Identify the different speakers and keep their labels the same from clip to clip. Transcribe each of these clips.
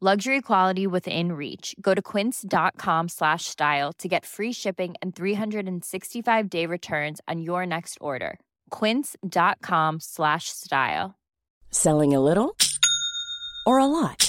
Speaker 1: Luxury quality within reach. Go to quince.com slash style to get free shipping and 365 day returns on your next order. Quince.com slash style.
Speaker 2: Selling a little or a lot?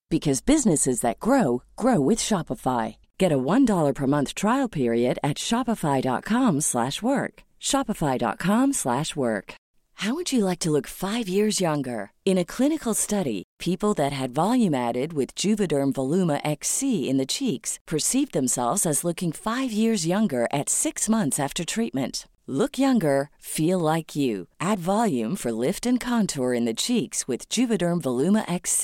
Speaker 2: because businesses that grow grow with Shopify. Get a $1 per month trial period at shopify.com/work. shopify.com/work. How would you like to look 5 years younger? In a clinical study, people that had volume added with Juvederm Voluma XC in the cheeks perceived themselves as looking 5 years younger at 6 months after treatment. Look younger, feel like you. Add volume for lift and contour in the cheeks with Juvederm Voluma XC.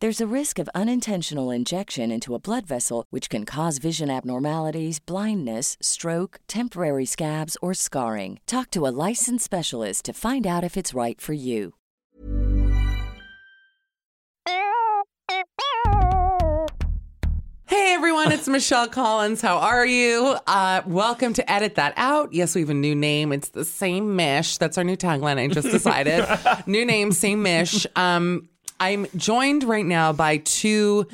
Speaker 2: There's a risk of unintentional injection into a blood vessel, which can cause vision abnormalities, blindness, stroke, temporary scabs, or scarring. Talk to a licensed specialist to find out if it's right for you.
Speaker 3: Hey everyone, it's Michelle Collins. How are you? Uh, welcome to Edit That Out. Yes, we have a new name. It's the same mish. That's our new tagline. I just decided. new name, same mish. Um, I'm joined right now by two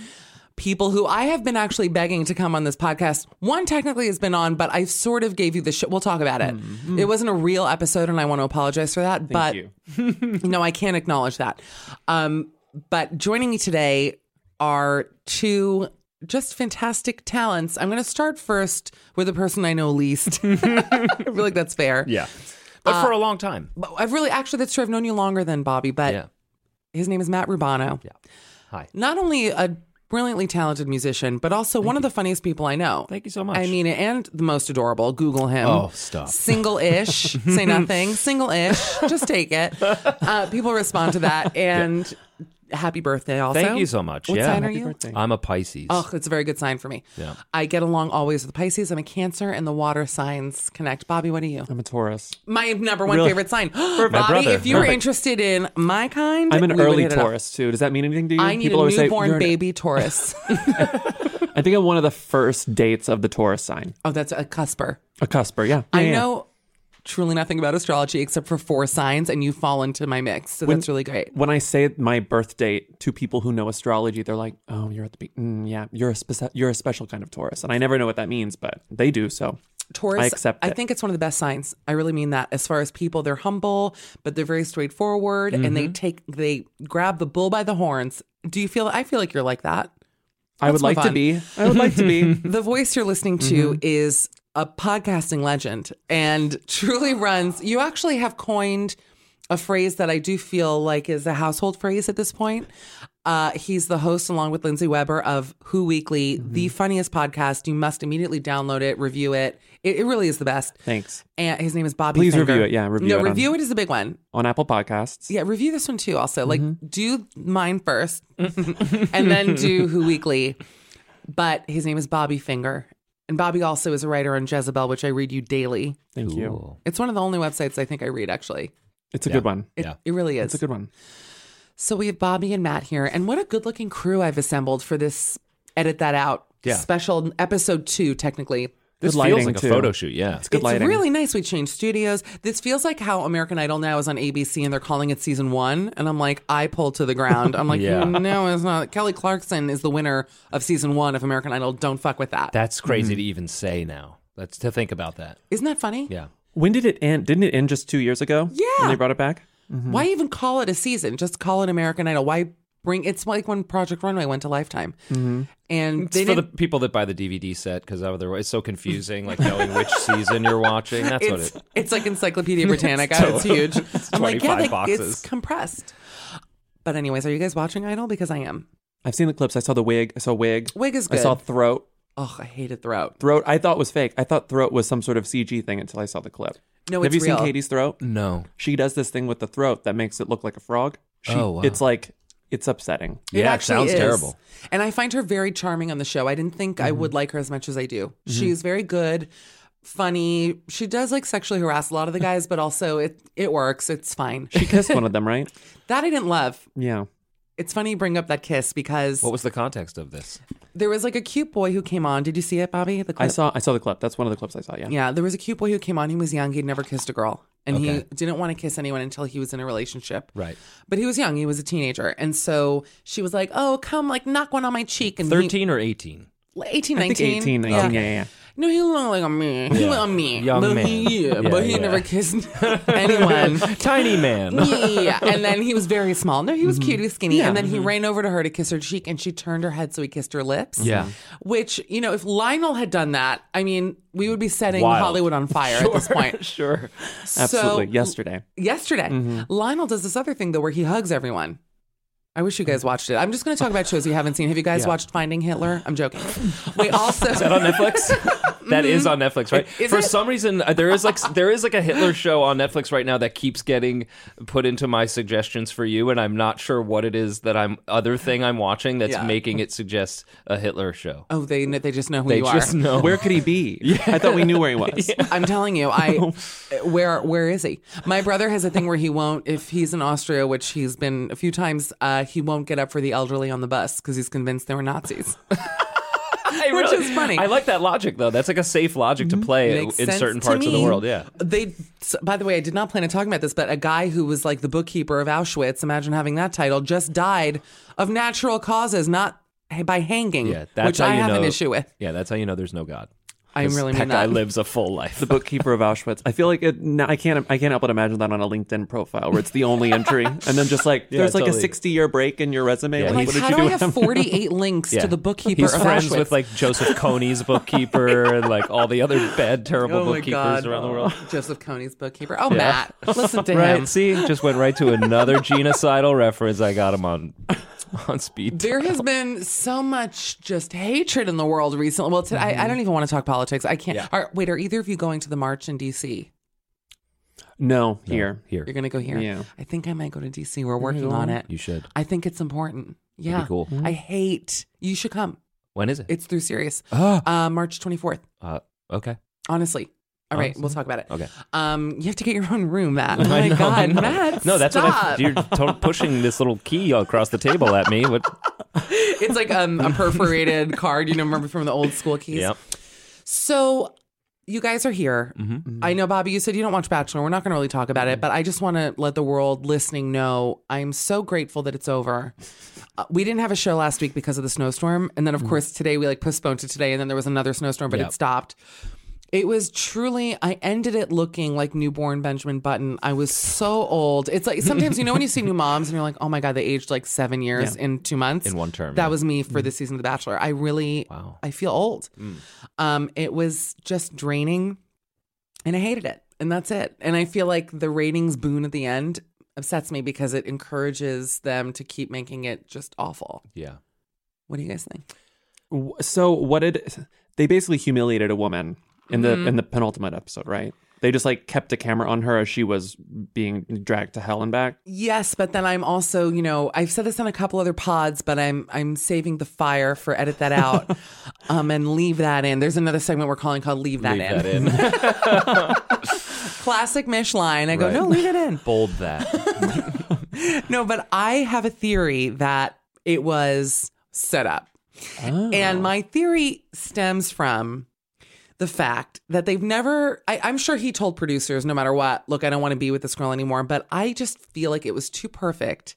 Speaker 3: people who I have been actually begging to come on this podcast. One technically has been on, but I sort of gave you the shit. We'll talk about it. It wasn't a real episode, and I want to apologize for that. but
Speaker 4: you.
Speaker 3: no, I can't acknowledge that. Um, but joining me today are two just fantastic talents. I'm going to start first with the person I know least. I feel like that's fair.
Speaker 4: Yeah. But for a long time.
Speaker 3: But I've really, actually, that's true. I've known you longer than Bobby, but
Speaker 4: Yeah.
Speaker 3: his name is Matt Rubano. Yeah.
Speaker 4: Hi.
Speaker 3: Not only a brilliantly talented musician, but also one of the funniest people I know.
Speaker 4: Thank you so much.
Speaker 3: I mean, and the most adorable. Google him.
Speaker 4: Oh, stop.
Speaker 3: Single ish. say nothing. Single ish. Just take it. Uh, people respond to that. And happy birthday also.
Speaker 4: Thank you so much.
Speaker 3: What
Speaker 4: yeah.
Speaker 3: sign are you?
Speaker 4: I'm a Pisces.
Speaker 3: Oh, it's a very good sign for me.
Speaker 4: Yeah.
Speaker 3: I get along always with Pisces. I'm a Cancer, and the water signs connect. Bobby, what are you?
Speaker 5: I'm a Taurus.
Speaker 3: My number one favorite sign. Bobby,
Speaker 4: brother.
Speaker 3: if you were
Speaker 4: Perfect.
Speaker 3: interested in my kind,
Speaker 5: I'm an
Speaker 3: we would
Speaker 5: early
Speaker 3: hit it up.
Speaker 5: Taurus too. Does that mean anything to you?
Speaker 3: I need a
Speaker 5: always say,
Speaker 3: newborn
Speaker 5: "You're an-"
Speaker 3: baby Taurus.
Speaker 5: I think I'm one of the first dates of the Taurus sign.
Speaker 3: oh, that's a cusper.
Speaker 5: A cusper, yeah.
Speaker 3: I
Speaker 5: Yeah, yeah.
Speaker 3: know truly nothing about astrology except for four signs, and you fall into my mix. So that's really great.
Speaker 5: When I say my birth date to people who know astrology, they're like, "Oh, you're at the be- mm, yeah, you're a spec- you're a special kind of Taurus," and I never know what that means, but they do. So
Speaker 6: Taurus,
Speaker 5: I accept
Speaker 6: I
Speaker 5: it.
Speaker 6: think it's one of the best signs. I really mean that. As far as people, they're humble, but they're very straightforward, and
Speaker 5: Mm-hmm.
Speaker 6: they take they grab the bull by the horns. Do you feel? I feel like you're like that.
Speaker 5: I would
Speaker 6: Let's move
Speaker 5: like to
Speaker 6: on.
Speaker 5: be. I would like to be.
Speaker 6: The voice you're listening to
Speaker 5: Mm-hmm.
Speaker 6: is a podcasting legend and truly runs. You actually have coined a phrase that I do feel like is a household phrase at this point. Uh, he's the host, along with Lindsay Weber, of Who Weekly,
Speaker 5: Mm-hmm.
Speaker 6: the funniest podcast. You must immediately download it, review it. It, it really is the best.
Speaker 5: Thanks.
Speaker 6: And his name is Bobby.
Speaker 5: Please
Speaker 6: Finger.
Speaker 5: review it. Yeah, review
Speaker 6: no,
Speaker 5: it on-
Speaker 6: review it is a big one.
Speaker 5: On Apple Podcasts.
Speaker 6: Yeah, review this one too. Also, like do mine first, and then do Who Weekly. But his name is Bobby Finger, and Bobby also is a writer on Jezebel, which I read you daily.
Speaker 5: Thank you.
Speaker 4: Cool.
Speaker 6: It's one of the only websites I think I read. Actually,
Speaker 5: It's a good one.
Speaker 6: it,
Speaker 4: Yeah.
Speaker 6: it really is.
Speaker 5: It's a good one.
Speaker 6: so we have Bobby and Matt here, and what a good-looking crew I've assembled for this. Edit that out.
Speaker 4: Yeah.
Speaker 6: Special episode two, technically.
Speaker 5: Good
Speaker 4: This feels
Speaker 5: lighting,
Speaker 4: like a
Speaker 5: too.
Speaker 4: photo shoot. Yeah.
Speaker 5: It's good
Speaker 6: it's
Speaker 5: lighting.
Speaker 6: really nice. We changed studios. This feels like how American Idol now is on ABC and they're calling it season one. And I'm like, I pulled to the ground. I'm like,
Speaker 4: Yeah.
Speaker 6: no, it's not. Kelly Clarkson is the winner of season one of American Idol. Don't fuck with that.
Speaker 4: That's crazy to even say now. That's to think about that.
Speaker 6: Isn't that funny?
Speaker 4: Yeah.
Speaker 5: When did it end? Didn't it end just two years ago?
Speaker 6: Yeah.
Speaker 5: When they brought it back?
Speaker 6: Mm-hmm.
Speaker 4: Mm-hmm.
Speaker 6: Why even call it a season? Just call it American Idol. Why bring it's like when Project Runway went to Lifetime. And
Speaker 4: Mm-hmm. It's
Speaker 6: they
Speaker 4: for the
Speaker 6: didn't.
Speaker 4: people that buy the DVD set because otherwise it's so confusing, like knowing which season you're watching. That's what
Speaker 6: it's,
Speaker 4: it.
Speaker 6: it's like Encyclopedia Britannica. it's
Speaker 4: totally-
Speaker 6: huge.
Speaker 4: it's
Speaker 6: I'm like, yeah,
Speaker 4: 25
Speaker 6: like, it's
Speaker 4: boxes.
Speaker 6: compressed. But anyways, are you guys watching Idol? Because I am.
Speaker 5: I've seen the clips. I saw the wig. I saw wig.
Speaker 6: Wig is
Speaker 5: I
Speaker 6: good.
Speaker 5: saw throat.
Speaker 6: Oh, I hated throat.
Speaker 5: Throat. I thought was fake. I thought throat was some sort of CG thing until I saw the clip.
Speaker 6: No,
Speaker 5: Have
Speaker 6: it's
Speaker 5: you
Speaker 6: real.
Speaker 5: seen Katie's throat?
Speaker 4: No.
Speaker 5: She does this thing with the throat that makes it look like a frog. She,
Speaker 4: Oh, wow.
Speaker 5: It's like it's upsetting.
Speaker 6: It
Speaker 4: yeah, it
Speaker 6: actually
Speaker 4: sounds
Speaker 6: is.
Speaker 4: terrible.
Speaker 6: And I find her very charming on the show. I didn't think I would like her as much as I do. She's very good, funny. She does like sexually harass a lot of the guys, but also it it works. It's fine.
Speaker 5: She kissed one of them, right?
Speaker 6: That I didn't love.
Speaker 5: Yeah.
Speaker 6: It's funny you bring up that kiss because
Speaker 4: What was the context of this?
Speaker 6: there was like a cute boy who came on. Did you see it, Bobby? The
Speaker 5: I
Speaker 6: clip?
Speaker 5: saw. I saw the clip. That's one of the clips I saw. Yeah.
Speaker 6: Yeah, there was a cute boy who came on. He was young. He'd never kissed a girl, and
Speaker 4: Okay.
Speaker 6: he didn't want to kiss anyone until he was in a relationship.
Speaker 4: Right.
Speaker 6: But he was young. He was a teenager, and so she was like, "Oh, come, like knock one on my cheek." And he-
Speaker 4: Thirteen or eighteen?
Speaker 6: like, 18,
Speaker 5: I
Speaker 6: 19.
Speaker 5: think 18, 19. Yeah, yeah, yeah.
Speaker 6: No, he looked like a man. He was a man.
Speaker 4: Young
Speaker 6: but
Speaker 4: man.
Speaker 6: He, yeah,
Speaker 4: Yeah,
Speaker 6: but he
Speaker 4: yeah.
Speaker 6: never kissed anyone.
Speaker 4: Tiny man.
Speaker 6: yeah, and then he was very small. No, he
Speaker 4: Mm-hmm.
Speaker 6: was cute. He was skinny.
Speaker 5: Yeah.
Speaker 6: And then he ran over to her to kiss her cheek, and she turned her head so he kissed her lips.
Speaker 4: Yeah.
Speaker 6: Which, you know, if Lionel had done that, I mean, we would be setting
Speaker 4: Wild.
Speaker 6: Hollywood on fire at this point.
Speaker 4: sure.
Speaker 5: Absolutely.
Speaker 6: So,
Speaker 5: Yesterday.
Speaker 6: yesterday.
Speaker 4: Mm-hmm.
Speaker 6: Lionel does this other thing though where he hugs everyone. I wish you guys watched it. I'm just going to talk about shows you haven't seen. Have you guys watched Finding Hitler? I'm joking. We also
Speaker 4: Is that on Netflix? That is on Netflix, right?
Speaker 6: Mm-hmm. Is
Speaker 4: For
Speaker 6: it?
Speaker 4: some reason, uh, there is like there is like a Hitler show on Netflix right now that keeps getting put into my suggestions for you, and I'm not sure what it is that I'm other thing I'm watching that's
Speaker 6: Yeah.
Speaker 4: making it suggest a Hitler show.
Speaker 6: Oh, they kn- they just know who
Speaker 4: they
Speaker 6: you
Speaker 4: just
Speaker 6: are.
Speaker 4: know.
Speaker 5: Where could he be? I thought we knew where he was.
Speaker 6: I'm telling you,
Speaker 4: Oh.
Speaker 6: I where where is he? My brother has a thing where he won't if he's in Austria, which he's been a few times. Uh, he won't get up for the elderly on the bus because he's convinced they were Nazis.
Speaker 4: I
Speaker 6: which is funny. Mm-hmm.
Speaker 4: I like that logic though. That's like a safe logic to play in
Speaker 6: Makes sense
Speaker 4: certain
Speaker 6: to
Speaker 4: parts of the
Speaker 6: me.
Speaker 4: world. Yeah.
Speaker 6: They, s- by the way, I did not plan on talking about this, but a guy who was like the bookkeeper of Auschwitz, imagine having that title, just died of natural causes, not by hanging,
Speaker 4: Yeah, that's
Speaker 6: which
Speaker 4: how
Speaker 6: I
Speaker 4: you
Speaker 6: have an
Speaker 4: know-
Speaker 6: issue with.
Speaker 4: Yeah, that's how you know there's no God.
Speaker 6: I
Speaker 4: 'Cause
Speaker 6: really
Speaker 4: that
Speaker 6: mean
Speaker 4: guy
Speaker 6: that.
Speaker 4: lives a full life.
Speaker 5: the bookkeeper of Auschwitz. I feel like it. No, I can't. I can't help but imagine that on a LinkedIn profile where it's the only entry, and then just like there's like a
Speaker 4: totally.
Speaker 5: 60 year break in your resume.
Speaker 4: Yeah,
Speaker 5: Like,
Speaker 6: Like,
Speaker 5: what did
Speaker 6: how
Speaker 5: you
Speaker 6: do
Speaker 5: do
Speaker 6: I
Speaker 5: with
Speaker 6: have
Speaker 5: them?
Speaker 6: 48 links to the bookkeeper
Speaker 4: He's
Speaker 6: of
Speaker 4: friends
Speaker 6: Auschwitz?
Speaker 4: with like Joseph Kony's bookkeeper and like all the other bad, terrible
Speaker 6: oh my
Speaker 4: bookkeepers
Speaker 6: God,
Speaker 4: around the world.
Speaker 6: Joseph Coney's bookkeeper. Oh, Matt, listen to him.
Speaker 4: Right? See, just went right to another genocidal reference. I got him on on speed.
Speaker 6: There has been so much just hatred in the world recently. Well, today, I, I don't even want to talk politics. I can't.
Speaker 4: Mm-hmm. Yeah.
Speaker 6: Are, wait, are either of you going to the march in D.C.?
Speaker 5: No, here.
Speaker 4: here,
Speaker 6: You're gonna go here.
Speaker 5: Yeah.
Speaker 6: I think I might go to DC. We're working on it.
Speaker 4: you should.
Speaker 6: I think it's important. Yeah.
Speaker 4: be cool.
Speaker 6: I hate. You should come.
Speaker 4: When is it?
Speaker 6: It's through Sirius.
Speaker 4: Ah.
Speaker 6: Uh, March 24th.
Speaker 4: uh, okay.
Speaker 6: Honestly. all right, we'll talk about it.
Speaker 4: Okay.
Speaker 6: Um, you have to get your own room, Matt. Oh my
Speaker 4: I know, I
Speaker 6: God,
Speaker 4: know.
Speaker 6: Matt.
Speaker 4: No, that's
Speaker 6: stop.
Speaker 4: what I, you're to- pushing this little key across the table at me. What?
Speaker 6: It's like um, a perforated card. You know, remember from the old school keys.
Speaker 4: Yep. Mm-hmm.
Speaker 6: So. You guys are here. I know, Bobby, you said you don't watch Bachelor. We're not going to really talk about it, but I just want to let the world listening know I'm so grateful that it's over. Uh, we didn't have a show last week because of the snowstorm. And then, of course, today we like postponed to today. And then there was another snowstorm, but
Speaker 4: Mm-hmm. Yep.
Speaker 6: it stopped. It was truly, I ended it looking like newborn Benjamin Button. I was so old. It's like sometimes, you know, when you see new moms and you're like, oh my God, they aged like seven years in two months.
Speaker 4: In one term,
Speaker 6: That
Speaker 4: yeah.
Speaker 6: was me for this season of The Bachelor. I really,
Speaker 4: Mm. Wow. Mm.
Speaker 6: I feel old. Um, it was just draining and I hated it. And that's it. And I feel like the ratings boon at the end upsets me because it encourages them to keep making it just awful.
Speaker 4: Yeah.
Speaker 6: What do you guys think?
Speaker 5: W- So what did they basically humiliated a woman in
Speaker 6: Mm-hmm.
Speaker 5: the in the penultimate episode, right? They just like kept a camera on her as she was being dragged to hell and back.
Speaker 6: Yes, but then I'm also, you know, I've said this on a couple other pods, but I'm I'm saving the fire for edit that out, um, and leave that in. There's another segment we're calling called "Leave That
Speaker 4: Leave
Speaker 6: In."
Speaker 4: that in.
Speaker 6: Classic Mish line. I go,
Speaker 4: Right.
Speaker 6: no, leave it in.
Speaker 4: Bold that.
Speaker 6: No, but I have a theory that it was set up.
Speaker 4: Oh.
Speaker 6: And my theory stems from the fact that they've never, I, I'm sure he told producers, no matter what, look, I don't want to be with this girl anymore. But I just feel like it was too perfect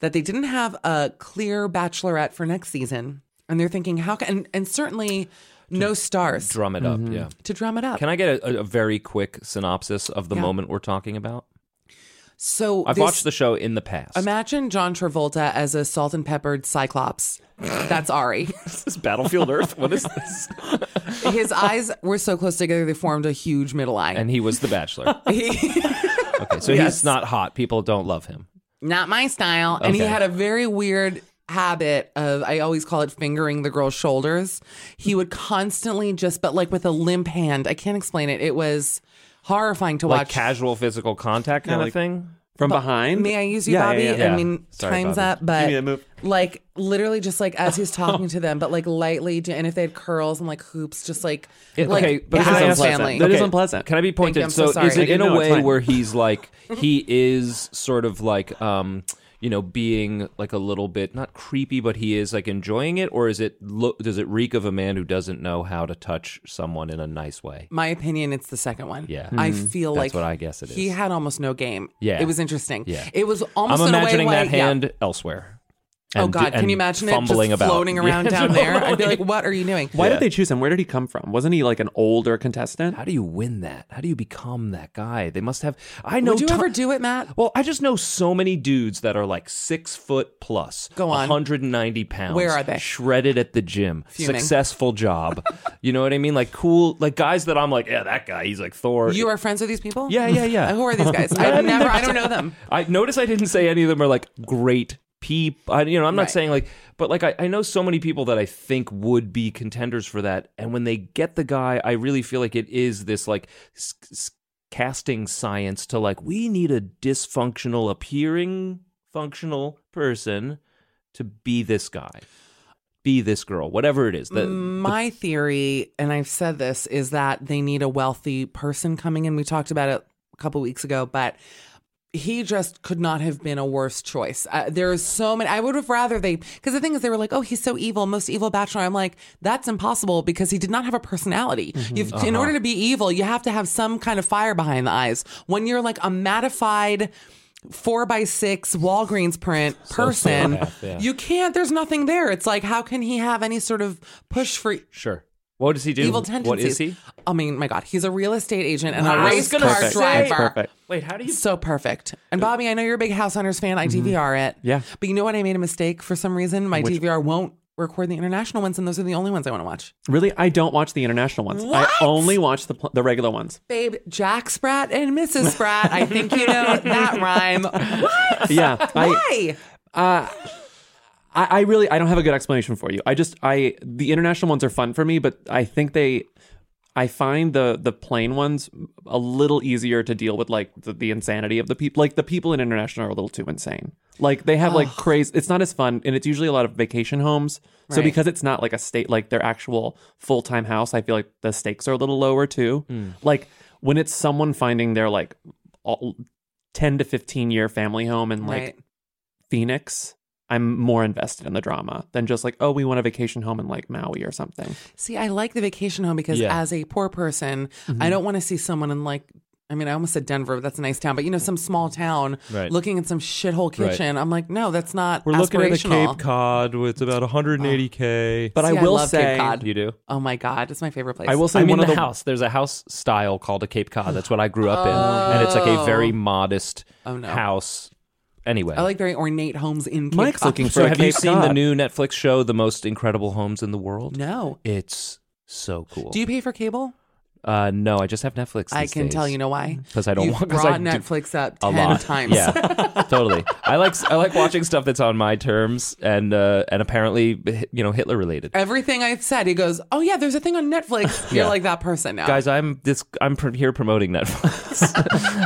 Speaker 6: that they didn't have a clear bachelorette for next season. And they're thinking, how can, and, and certainly no stars
Speaker 4: Drum it up. Yeah.
Speaker 6: to drum it up.
Speaker 4: Can I get a, a very quick synopsis of the
Speaker 6: Yeah.
Speaker 4: moment we're talking about?
Speaker 6: so
Speaker 4: I've
Speaker 6: this-
Speaker 4: watched the show in the past.
Speaker 6: Imagine John Travolta as a salt and peppered cyclops. That's Ari.
Speaker 4: this is Battlefield Earth. What is this?
Speaker 6: His eyes were so close together they formed a huge middle eye.
Speaker 4: and he was the Bachelor.
Speaker 6: He-
Speaker 4: Okay, so he's not hot. People don't love him.
Speaker 6: not my style. And he
Speaker 4: Okay.
Speaker 6: had a very weird habit of I always call it fingering the girl's shoulders. He would constantly just but like with a limp hand. I can't explain it. It was horrifying to
Speaker 4: Like
Speaker 6: watch.
Speaker 4: casual physical contact kind of
Speaker 5: like-
Speaker 4: thing.
Speaker 5: From behind?
Speaker 6: May I use you,
Speaker 5: Yeah,
Speaker 6: Bobby?
Speaker 5: yeah,
Speaker 4: yeah.
Speaker 6: I mean,
Speaker 4: Sorry,
Speaker 6: time's
Speaker 4: Bobby.
Speaker 6: up, but
Speaker 5: Give me that move.
Speaker 6: like literally just like as he's talking to them, but like lightly, do- and if they had curls and like hoops, just like
Speaker 4: It-
Speaker 6: like
Speaker 4: okay, but
Speaker 5: this is
Speaker 6: Adam's
Speaker 5: unpleasant.
Speaker 6: family.
Speaker 5: That is unpleasant.
Speaker 4: Can I be pointed?
Speaker 6: I'm so
Speaker 4: so,
Speaker 6: sorry.
Speaker 4: is it
Speaker 6: Thank
Speaker 5: you.
Speaker 4: in a
Speaker 5: No, it's
Speaker 4: way
Speaker 5: fine.
Speaker 4: where he's like he is sort of like um you know being like a little bit not creepy, but he is like enjoying it, or is it lo- does it reek of a man who doesn't know how to touch someone in a nice way?
Speaker 6: My opinion, it's the second one.
Speaker 4: Yeah.
Speaker 6: I feel like
Speaker 4: That's what I guess it
Speaker 6: He
Speaker 4: is.
Speaker 6: had almost no game.
Speaker 4: Yeah.
Speaker 6: it was interesting.
Speaker 4: Yeah.
Speaker 6: it was almost.
Speaker 4: I'm
Speaker 6: in a way
Speaker 4: imagining
Speaker 6: like-
Speaker 4: that
Speaker 6: yeah.
Speaker 4: hand elsewhere.
Speaker 6: Oh
Speaker 4: And-
Speaker 6: God, can
Speaker 4: and
Speaker 6: you imagine it just
Speaker 4: fumbling about.
Speaker 6: floating around
Speaker 4: Yeah.
Speaker 6: down there? I'd be like, what are you doing?
Speaker 5: Why did they choose him? Where did he come from? Wasn't he like an older contestant?
Speaker 4: How do you win that? How do you become that guy? They must have. I know.
Speaker 6: Would you
Speaker 4: ton-
Speaker 6: ever do it, Matt?
Speaker 4: Well, I just know so many dudes that are like six foot plus,
Speaker 6: Go on.
Speaker 4: 190 pounds.
Speaker 6: Where are they?
Speaker 4: Shredded at the gym,
Speaker 6: Fuming.
Speaker 4: successful job. you know what I mean? Like cool, like guys that I'm like, yeah, that guy, he's like Thor.
Speaker 6: You are friends with these people?
Speaker 4: Yeah, yeah, yeah.
Speaker 6: Who are these guys? I've never. I don't know them.
Speaker 4: I notice I didn't say any of them are like great people. I, you know, I'm not
Speaker 6: Right.
Speaker 4: saying like, but like I, I know so many people that I think would be contenders for that, and when they get the guy, I really feel like it is this like. s- s- casting science to like we need a dysfunctional appearing functional person to be this guy be this girl whatever it is the,
Speaker 6: My theory, and I've said this, is that they need a wealthy person coming in. We talked about it a couple weeks ago, but he just could not have been a worse choice. Uh, there is so many. I would have rather they, because the thing is, they were like, "Oh, he's so evil, most evil bachelor." I'm like, that's impossible because he did not have a personality. You've, In order to be evil, you have to have some kind of fire behind the eyes. When you're like a mattified. Four by six Walgreens print person,
Speaker 4: Sociopath, yeah.
Speaker 6: you can't. There's nothing there. It's like, how can he have any sort of push for
Speaker 4: sure what does he do
Speaker 6: evil tendencies.
Speaker 4: what is he
Speaker 6: I mean, my God, he's a real estate agent and
Speaker 4: Wow.
Speaker 6: a
Speaker 4: I
Speaker 6: race
Speaker 4: was gonna
Speaker 6: car
Speaker 5: perfect.
Speaker 6: driver.
Speaker 5: That's perfect.
Speaker 4: wait how do you
Speaker 6: So perfect. And Bobby, I know you're a big House Hunters fan. I
Speaker 4: Mm-hmm.
Speaker 6: DVR it.
Speaker 5: Yeah.
Speaker 6: But you know what? I made a mistake for some reason. My DVR won't record the international ones, and those are the only ones I want to watch.
Speaker 5: Really, I don't watch the international ones.
Speaker 6: What?
Speaker 5: I only watch the pl- the regular ones.
Speaker 6: Babe, Jack Sprat and Mrs. Sprat. I think you know that rhyme. What?
Speaker 5: Yeah, I,
Speaker 6: Why?
Speaker 5: Uh, I I really I don't have a good explanation for you. I just I the international ones are fun for me, but I think they I find the the plain ones a little easier to deal with, like the, the insanity of the people. Like the people in international are a little too insane. Like they have like crazy. It's not as fun, and it's usually a lot of vacation homes. So
Speaker 6: Right.
Speaker 5: because it's not like a state like their actual full time house, I feel like the stakes are a little lower too. Like when it's someone finding their like all, ten to fifteen year family home and like
Speaker 6: right.
Speaker 5: Phoenix, I'm more invested in the drama than just like, oh, we want a vacation home in like Maui or something.
Speaker 6: See, I like the vacation home because
Speaker 4: Yeah. Mm-hmm.
Speaker 6: as a poor person, I don't want to see someone in like I mean, I almost said Denver, but that's a nice town. But you know, some small town
Speaker 7: Right.
Speaker 6: looking at some shithole
Speaker 4: Right.
Speaker 6: kitchen. I'm like, no, that's not
Speaker 7: We're looking at the
Speaker 6: aspirational. Oh.
Speaker 7: Cape Cod. with- It's about 180k.
Speaker 6: See,
Speaker 5: But
Speaker 6: I
Speaker 5: I will
Speaker 6: love Cape
Speaker 5: say,
Speaker 6: Cod.
Speaker 4: You do.
Speaker 6: oh my god, it's my favorite place.
Speaker 5: I will say
Speaker 4: I'm
Speaker 5: one
Speaker 4: in
Speaker 5: of
Speaker 4: the,
Speaker 5: the
Speaker 4: house. There's a house style called a Cape Cod. That's what I grew up in, and it's like a very modest
Speaker 6: Oh, no.
Speaker 4: house. Anyway,
Speaker 6: I like very ornate homes in Cape
Speaker 5: Mike's
Speaker 6: Cod.
Speaker 5: looking for
Speaker 4: so
Speaker 5: a
Speaker 4: have you
Speaker 5: Cape
Speaker 4: seen the
Speaker 5: Cod.
Speaker 4: new Netflix show, The Most Incredible Homes in the World?
Speaker 6: No.
Speaker 4: It's so cool.
Speaker 6: Do you pay for cable?
Speaker 4: uh, no, I just have Netflix.
Speaker 6: I
Speaker 4: these
Speaker 6: can
Speaker 4: days. Mm-hmm.
Speaker 6: tell you know why.
Speaker 4: 'Cause I don't
Speaker 6: You've
Speaker 4: want- 'cause I
Speaker 6: brought
Speaker 4: do
Speaker 6: Netflix up
Speaker 4: a
Speaker 6: ten
Speaker 4: lot.
Speaker 6: times.
Speaker 4: Yeah, totally. I like I like watching stuff that's on my terms and uh, and apparently you know Hitler related.
Speaker 6: Everything I've said, he goes, "Oh yeah, there's a thing on Netflix." You're
Speaker 4: Yeah.
Speaker 6: like that person now,
Speaker 4: Guys, I'm this. I'm pr- here promoting Netflix.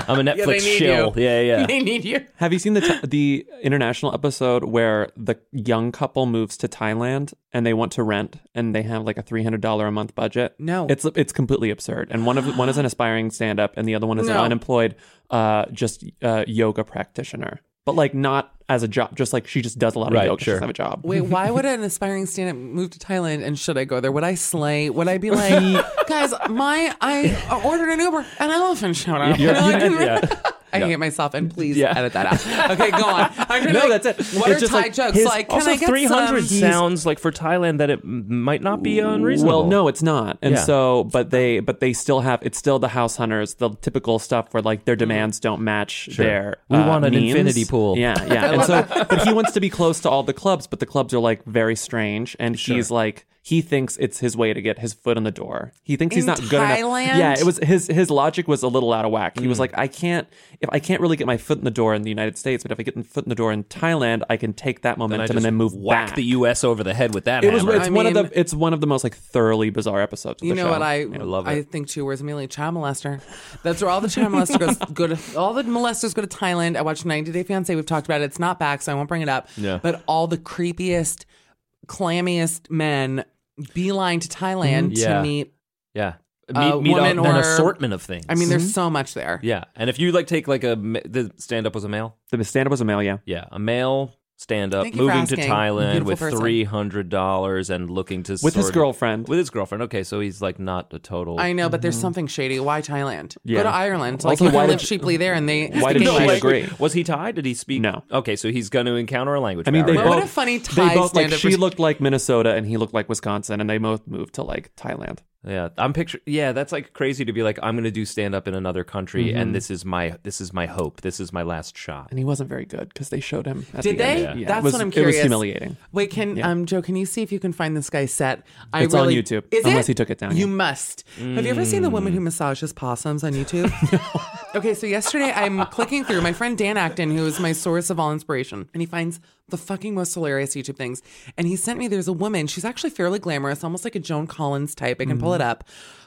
Speaker 4: I'm a
Speaker 6: Yeah,
Speaker 4: Netflix
Speaker 6: they need
Speaker 4: shill.
Speaker 6: you.
Speaker 4: Yeah, yeah.
Speaker 6: They need you.
Speaker 5: Have you seen the t- the international episode where the young couple moves to Thailand and they want to rent and they have like a three hundred dollar a month budget?
Speaker 6: No.
Speaker 5: it's it's completely absurd. And one of one is an aspiring stand up and the other one is
Speaker 6: No.
Speaker 5: an unemployed, uh, just uh, yoga practitioner, but like not as a job. Just like she just does a lot of
Speaker 4: Right,
Speaker 5: yoga. She
Speaker 4: sure.
Speaker 5: doesn't have a job.
Speaker 6: Wait, why would an aspiring stand up move to Thailand and should I go there? Would I slay? Would I be like, guys, my I ordered an Uber, an elephant showed up.
Speaker 4: You're-
Speaker 6: You know, like-
Speaker 4: you- yeah.
Speaker 6: I
Speaker 4: Yeah.
Speaker 6: hate myself, and please
Speaker 4: Yeah.
Speaker 6: edit that out. Okay, go on. I'm trying to
Speaker 5: No,
Speaker 6: think,
Speaker 5: that's it.
Speaker 6: What
Speaker 5: It's
Speaker 6: are
Speaker 5: just
Speaker 6: Thai
Speaker 5: like
Speaker 6: jokes?
Speaker 5: his-
Speaker 6: like, can
Speaker 4: also,
Speaker 6: I get
Speaker 4: 300
Speaker 6: some?
Speaker 4: sounds like for Thailand that it m- might not be unreasonable.
Speaker 5: Well, no, it's not. And
Speaker 4: Yeah.
Speaker 5: so, but they, but they still have. It's still the house hunters, the typical stuff where like their demands don't match their.
Speaker 4: Mm-hmm. We
Speaker 5: uh,
Speaker 4: want an
Speaker 5: means.
Speaker 4: infinity pool.
Speaker 5: Yeah, yeah. and so, but he wants to be close to all the clubs, but the clubs are like very strange, and he's like. He thinks it's his way to get his foot in the door. He thinks he's
Speaker 6: In
Speaker 5: not good
Speaker 6: Thailand?
Speaker 5: enough. Yeah, it was his his logic was a little out of whack. He
Speaker 4: Mm.
Speaker 5: was like, I can't if I can't really get my foot in the door in the United States, but if I get my foot in the door in Thailand, I can take that
Speaker 4: And
Speaker 5: momentum
Speaker 4: I
Speaker 5: and,
Speaker 4: just
Speaker 5: then move
Speaker 4: whack
Speaker 5: back.
Speaker 4: the U.S. over the head with that
Speaker 5: It was.
Speaker 4: hammer.
Speaker 5: It's
Speaker 6: I
Speaker 5: one
Speaker 6: mean-
Speaker 5: of the. It's one of the most like thoroughly bizarre episodes. Of
Speaker 6: You
Speaker 5: the
Speaker 6: know
Speaker 5: show.
Speaker 6: what I, I
Speaker 4: love it.
Speaker 6: think too. Where's Amelia Child molester? That's where all the child molesters goes, go to. All the molesters go to Thailand. I watched 90 Day Fiance. We've talked about it. It's not back, so I won't bring it up.
Speaker 4: Yeah.
Speaker 6: But all the creepiest, clammiest men beeline to
Speaker 5: Mm-hmm.
Speaker 6: Thailand
Speaker 4: Yeah.
Speaker 6: to meet.
Speaker 4: yeah, meet,
Speaker 6: Uh,
Speaker 4: meet
Speaker 6: woman
Speaker 4: a- an
Speaker 6: or-
Speaker 4: assortment of things.
Speaker 6: I mean,
Speaker 5: Mm-hmm.
Speaker 6: there's so much there.
Speaker 4: yeah, and if you like take like a ma- the stand up was a male.
Speaker 5: The stand up was Amelia.
Speaker 4: Yeah, a male stand up
Speaker 6: Thank you for
Speaker 4: moving to
Speaker 6: asking.
Speaker 4: Thailand
Speaker 6: Beautiful
Speaker 4: with
Speaker 6: person.
Speaker 4: three hundred dollars and looking to
Speaker 5: With his
Speaker 4: sort of-
Speaker 5: girlfriend.
Speaker 4: with his girlfriend. Okay, so he's like not a total.
Speaker 6: I know, but there's something shady. Why Thailand?
Speaker 5: Mm-hmm. Yeah.
Speaker 6: Go to Ireland.
Speaker 5: Also,
Speaker 6: like, you
Speaker 5: why
Speaker 6: can
Speaker 5: did
Speaker 6: live
Speaker 5: she-
Speaker 6: cheaply there, and they
Speaker 5: why did
Speaker 6: No,
Speaker 5: she
Speaker 6: like-
Speaker 5: agree?
Speaker 4: Was he Thai? Did he speak?
Speaker 5: No.
Speaker 4: Okay, so he's going to encounter a language.
Speaker 5: I mean, they
Speaker 4: barrier.
Speaker 6: Well, what
Speaker 5: both.
Speaker 6: a funny
Speaker 5: they
Speaker 6: Thai
Speaker 5: both like
Speaker 6: stand-up
Speaker 5: she
Speaker 6: was-
Speaker 5: looked like Minnesota and he looked like Wisconsin, and they both moved to like Thailand.
Speaker 4: Yeah, I'm picture. Yeah, that's like crazy to be like, I'm gonna do stand up in another country, and this is my this is my hope. This is my last shot.
Speaker 5: Mm-hmm. And he wasn't very good because they showed him. At
Speaker 6: Did
Speaker 5: the
Speaker 6: they?
Speaker 5: End. Yeah.
Speaker 6: That's
Speaker 5: it was,
Speaker 6: what I'm
Speaker 5: It
Speaker 6: curious.
Speaker 5: was humiliating.
Speaker 6: Wait, can um Joe? Can you see if you can find this guy's set? I
Speaker 5: It's on YouTube,
Speaker 6: Is
Speaker 5: unless he took it down,
Speaker 6: You
Speaker 5: yeah.
Speaker 6: must. Have you ever seen the woman who massages possums on YouTube? okay, so yesterday I'm clicking through my friend Dan Acton, who is my source of all inspiration, and he finds the fucking most hilarious YouTube things. And he sent me there's a woman. She's actually fairly glamorous, almost like a Joan Collins type. I can pull it
Speaker 5: Mm-hmm.
Speaker 6: up.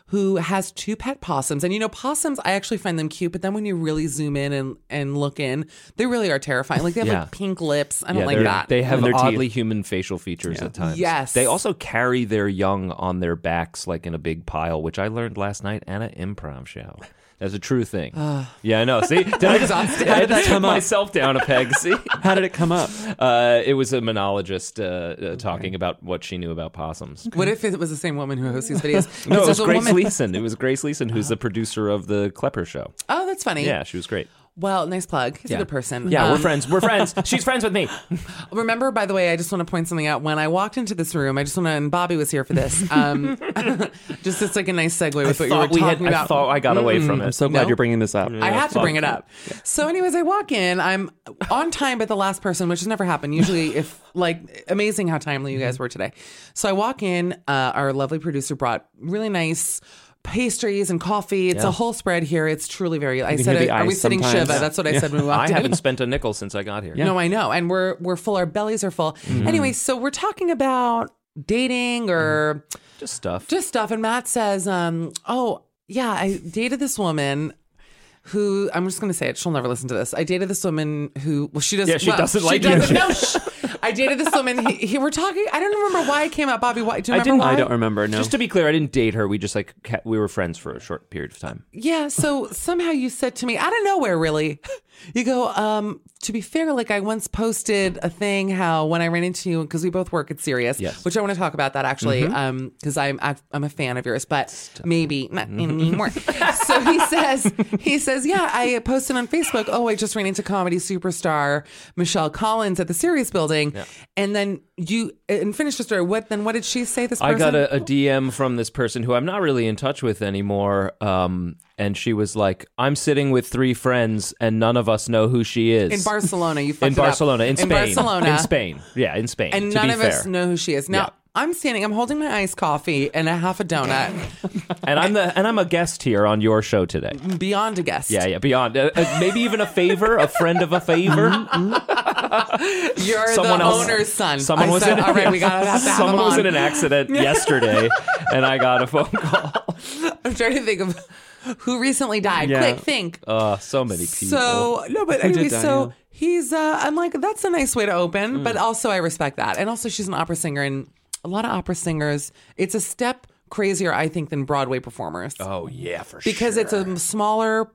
Speaker 6: Who has two pet possums? And you know, possums, I actually find them cute, but then when you really zoom in and, and look in, they really are terrifying. Like they have
Speaker 4: Yeah.
Speaker 6: like pink lips. I don't
Speaker 4: yeah,
Speaker 6: like
Speaker 4: they're-
Speaker 6: that.
Speaker 4: They have
Speaker 5: And their
Speaker 4: oddly human facial features at times.
Speaker 6: Yes.
Speaker 4: they also carry their young on their backs like in a big pile, which I learned last night at an improv show. That's a true thing. yeah, I know. See, did I just
Speaker 6: Exhausted.
Speaker 4: I had to
Speaker 5: Come
Speaker 4: put
Speaker 5: on.
Speaker 4: myself down a peg? See.
Speaker 5: How did it come up?
Speaker 4: Uh, it was a monologist uh, uh, talking about what she knew about possums.
Speaker 6: What if it was the same woman who hosts these videos?
Speaker 4: No, it
Speaker 6: Because
Speaker 4: was
Speaker 6: there's a
Speaker 4: Grace
Speaker 6: woman-
Speaker 4: Leeson. It was Grace Leeson,
Speaker 5: Uh-huh.
Speaker 4: who's the producer of the Klepper Show.
Speaker 6: Oh, that's funny.
Speaker 4: Yeah, she was great.
Speaker 6: Well, nice plug. He's
Speaker 4: Yeah.
Speaker 6: a good person.
Speaker 4: Yeah, we're
Speaker 6: Um,
Speaker 4: friends. We're friends. She's friends with me.
Speaker 6: Remember, by the way, I just want to point something out. When I walked into this room, I just want to, and Bobby was here for this. Um, just it's like a nice segue with what you were
Speaker 4: Thought we
Speaker 6: talking about.
Speaker 4: had-
Speaker 6: Mm,
Speaker 4: I thought I got away from
Speaker 5: I'm
Speaker 4: it.
Speaker 5: so glad
Speaker 6: No.
Speaker 5: you're bringing this up.
Speaker 6: I have to bring it up. So, anyways, I walk in. I'm on time, but the last person, which has never happened. Usually, if like amazing how timely you guys were today. So I walk in. Uh, our lovely producer brought really nice pastries and coffee. It's a whole spread here. It's truly very. I
Speaker 5: can
Speaker 6: said,
Speaker 5: hear the
Speaker 6: "Are we
Speaker 5: ice
Speaker 6: sitting
Speaker 5: sometimes.
Speaker 6: Shiva?" That's what I said when we walked
Speaker 4: I
Speaker 6: in.
Speaker 4: haven't spent a nickel since I got here.
Speaker 6: No, I know. And we're we're full. Our bellies are full.
Speaker 5: Mm-hmm.
Speaker 6: Anyway, so we're talking about dating
Speaker 5: Mm-hmm.
Speaker 6: or
Speaker 4: Just stuff.
Speaker 6: just stuff. And Matt says, um, "Oh yeah, I dated this woman." Who I'm just gonna say it. She'll never listen to this. I dated this woman who. Well, she doesn't.
Speaker 4: Yeah, she
Speaker 6: well,
Speaker 4: doesn't like you.
Speaker 6: doesn't, No, shh. I dated this woman. He, he, we're talking. I don't remember why it came up, Bobby. Why, do you
Speaker 4: I
Speaker 6: remember
Speaker 4: didn't-
Speaker 6: why?
Speaker 5: I don't remember. No.
Speaker 4: Just to be clear, I didn't date her. We just like ca- we were friends for a short period of time.
Speaker 6: Yeah. So somehow you said to me out of nowhere, really, You go, um, to be fair, like I once posted a thing how when I ran into you, because we both work at Sirius,
Speaker 4: Yes. Mm-hmm.
Speaker 6: which I want to talk about that actually, um, because I'm, I've- I'm a fan of yours, but maybe not
Speaker 4: Mm-hmm.
Speaker 6: anymore. so he says, he says, yeah, I posted on Facebook, oh, I just ran into comedy superstar Michelle Collins at the Sirius building. And then you, and finish the story. What, then what did she say this person?
Speaker 4: I got a, a DM from this person who I'm not really in touch with anymore. Um, and she was like, I'm sitting with three friends and none of us know who she is.
Speaker 6: in Barcelona, you fucked
Speaker 4: in
Speaker 6: it up.
Speaker 4: Barcelona, in Spain.
Speaker 6: In Barcelona.
Speaker 4: In Spain. Yeah, in Spain.
Speaker 6: and
Speaker 4: to
Speaker 6: none
Speaker 4: be
Speaker 6: of
Speaker 4: fair.
Speaker 6: us know who she is. Now
Speaker 4: Yeah.
Speaker 6: I'm standing. I'm holding my iced coffee and a half a donut.
Speaker 4: And I'm the and I'm a guest here on your show today.
Speaker 6: beyond a guest.
Speaker 4: Yeah, yeah, beyond. Uh, uh, maybe even a favor, a friend of a favor.
Speaker 6: you're
Speaker 4: someone
Speaker 6: Mm-hmm. the
Speaker 4: else,
Speaker 6: owner's son.
Speaker 4: Someone
Speaker 6: I
Speaker 4: was
Speaker 6: said,
Speaker 4: in.
Speaker 6: All right, we gotta have to have
Speaker 4: someone
Speaker 6: him
Speaker 4: was
Speaker 6: on.
Speaker 4: in an accident yesterday, and I got a phone call.
Speaker 6: I'm trying to think of who recently died.
Speaker 5: Yeah.
Speaker 6: Quick, think.
Speaker 4: Uh, so many people.
Speaker 6: So no, but anyway,
Speaker 5: did die,
Speaker 6: so
Speaker 5: yeah.
Speaker 6: he's. Uh, I'm like, that's a nice way to open,
Speaker 4: Mm.
Speaker 6: but also I respect that, and also she's an opera singer, and a lot of opera singers. It's a step crazier, I think, than Broadway performers.
Speaker 4: oh yeah, for sure. Mm-hmm.
Speaker 6: because it's a smaller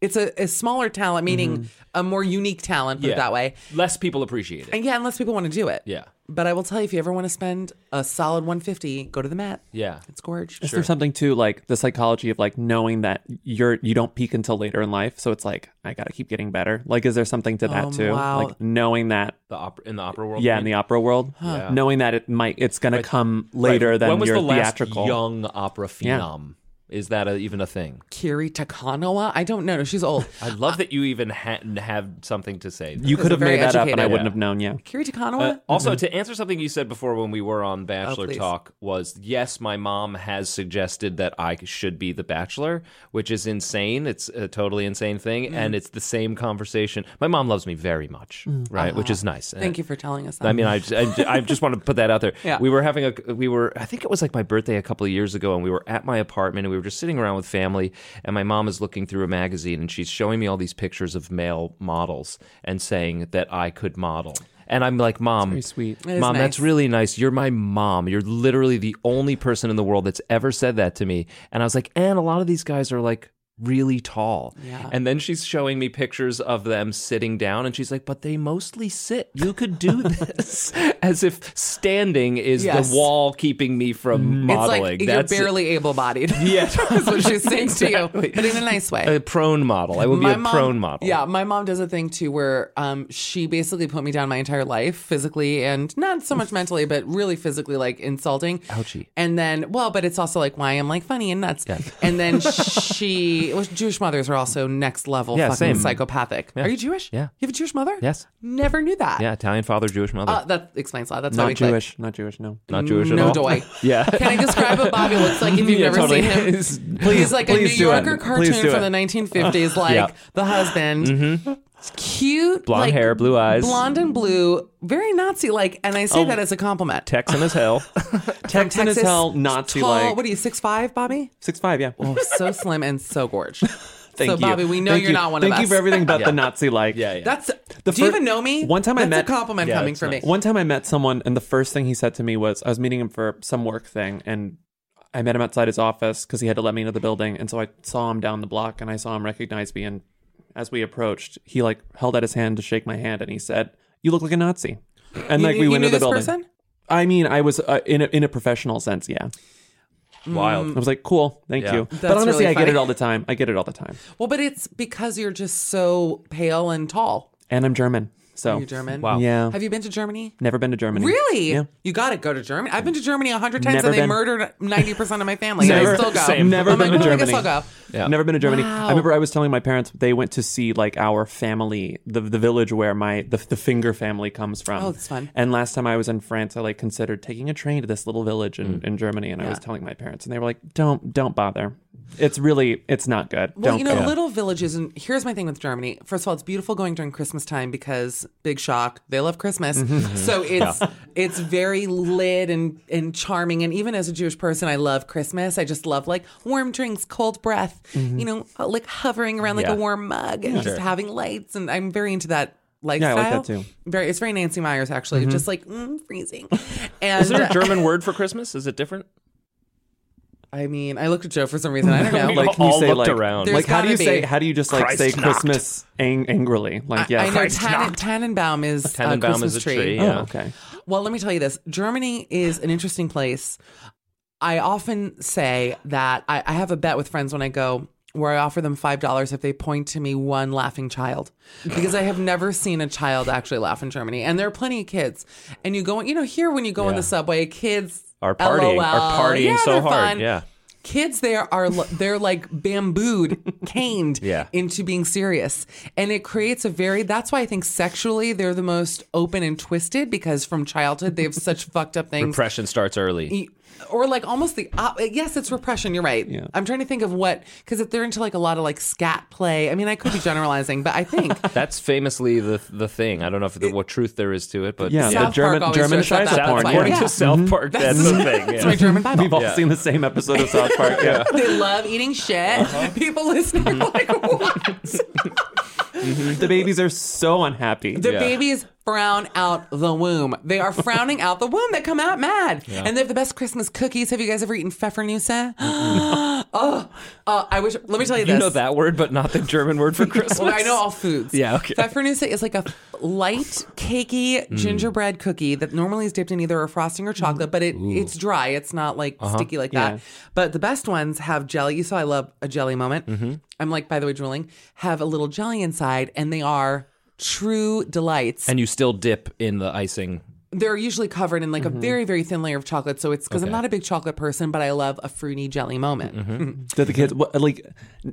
Speaker 6: it's a, a smaller talent meaning a more unique talent put
Speaker 4: Yeah.
Speaker 6: it that way
Speaker 4: less people appreciate it.
Speaker 6: and yeah unless people want to do it
Speaker 4: Yeah.
Speaker 6: but i will tell you if you ever want to spend a solid 150 go to the met
Speaker 4: Yeah,
Speaker 6: it's gorge
Speaker 5: Is there something to like the psychology of like knowing that you're you don't peak until later in life? So it's like I gotta keep getting better. Like, is there something to that
Speaker 6: Um,
Speaker 5: too?
Speaker 6: wow.
Speaker 5: Like knowing that,
Speaker 4: the opera in the opera world.
Speaker 5: yeah,
Speaker 4: you
Speaker 5: in
Speaker 4: mean?
Speaker 5: the opera world, knowing that it might it's gonna come
Speaker 4: Right.
Speaker 5: later than
Speaker 4: when was
Speaker 5: your
Speaker 4: the last
Speaker 5: theatrical.
Speaker 4: young opera phenom? Is that a, even a thing?
Speaker 6: kiri takanawa i don't know No, she's old
Speaker 4: I love that you even ha- have something to say.
Speaker 5: you
Speaker 6: is
Speaker 5: could
Speaker 6: a
Speaker 5: have made
Speaker 6: very
Speaker 5: that up, and I
Speaker 6: educated-
Speaker 5: wouldn't have known. Yeah,
Speaker 6: kiri
Speaker 4: Uh,
Speaker 6: takanawa
Speaker 4: also, to answer something you said before when we were on Bachelor
Speaker 6: Mm-hmm. please.
Speaker 4: Talk, was yes, my mom has suggested that I should be the Bachelor, which is insane. It's a totally insane thing.
Speaker 6: Mm.
Speaker 4: And it's the same conversation. My mom loves me very much, right? Which is nice.
Speaker 6: Ah. thank you for telling us that
Speaker 4: I mean, I just, I, I just want to put that out there.
Speaker 6: Yeah.
Speaker 4: We were having a, we were, I think it was like my birthday a couple of years ago, and we were at my apartment and we were just sitting around with family. And my mom is looking through a magazine and she's showing me all these pictures of male models and saying that I could model. And I'm like, Mom,
Speaker 5: very sweet. It
Speaker 6: is
Speaker 4: Mom,
Speaker 6: nice.
Speaker 4: that's really nice. You're my mom. You're literally the only person in the world that's ever said that to me. And I was like, and a lot of these guys are like, really tall.
Speaker 6: Yeah.
Speaker 4: And then she's showing me pictures of them sitting down and she's like, "But they mostly sit. You could do this." As if standing is
Speaker 6: Yes.
Speaker 4: the wall keeping me from
Speaker 6: it's
Speaker 4: modeling.
Speaker 6: like
Speaker 4: That's it.
Speaker 6: you're barely able-bodied
Speaker 4: Yeah.
Speaker 6: that's what she's saying to
Speaker 4: Exactly.
Speaker 6: you but in a nice way
Speaker 4: a prone model. I will be a prone model.
Speaker 6: Yeah, my mom does a thing too where um, she basically put me down my entire life, physically and not so much mentally, but really physically, like insulting.
Speaker 4: Ouchie.
Speaker 6: And then, well, but it's also like why I'm like funny and nuts. And then she, well, Jewish mothers are also next level
Speaker 4: Yeah,
Speaker 6: fucking
Speaker 4: same.
Speaker 6: psychopathic. Are you Jewish?
Speaker 4: Yeah.
Speaker 6: You have a Jewish mother?
Speaker 4: Yes.
Speaker 6: Never knew that.
Speaker 4: Yeah, Italian father, Jewish mother.
Speaker 6: Uh, that explains a lot. That's why we
Speaker 5: not
Speaker 6: clicked.
Speaker 5: Jewish, not Jewish. No,
Speaker 4: Not Jewish at
Speaker 6: no
Speaker 4: all.
Speaker 6: doy.
Speaker 4: Yeah.
Speaker 6: Can I describe what Bobby looks like if you've
Speaker 4: Yeah,
Speaker 6: never
Speaker 4: totally.
Speaker 6: seen him?
Speaker 4: It's-
Speaker 6: He's like a New
Speaker 5: please do
Speaker 6: Yorker
Speaker 5: it.
Speaker 6: cartoon
Speaker 5: Please do
Speaker 6: from
Speaker 5: it. Mm-hmm.
Speaker 6: the 1950s, like
Speaker 4: Yeah.
Speaker 6: the husband. It's Cute,
Speaker 4: Blonde
Speaker 6: like,
Speaker 4: hair, blue eyes.
Speaker 6: blonde and blue, very Nazi like, and I
Speaker 5: Oh.
Speaker 6: say that as a compliment.
Speaker 4: Texan as hell.
Speaker 5: Texan as
Speaker 6: Texas,
Speaker 5: hell, Nazi
Speaker 6: tall,
Speaker 5: like
Speaker 6: What are you, six five, Bobby?
Speaker 5: six five. Yeah,
Speaker 6: Oh, so slim and so gorgeous.
Speaker 5: thank
Speaker 6: so
Speaker 5: you,
Speaker 6: Bobby, we know
Speaker 5: Thank
Speaker 6: you're
Speaker 5: you.
Speaker 6: not one
Speaker 5: Thank
Speaker 6: of us.
Speaker 5: you for everything but the Nazi like.
Speaker 4: Yeah, yeah.
Speaker 6: That's.
Speaker 5: The
Speaker 6: do you
Speaker 5: fir-
Speaker 6: even know me?
Speaker 5: One time I
Speaker 6: That's
Speaker 5: met-
Speaker 6: a compliment
Speaker 4: Yeah,
Speaker 6: coming
Speaker 4: that's
Speaker 6: from
Speaker 4: nice.
Speaker 6: me.
Speaker 5: One time I met someone, and the first thing he said to me was, I was meeting him for some work thing, and I met him outside his office because he had to let me into the building. And so I saw him down the block, and I saw him recognize me. And as we approached, he like held out his hand to shake my hand, and he said, "You look like a Nazi." And
Speaker 6: You
Speaker 5: like
Speaker 6: knew-
Speaker 5: we
Speaker 6: you
Speaker 5: went
Speaker 6: knew
Speaker 5: to the
Speaker 6: this
Speaker 5: building.
Speaker 6: person?
Speaker 5: I mean, I was uh, in a, in a professional sense, yeah.
Speaker 4: Wild.
Speaker 5: I was like, "Cool, thank
Speaker 4: Yeah.
Speaker 5: you." but
Speaker 6: That's
Speaker 5: honestly,
Speaker 6: really
Speaker 5: I get
Speaker 6: funny.
Speaker 5: it all the time. I get it all the time,
Speaker 6: Well, but it's because you're just so pale and tall.
Speaker 5: and I'm German, so
Speaker 6: You're German.
Speaker 4: Wow.
Speaker 5: Yeah,
Speaker 6: Have you been to Germany?
Speaker 5: never been to Germany.
Speaker 6: Really?
Speaker 5: Yeah.
Speaker 6: You got to go to Germany. I've been to Germany a hundred times,
Speaker 5: Never
Speaker 6: and they
Speaker 5: been.
Speaker 6: murdered ninety percent of my family. and I
Speaker 5: Never-
Speaker 6: still go.
Speaker 4: same.
Speaker 5: Never
Speaker 6: I'm
Speaker 5: been
Speaker 6: like,
Speaker 5: to
Speaker 6: well, I
Speaker 5: Germany.
Speaker 6: guess I'll go.
Speaker 4: Yeah.
Speaker 5: Never been to Germany.
Speaker 6: Wow.
Speaker 5: I remember I was telling my parents they went to see like our family, the the village where my the, the finger family comes from.
Speaker 6: Oh, that's fun.
Speaker 5: And last time I was in France, I like considered taking a train to this little village
Speaker 4: Mm.
Speaker 5: in, in Germany, and I was telling my parents, and they were like, "Don't don't bother. It's really it's not good.
Speaker 6: Well,
Speaker 5: don't
Speaker 6: you know,
Speaker 5: go."
Speaker 6: little villages, and here's my thing with Germany. First of all, it's beautiful going during Christmas time because big shock, they love Christmas. So it's it's very lit and and charming. And even as a Jewish person, I love Christmas. I just love like warm drinks, cold breath. You know, uh, like hovering around like
Speaker 4: Yeah.
Speaker 6: a warm mug and just having lights. And I'm very into that.
Speaker 5: I
Speaker 6: Lifestyle.
Speaker 5: like that too.
Speaker 6: Very, it's very Nancy Myers actually. Just like mm, freezing. And
Speaker 4: Is there
Speaker 6: uh,
Speaker 4: a German word for Christmas? Is it different?
Speaker 6: I mean, I looked at Joe for some reason. I don't know.
Speaker 4: We
Speaker 5: Like, can you
Speaker 4: all
Speaker 5: say,
Speaker 4: looked
Speaker 5: like-
Speaker 4: around.
Speaker 6: There's
Speaker 5: like how do you
Speaker 6: gotta
Speaker 5: say
Speaker 6: be.
Speaker 5: how do you just like
Speaker 4: Christ
Speaker 5: say
Speaker 4: knocked.
Speaker 5: Christmas ang- angrily? Like yeah,
Speaker 6: I, I know
Speaker 5: Christ-
Speaker 6: Tannen, Tannenbaum is
Speaker 4: Tannenbaum
Speaker 6: a Christmas
Speaker 4: is a tree,
Speaker 5: Oh,
Speaker 4: yeah.
Speaker 5: okay.
Speaker 6: Well, let me tell you this. Germany is an interesting place. I often say that I, I have a bet with friends when I go where I offer them five dollars if they point to me one laughing child. Because I have never seen a child actually laugh in Germany. And there are plenty of kids. And you go you know, here when you go in the subway, kids
Speaker 4: Are partying,
Speaker 6: LOL.
Speaker 4: are partying
Speaker 6: Yeah,
Speaker 4: so
Speaker 6: they're
Speaker 4: hard.
Speaker 6: fun.
Speaker 4: Yeah.
Speaker 6: kids there are they're like bambooed caned
Speaker 4: Yeah.
Speaker 6: into being serious and it creates a very that's why i think sexually they're the most open and twisted because from childhood they have such fucked up things
Speaker 4: Repression starts early.
Speaker 6: or like almost the op- uh, yes it's repression you're right
Speaker 5: Yeah.
Speaker 6: i'm trying to think of what because if they're into like a lot of like scat play i mean i could be generalizing but i think
Speaker 4: That's famously the the thing. I don't know if the, what truth there is to it, but
Speaker 5: Yeah,
Speaker 6: South
Speaker 5: the German
Speaker 6: Park always
Speaker 5: German
Speaker 6: does that.
Speaker 5: side
Speaker 6: South
Speaker 5: porn.
Speaker 6: Park.
Speaker 4: according
Speaker 5: yeah.
Speaker 6: Yeah.
Speaker 4: to South Park, that's, the thing.
Speaker 6: it's my german bible
Speaker 5: We've all seen the same episode of South Park. Yeah.
Speaker 6: they love eating shit people listening are like what
Speaker 5: the babies are so unhappy.
Speaker 6: The
Speaker 4: Yeah.
Speaker 6: babies frown out the womb. They are frowning out the womb. They come out mad. And they have the best Christmas cookies. Have you guys ever eaten Pfeffernusse? oh, uh, I wish. Let me tell you this.
Speaker 4: You know that word, but not the German word for Christmas.
Speaker 6: Well, I know all foods.
Speaker 4: Yeah, okay. Mm.
Speaker 6: Pfeffernusse is like a light, cakey gingerbread cookie that normally is dipped in either a frosting or chocolate, but it it's dry. It's not like
Speaker 4: Uh-huh.
Speaker 6: sticky like that.
Speaker 5: Yeah.
Speaker 6: But the best ones have jelly. You saw I love a jelly moment.
Speaker 4: Mm-hmm.
Speaker 6: I'm like, by the way, drooling. Have a little jelly inside, and they are true delights.
Speaker 4: And you still dip in the icing.
Speaker 6: they're usually covered in like
Speaker 5: Mm-hmm.
Speaker 6: a very very thin layer of chocolate so it's because i'm not a big chocolate person but i love a fruity jelly moment
Speaker 5: that the kids what, like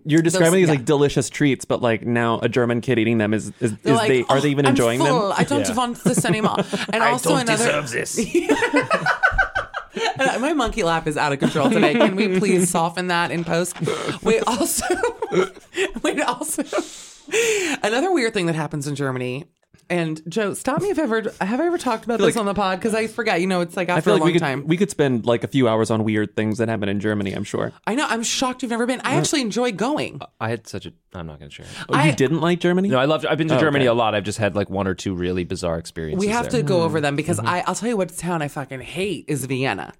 Speaker 5: you're describing these
Speaker 6: yeah.
Speaker 5: like delicious treats, but like now a German kid eating them is is, is
Speaker 6: They're like,
Speaker 5: they are
Speaker 6: "Oh,
Speaker 5: they even
Speaker 6: I'm
Speaker 5: enjoying
Speaker 6: full.
Speaker 5: them?
Speaker 6: i don't
Speaker 4: Yeah.
Speaker 6: want this anymore and also another
Speaker 4: this.
Speaker 6: and uh, my monkey lap is out of control today can we please soften that in post we also we also another weird thing that happens in germany and Joe, stop me if I ever have I ever talked about this
Speaker 5: like-
Speaker 6: on the pod because I forgot. You know, it's like
Speaker 5: I
Speaker 6: after
Speaker 5: feel
Speaker 6: a
Speaker 5: like
Speaker 6: long
Speaker 5: we could
Speaker 6: time.
Speaker 5: we could spend like a few hours on weird things that happen in Germany. I'm sure.
Speaker 6: I know. I'm shocked you've never been.
Speaker 5: Mm.
Speaker 6: I actually enjoy going.
Speaker 4: I had such a. I'm not going to share. It.
Speaker 5: Oh,
Speaker 6: I-
Speaker 5: you didn't like Germany?
Speaker 4: No, I loved. I've been to
Speaker 5: Oh,
Speaker 4: Germany
Speaker 5: okay.
Speaker 4: a lot. I've just had like one or two really bizarre experiences.
Speaker 6: We have
Speaker 4: there.
Speaker 6: to go over them because
Speaker 4: mm-hmm."
Speaker 6: I, I'll tell you what town I fucking hate is Vienna.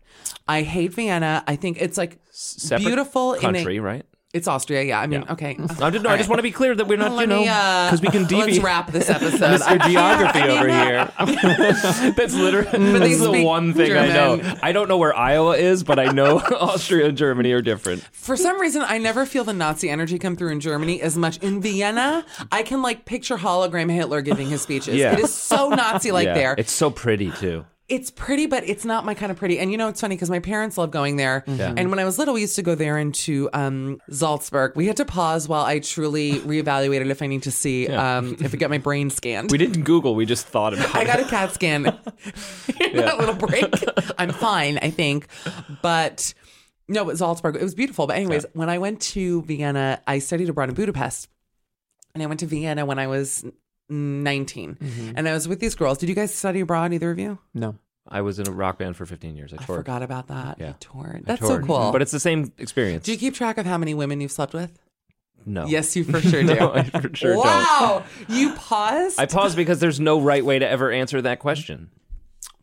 Speaker 6: I hate Vienna. I think it's like
Speaker 4: Separate
Speaker 6: beautiful in a-
Speaker 4: country, right?
Speaker 6: It's Austria, yeah. I mean, okay.
Speaker 4: I just, no, I just want to be clear that we're not, you
Speaker 6: Let
Speaker 4: know,
Speaker 6: me, uh,
Speaker 4: because we can
Speaker 6: Let's
Speaker 4: deviate.
Speaker 6: wrap this episode. uh,
Speaker 5: Mr. Geography over here.
Speaker 4: That's literally
Speaker 6: But they
Speaker 4: that's Mm. the
Speaker 6: speak
Speaker 4: one thing I know.
Speaker 6: German.
Speaker 4: I don't know where Iowa is, but I know Austria and Germany are different.
Speaker 6: For some reason, I never feel the Nazi energy come through in Germany as much. In Vienna, I can like picture hologram Hitler giving his speeches.
Speaker 4: Yeah.
Speaker 6: It is so Nazi like
Speaker 4: yeah,
Speaker 6: there.
Speaker 4: it's so pretty too.
Speaker 6: it's pretty, but it's not my kind of pretty. And you know, it's funny because my parents love going there. And when I was little, we used to go there and to um, Salzburg. We had to pause while I truly reevaluated if I need to see um, if I got my brain scanned.
Speaker 4: We didn't Google. We just thought about
Speaker 6: I
Speaker 4: it.
Speaker 6: got a CAT scan. that little break. I'm fine, I think. But no, it was Salzburg. It was beautiful. But anyways, when I went to Vienna, I studied abroad in Budapest, and I went to Vienna when I was 19, and I was with these girls. Did you guys study abroad? Either of you?
Speaker 5: No.
Speaker 4: I was in a rock band for 15 years. I
Speaker 6: I
Speaker 4: toured.
Speaker 6: forgot about that.
Speaker 4: Yeah.
Speaker 6: You toured.
Speaker 4: I
Speaker 6: That's
Speaker 4: toured.
Speaker 6: so cool.
Speaker 4: But it's the same experience.
Speaker 6: do you keep track of how many women you've slept with?
Speaker 4: no.
Speaker 6: Yes, you for sure do.
Speaker 4: No, I for sure don't.
Speaker 6: wow, you paused.
Speaker 4: I pause because there's no right way to ever answer that question.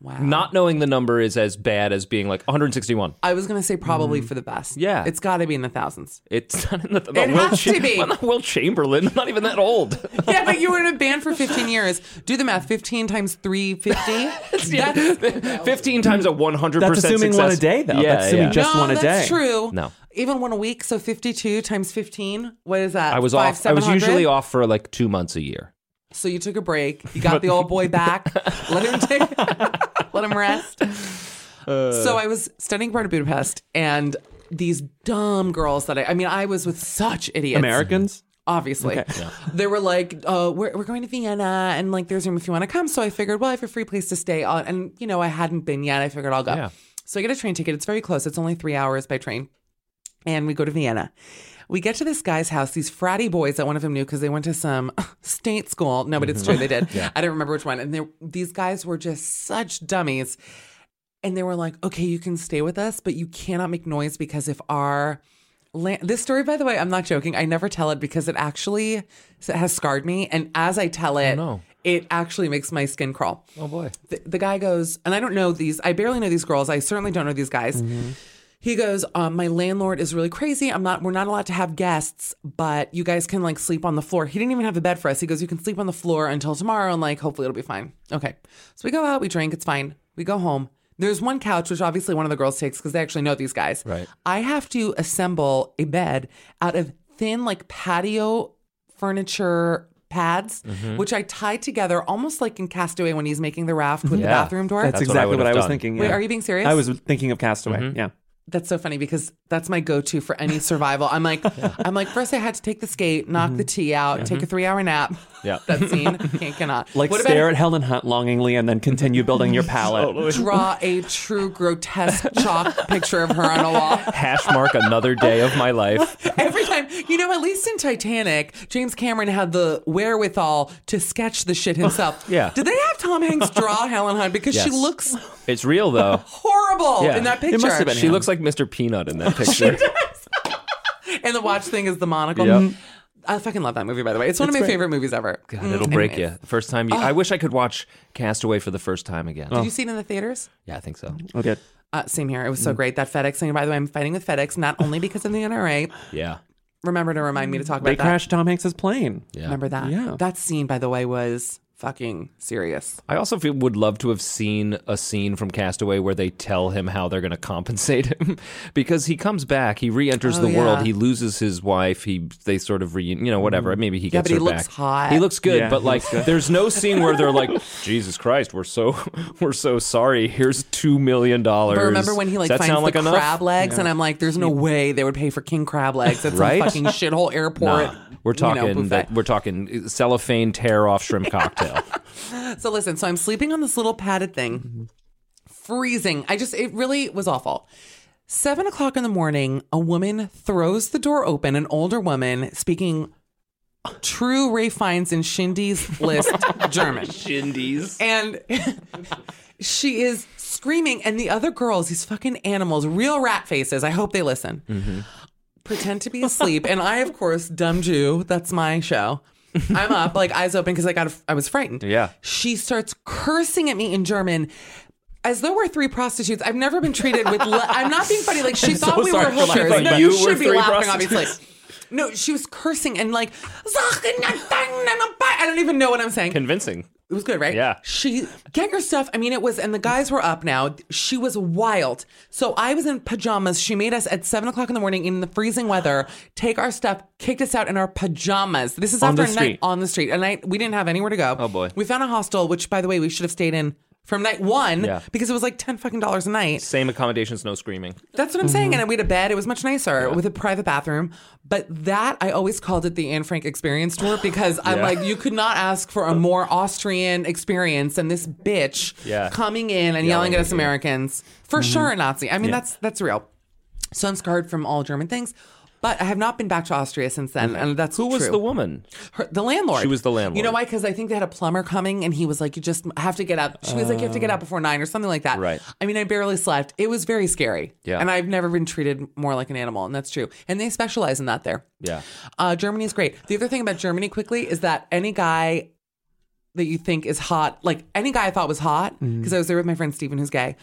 Speaker 6: wow,
Speaker 4: Not knowing the number is as bad as being like 161.
Speaker 6: I was gonna say probably for the best.
Speaker 4: Mm. Yeah.
Speaker 6: it's got to be in the thousands.
Speaker 4: It's not in the.
Speaker 6: It has to be.
Speaker 4: I'm not Will Chamberlain. I'm not even that old.
Speaker 6: yeah, but you were in a band for 15 years. Do the math. 15 times 350. That's,
Speaker 4: 15 times a 100
Speaker 5: That's
Speaker 4: percent
Speaker 5: assuming one a day, though.
Speaker 4: Yeah,
Speaker 5: That's assuming
Speaker 4: yeah.
Speaker 5: just
Speaker 6: no,
Speaker 5: one a
Speaker 6: that's
Speaker 5: day.
Speaker 6: true.
Speaker 4: No.
Speaker 6: Even one a week. So 52 times 15. What is that?
Speaker 4: I was
Speaker 6: Five,
Speaker 4: off. I was
Speaker 6: 700?
Speaker 4: usually off for like two months a year.
Speaker 6: So you took a break. You got the old boy back. Let him take, let him rest. so I was studying abroad in Budapest and these dumb girls that I, I mean, I was with such idiots.
Speaker 5: Americans.
Speaker 6: obviously. They were like, uh, we're, we're going to Vienna and like there's room if you want to come. So I figured, well, I have a free place to stay on. And, you know, I hadn't been yet. I figured I'll go.
Speaker 4: Yeah.
Speaker 6: So I get a train ticket. It's very close. It's only three hours by train. And we go to Vienna. We get to this guy's house, these fratty boys that one of them knew because they went to some state school. No, but it's true. They did. I don't remember which one. And they- these guys were just such dummies. And they were like, okay, you can stay with us, but you cannot make noise because if our Lan- this story, by the way, I'm not joking. I never tell it because it actually s- has scarred me. And as I tell it,
Speaker 4: Oh, no.
Speaker 6: it actually makes my skin crawl.
Speaker 4: Oh boy. Mm-hmm.
Speaker 6: The, the guy goes, and I don't know these, I barely know these girls. I certainly don't know these guys. He goes, um, "My landlord is really crazy. I'm not. We're not allowed to have guests, but you guys can like sleep on the floor." He didn't even have a bed for us. He goes, "You can sleep on the floor until tomorrow, and like hopefully it'll be fine." Okay, so we go out, we drink, it's fine. We go home. There's one couch, which obviously one of the girls takes because they actually know these guys.
Speaker 4: Right.
Speaker 6: I have to assemble a bed out of thin, like patio furniture pads,
Speaker 5: Mm-hmm.
Speaker 6: which I tied together almost like in Castaway when he's making the raft with the
Speaker 4: Yeah.
Speaker 6: bathroom door.
Speaker 5: That's,
Speaker 4: That's what I
Speaker 5: exactly
Speaker 4: would
Speaker 5: what I,
Speaker 4: have
Speaker 5: Mm-hmm. was
Speaker 4: done.
Speaker 5: thinking.
Speaker 6: Wait,
Speaker 5: yeah.
Speaker 6: are you being serious?
Speaker 5: I was thinking of Castaway. Yeah.
Speaker 6: That's so funny because that's my go-to for any survival. I'm like, I'm like, first I had to take the skate, knock the tea out, take a three-hour nap.
Speaker 4: Mm-hmm. Yeah.
Speaker 6: that scene can't cannot.
Speaker 5: Like
Speaker 6: What about
Speaker 5: stare at Helen Hunt longingly and then continue building your palette.
Speaker 6: draw a true grotesque chalk picture of her on a wall.
Speaker 4: Hash mark another day of my life.
Speaker 6: Every time, you know, at least in Titanic, James Cameron had the wherewithal to sketch the shit himself.
Speaker 4: Yeah.
Speaker 6: Did they have Tom Hanks draw Helen Hunt because she
Speaker 4: Yes.
Speaker 6: looks
Speaker 4: It's real though.
Speaker 6: horrible
Speaker 4: Yeah.
Speaker 6: in that
Speaker 4: It
Speaker 6: picture?
Speaker 5: have been
Speaker 4: She looks like Mr. Peanut in that picture.
Speaker 6: And the watch thing is the monocle.
Speaker 4: Yep.
Speaker 6: I fucking love that movie, by the way. It's one of my favorite movies ever. Mm.
Speaker 4: God,
Speaker 5: Mm.
Speaker 4: it'll break you. The first time you, I wish I could watch Castaway for the first time again.
Speaker 6: Did you see it in the theaters?
Speaker 4: Yeah, I think so.
Speaker 5: Okay.
Speaker 6: Oh. Uh, same here. It was so
Speaker 4: Mm.
Speaker 6: great. That FedEx thing, by the way, I'm fighting with FedEx, not only because of the NRA.
Speaker 4: Yeah.
Speaker 6: Remember to remind me to talk about
Speaker 5: They
Speaker 6: that.
Speaker 5: crashed Tom Hanks's plane.
Speaker 4: Yeah.
Speaker 6: Remember that?
Speaker 5: Yeah.
Speaker 6: That scene, by the way, was fucking serious.
Speaker 4: I also feel, would love to have seen a scene from Castaway where they tell him how they're going to compensate him because he comes back, he re-enters
Speaker 6: Oh,
Speaker 4: the world,
Speaker 6: yeah. Mm-hmm.
Speaker 4: he loses his wife, he they sort of re you know whatever maybe he gets
Speaker 6: but he
Speaker 4: her
Speaker 6: looks
Speaker 4: back.
Speaker 6: hot.
Speaker 4: He looks good,
Speaker 5: Yeah,
Speaker 4: but
Speaker 5: he
Speaker 4: like there's no scene where they're like, Jesus Christ, we're so we're so sorry. Here's two million dollars.
Speaker 6: But remember when he like
Speaker 4: Does that
Speaker 6: finds
Speaker 4: sound like
Speaker 6: the
Speaker 4: enough?
Speaker 6: crab legs, and I'm like, "There's no way they would pay for king crab legs at some
Speaker 4: Right?
Speaker 6: fucking shithole airport."
Speaker 4: Nah, we're
Speaker 6: you know,
Speaker 4: talking
Speaker 6: buffet.
Speaker 4: that we're talking cellophane tear off shrimp cocktail.
Speaker 6: So listen, so I'm sleeping on this little padded thing, freezing. I just, it really was awful. Seven o'clock in the morning, a woman throws the door open, an older woman speaking true Ray Fiennes and Shindy's list German.
Speaker 4: Shindies.
Speaker 6: And she is screaming, and the other girls, these fucking animals, real rat faces, I hope they listen,
Speaker 4: Mm-hmm.
Speaker 6: pretend to be asleep. and I, of course, dumb Jew, that's my show. I'm up, like eyes open, because I got, I was frightened.
Speaker 4: Yeah.
Speaker 6: She starts cursing at me in German. As though we're three prostitutes. I've never been treated with. Le- I'm not being funny. Like she thought we were
Speaker 5: sorry for
Speaker 6: hookers.
Speaker 5: laughing,
Speaker 6: No,
Speaker 5: but
Speaker 6: you
Speaker 4: you were
Speaker 6: should be
Speaker 4: three
Speaker 6: laughing, obviously.
Speaker 4: prostitutes.
Speaker 6: No, she was cursing and like, I don't even know what I'm saying.
Speaker 4: Convincing.
Speaker 6: It was good, right?
Speaker 4: Yeah.
Speaker 6: She get your stuff. I mean, it was, and the guys were up now. She was wild. So I was in pajamas. She made us at seven o'clock in the morning in the freezing weather take our stuff, kicked us out in our pajamas. This is
Speaker 5: On
Speaker 6: after
Speaker 5: the
Speaker 6: a night
Speaker 5: street.
Speaker 6: on the street, and I we didn't have anywhere to go.
Speaker 4: Oh, boy.
Speaker 6: We found a hostel, which by the way we should have stayed in from night one
Speaker 4: Yeah.
Speaker 6: because it was like ten fucking dollars a night.
Speaker 4: Same accommodations, no screaming.
Speaker 6: That's what I'm
Speaker 4: Mm-hmm.
Speaker 6: saying. And we had a bed. It was much nicer with a private bathroom. But that, I always called it the Anne Frank experience tour because I'm
Speaker 4: Yeah.
Speaker 6: like, you could not ask for a more Austrian experience than this bitch
Speaker 4: Yeah.
Speaker 6: coming in and yelling,
Speaker 4: Yelling
Speaker 6: at
Speaker 4: at
Speaker 6: us
Speaker 4: you.
Speaker 6: Americans. For
Speaker 4: Mm-hmm.
Speaker 6: sure, a Nazi. I mean, that's that's real. So I'm scarred from all German things. But I have not been back to Austria since then. And that's
Speaker 4: Mm-hmm. Who was
Speaker 6: true.
Speaker 4: the woman?
Speaker 6: Her, the landlord.
Speaker 4: She was the
Speaker 6: You know
Speaker 4: landlord.
Speaker 6: why? Because I think they had a plumber coming, and he was like, "You just have to get up." She was like, "You have to get up before nine or something like that."
Speaker 4: Right.
Speaker 6: I mean, I barely slept. It was very scary.
Speaker 4: Yeah.
Speaker 6: And I've never been treated more like an animal, and that's true. And they specialize in that there.
Speaker 4: Yeah.
Speaker 6: Uh, Germany's great. The other thing about Germany quickly is that any guy that you think is hot, like any guy I thought was hot, because I was there with my friend Steven, who's gay,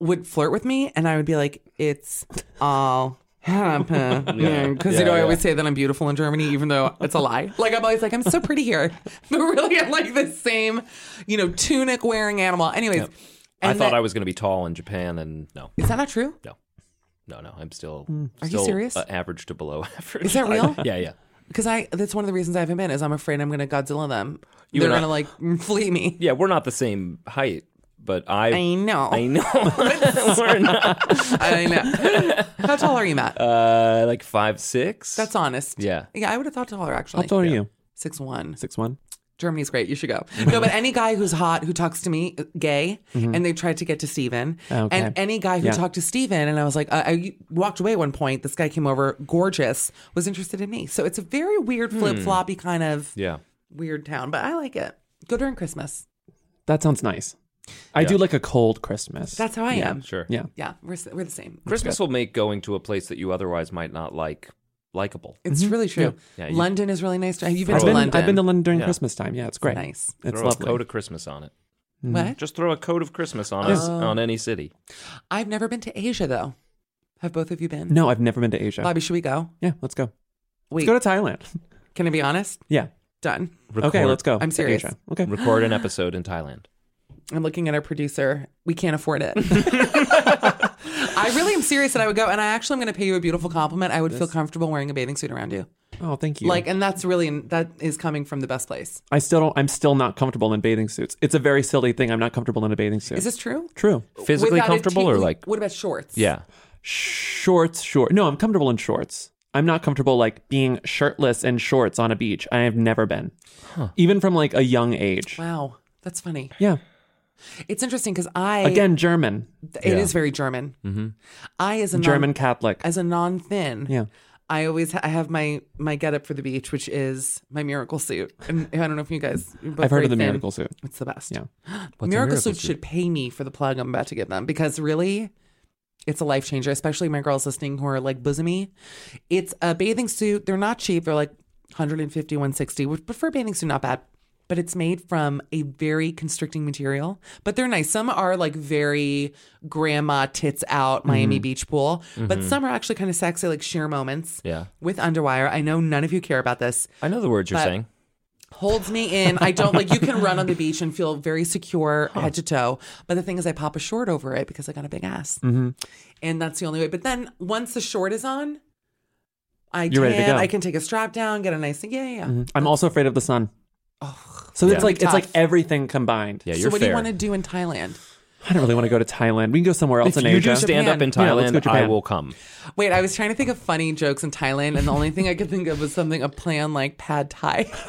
Speaker 6: would flirt with me, and I would be like, "It's all." Because you
Speaker 4: Yeah,
Speaker 6: know, I
Speaker 4: yeah.
Speaker 6: always say that I'm beautiful in Germany, even though it's a lie. Like I'm always like, I'm so pretty here, but really, I'm like the same, you know, tunic wearing animal. Anyways,
Speaker 4: I
Speaker 6: and
Speaker 4: thought
Speaker 6: that-
Speaker 4: I was going to be tall in Japan, and no,
Speaker 6: Is that not true?
Speaker 4: no, no. I'm still.
Speaker 6: Hmm. Are you
Speaker 4: still,
Speaker 6: serious?
Speaker 4: Uh, average to below average.
Speaker 6: Is that real?
Speaker 4: I- yeah, yeah,
Speaker 6: Because I that's one of the reasons I haven't been is I'm afraid I'm going to Godzilla them.
Speaker 4: You
Speaker 6: They're
Speaker 4: and I-
Speaker 6: going to like flee me.
Speaker 4: yeah. We're not the same height, but I.
Speaker 6: I know.
Speaker 4: I know. we're not.
Speaker 6: I know. How tall are you, Matt?
Speaker 4: Uh, like five six.
Speaker 6: That's honest.
Speaker 4: Yeah.
Speaker 6: Yeah, I would have thought taller
Speaker 5: How
Speaker 6: actually.
Speaker 5: tall are you?
Speaker 6: Six one.
Speaker 5: Six one.
Speaker 6: Germany's great. You should go.
Speaker 5: Mm-hmm.
Speaker 6: No, but any guy who's hot who talks to me, uh, gay, and they tried to get to Steven.
Speaker 5: Oh, Okay.
Speaker 6: And any guy who
Speaker 5: Yeah.
Speaker 6: talked to Steven, and I was like, uh, I walked away at one point. This guy came over, gorgeous, was interested in me. So it's a very weird,
Speaker 5: Hmm.
Speaker 6: flip floppy kind of
Speaker 4: Yeah.
Speaker 6: weird town, but I like it. Go during Christmas.
Speaker 5: That sounds nice. I do like a cold Christmas.
Speaker 6: That's how I
Speaker 5: Yeah.
Speaker 6: am.
Speaker 4: Sure.
Speaker 5: yeah.
Speaker 6: Yeah, we're, s- we're the same.
Speaker 4: Christmas will make going to a place that you otherwise might not like likable.
Speaker 6: It's
Speaker 5: Mm-hmm.
Speaker 6: really true.
Speaker 4: Yeah. Yeah, you-
Speaker 6: London is really nice. Have you been
Speaker 5: I've
Speaker 6: to
Speaker 5: been
Speaker 6: London?
Speaker 5: I've been to London during
Speaker 4: Yeah.
Speaker 5: Christmas time. Yeah, it's great. Mm-hmm.
Speaker 6: Nice. Mm-hmm.
Speaker 5: It's
Speaker 4: throw a coat
Speaker 5: lovely.
Speaker 4: of Christmas on it.
Speaker 6: What? Uh.
Speaker 4: Just throw a coat of Christmas on us on any city.
Speaker 6: I've never been to Asia though. Have both of you been?
Speaker 5: No, I've never been to Asia.
Speaker 6: Bobby, should we go?
Speaker 5: Yeah, let's go.
Speaker 6: Wait,
Speaker 5: Let's go to Thailand.
Speaker 6: can I be honest?
Speaker 5: Yeah.
Speaker 6: Done.
Speaker 5: Okay, let's go.
Speaker 6: I'm
Speaker 5: to
Speaker 6: serious.
Speaker 5: Asia. Okay.
Speaker 4: Record an episode in Thailand.
Speaker 6: I'm looking at our producer. We can't afford it. I really am serious that I would go, and I actually am going to pay you a beautiful compliment. I would feel comfortable wearing a bathing suit around you.
Speaker 5: Oh, thank you.
Speaker 6: Like, and that's really that is coming from the best place.
Speaker 5: I still don't. I'm still not comfortable in bathing suits. It's a very silly thing. I'm not comfortable in a bathing suit.
Speaker 6: Is this true?
Speaker 5: true?
Speaker 4: Physically
Speaker 6: Without a
Speaker 4: comfortable
Speaker 6: t-
Speaker 4: or like
Speaker 6: what about shorts?
Speaker 4: yeah.
Speaker 5: Shorts, short. No, I'm comfortable in shorts. I'm not comfortable like being shirtless and shorts on a beach. I have never been, even from like a young age.
Speaker 6: Wow, that's funny.
Speaker 5: Yeah.
Speaker 6: It's interesting because I
Speaker 5: Again, German,
Speaker 6: it is very German. Mm-hmm. I as a non-
Speaker 5: German Catholic.
Speaker 6: as a non thin.
Speaker 5: Yeah.
Speaker 6: I always ha- I have my my getup for the beach, which is my miracle suit. And I don't know if you guys. you're both
Speaker 5: I've heard
Speaker 6: very
Speaker 5: of the
Speaker 6: thin.
Speaker 5: miracle suit.
Speaker 6: It's the best.
Speaker 5: Yeah.
Speaker 4: a
Speaker 6: miracle,
Speaker 4: miracle
Speaker 6: suit,
Speaker 4: suit?
Speaker 6: should pay me for the plug I'm about to give them because really, it's a life changer. Especially my girls listening who are like bosomy. It's a bathing suit. They're not cheap. They're like 150, 160. Which, but for a bathing suit, not bad. But it's made from a very constricting material. But they're nice. Some are like very grandma tits out Miami
Speaker 4: Mm-hmm.
Speaker 6: Beach pool, but some are actually kind of sexy, like sheer moments.
Speaker 4: Yeah.
Speaker 6: With underwire. I know none of you care about this
Speaker 4: I know the words you're
Speaker 6: But-
Speaker 4: saying.
Speaker 6: holds me in. I don't like you can run on the beach and feel very secure head to toe. But the thing is I pop a short over it because I got a big ass.
Speaker 4: Mm-hmm.
Speaker 6: And that's the only way. But then once the short is on, I
Speaker 5: You're ready to
Speaker 6: tan,
Speaker 5: go.
Speaker 6: I can take a strap down, get a nice yeah, yeah. yeah.
Speaker 4: Mm-hmm.
Speaker 5: I'm also afraid of the sun. so it's
Speaker 4: Yeah.
Speaker 5: like it's like
Speaker 6: Tough.
Speaker 5: everything combined.
Speaker 4: Yeah,
Speaker 6: So
Speaker 4: you're
Speaker 6: what do
Speaker 4: fair.
Speaker 6: you want to do in Thailand?
Speaker 5: I don't really want to go to Thailand. We can go somewhere else
Speaker 4: if
Speaker 5: in
Speaker 4: you
Speaker 5: Asia.
Speaker 4: do stand up in
Speaker 5: Yeah, let's go
Speaker 4: Thailand,
Speaker 5: to
Speaker 4: I
Speaker 5: Japan.
Speaker 4: will come.
Speaker 6: Wait, I was trying to think of funny jokes in Thailand and the only thing I could think of was something a plan like pad thai.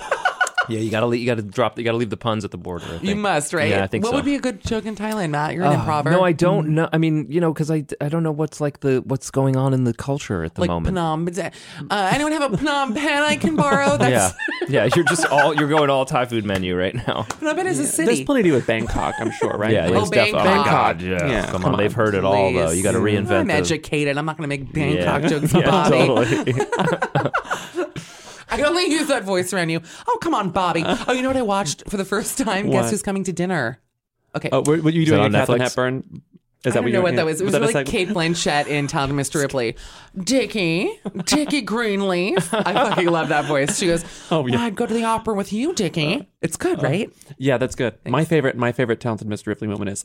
Speaker 4: Yeah, you gotta leave, you gotta drop you gotta leave the puns at the border. I
Speaker 6: you
Speaker 4: think.
Speaker 6: must, right?
Speaker 4: Yeah, I think
Speaker 6: what
Speaker 4: so.
Speaker 6: would be a Hmm. good joke in Thailand, Matt? You're an
Speaker 4: Uh,
Speaker 6: improver.
Speaker 4: No, I don't know. I mean, you know, because I, I don't know what's like the what's going on in the culture at the
Speaker 6: like
Speaker 4: moment.
Speaker 6: Phnom. Uh, anyone have a Phnom Pen I can borrow? That's
Speaker 4: yeah, yeah. You're just all you're going all Thai food menu right now.
Speaker 6: Phnom Pen is a city.
Speaker 5: There's plenty to do with Bangkok, I'm sure, right?
Speaker 4: Yeah,
Speaker 5: Like,
Speaker 4: it's def- oh my
Speaker 6: Bangkok.
Speaker 4: God, yeah.
Speaker 5: Yeah,
Speaker 4: come,
Speaker 5: come
Speaker 4: on. they've
Speaker 5: on.
Speaker 4: heard it all though. You got to
Speaker 6: Please.
Speaker 4: reinvent.
Speaker 6: I'm
Speaker 4: the-
Speaker 6: educated. I'm not going to make
Speaker 4: Yeah.
Speaker 6: Bangkok jokes,
Speaker 4: yeah,
Speaker 6: Bobby.
Speaker 4: Totally.
Speaker 6: I only use that voice around you. Oh, come on, Bobby. Oh, you know what I watched for the first time?
Speaker 5: What?
Speaker 6: Guess who's coming to dinner? Okay.
Speaker 5: Oh, what were you
Speaker 4: that
Speaker 5: doing?
Speaker 4: on
Speaker 5: a Catherine
Speaker 4: Netflix?
Speaker 5: Hepburn? Is
Speaker 6: I don't
Speaker 5: you
Speaker 6: know
Speaker 5: were-
Speaker 6: what that
Speaker 5: yeah.
Speaker 6: was. It was,
Speaker 5: that a
Speaker 6: really
Speaker 5: seg-
Speaker 6: Kate Blanchett in Town of Mr. Ripley. Dickie, Dickie Greenleaf. I fucking love that voice. She goes,
Speaker 5: Oh, yeah. Uh,
Speaker 6: I'd go to the opera with you, Dickie. It's good, right?
Speaker 5: Yeah, that's good. My favorite, my favorite Talented Mr. Ripley moment is,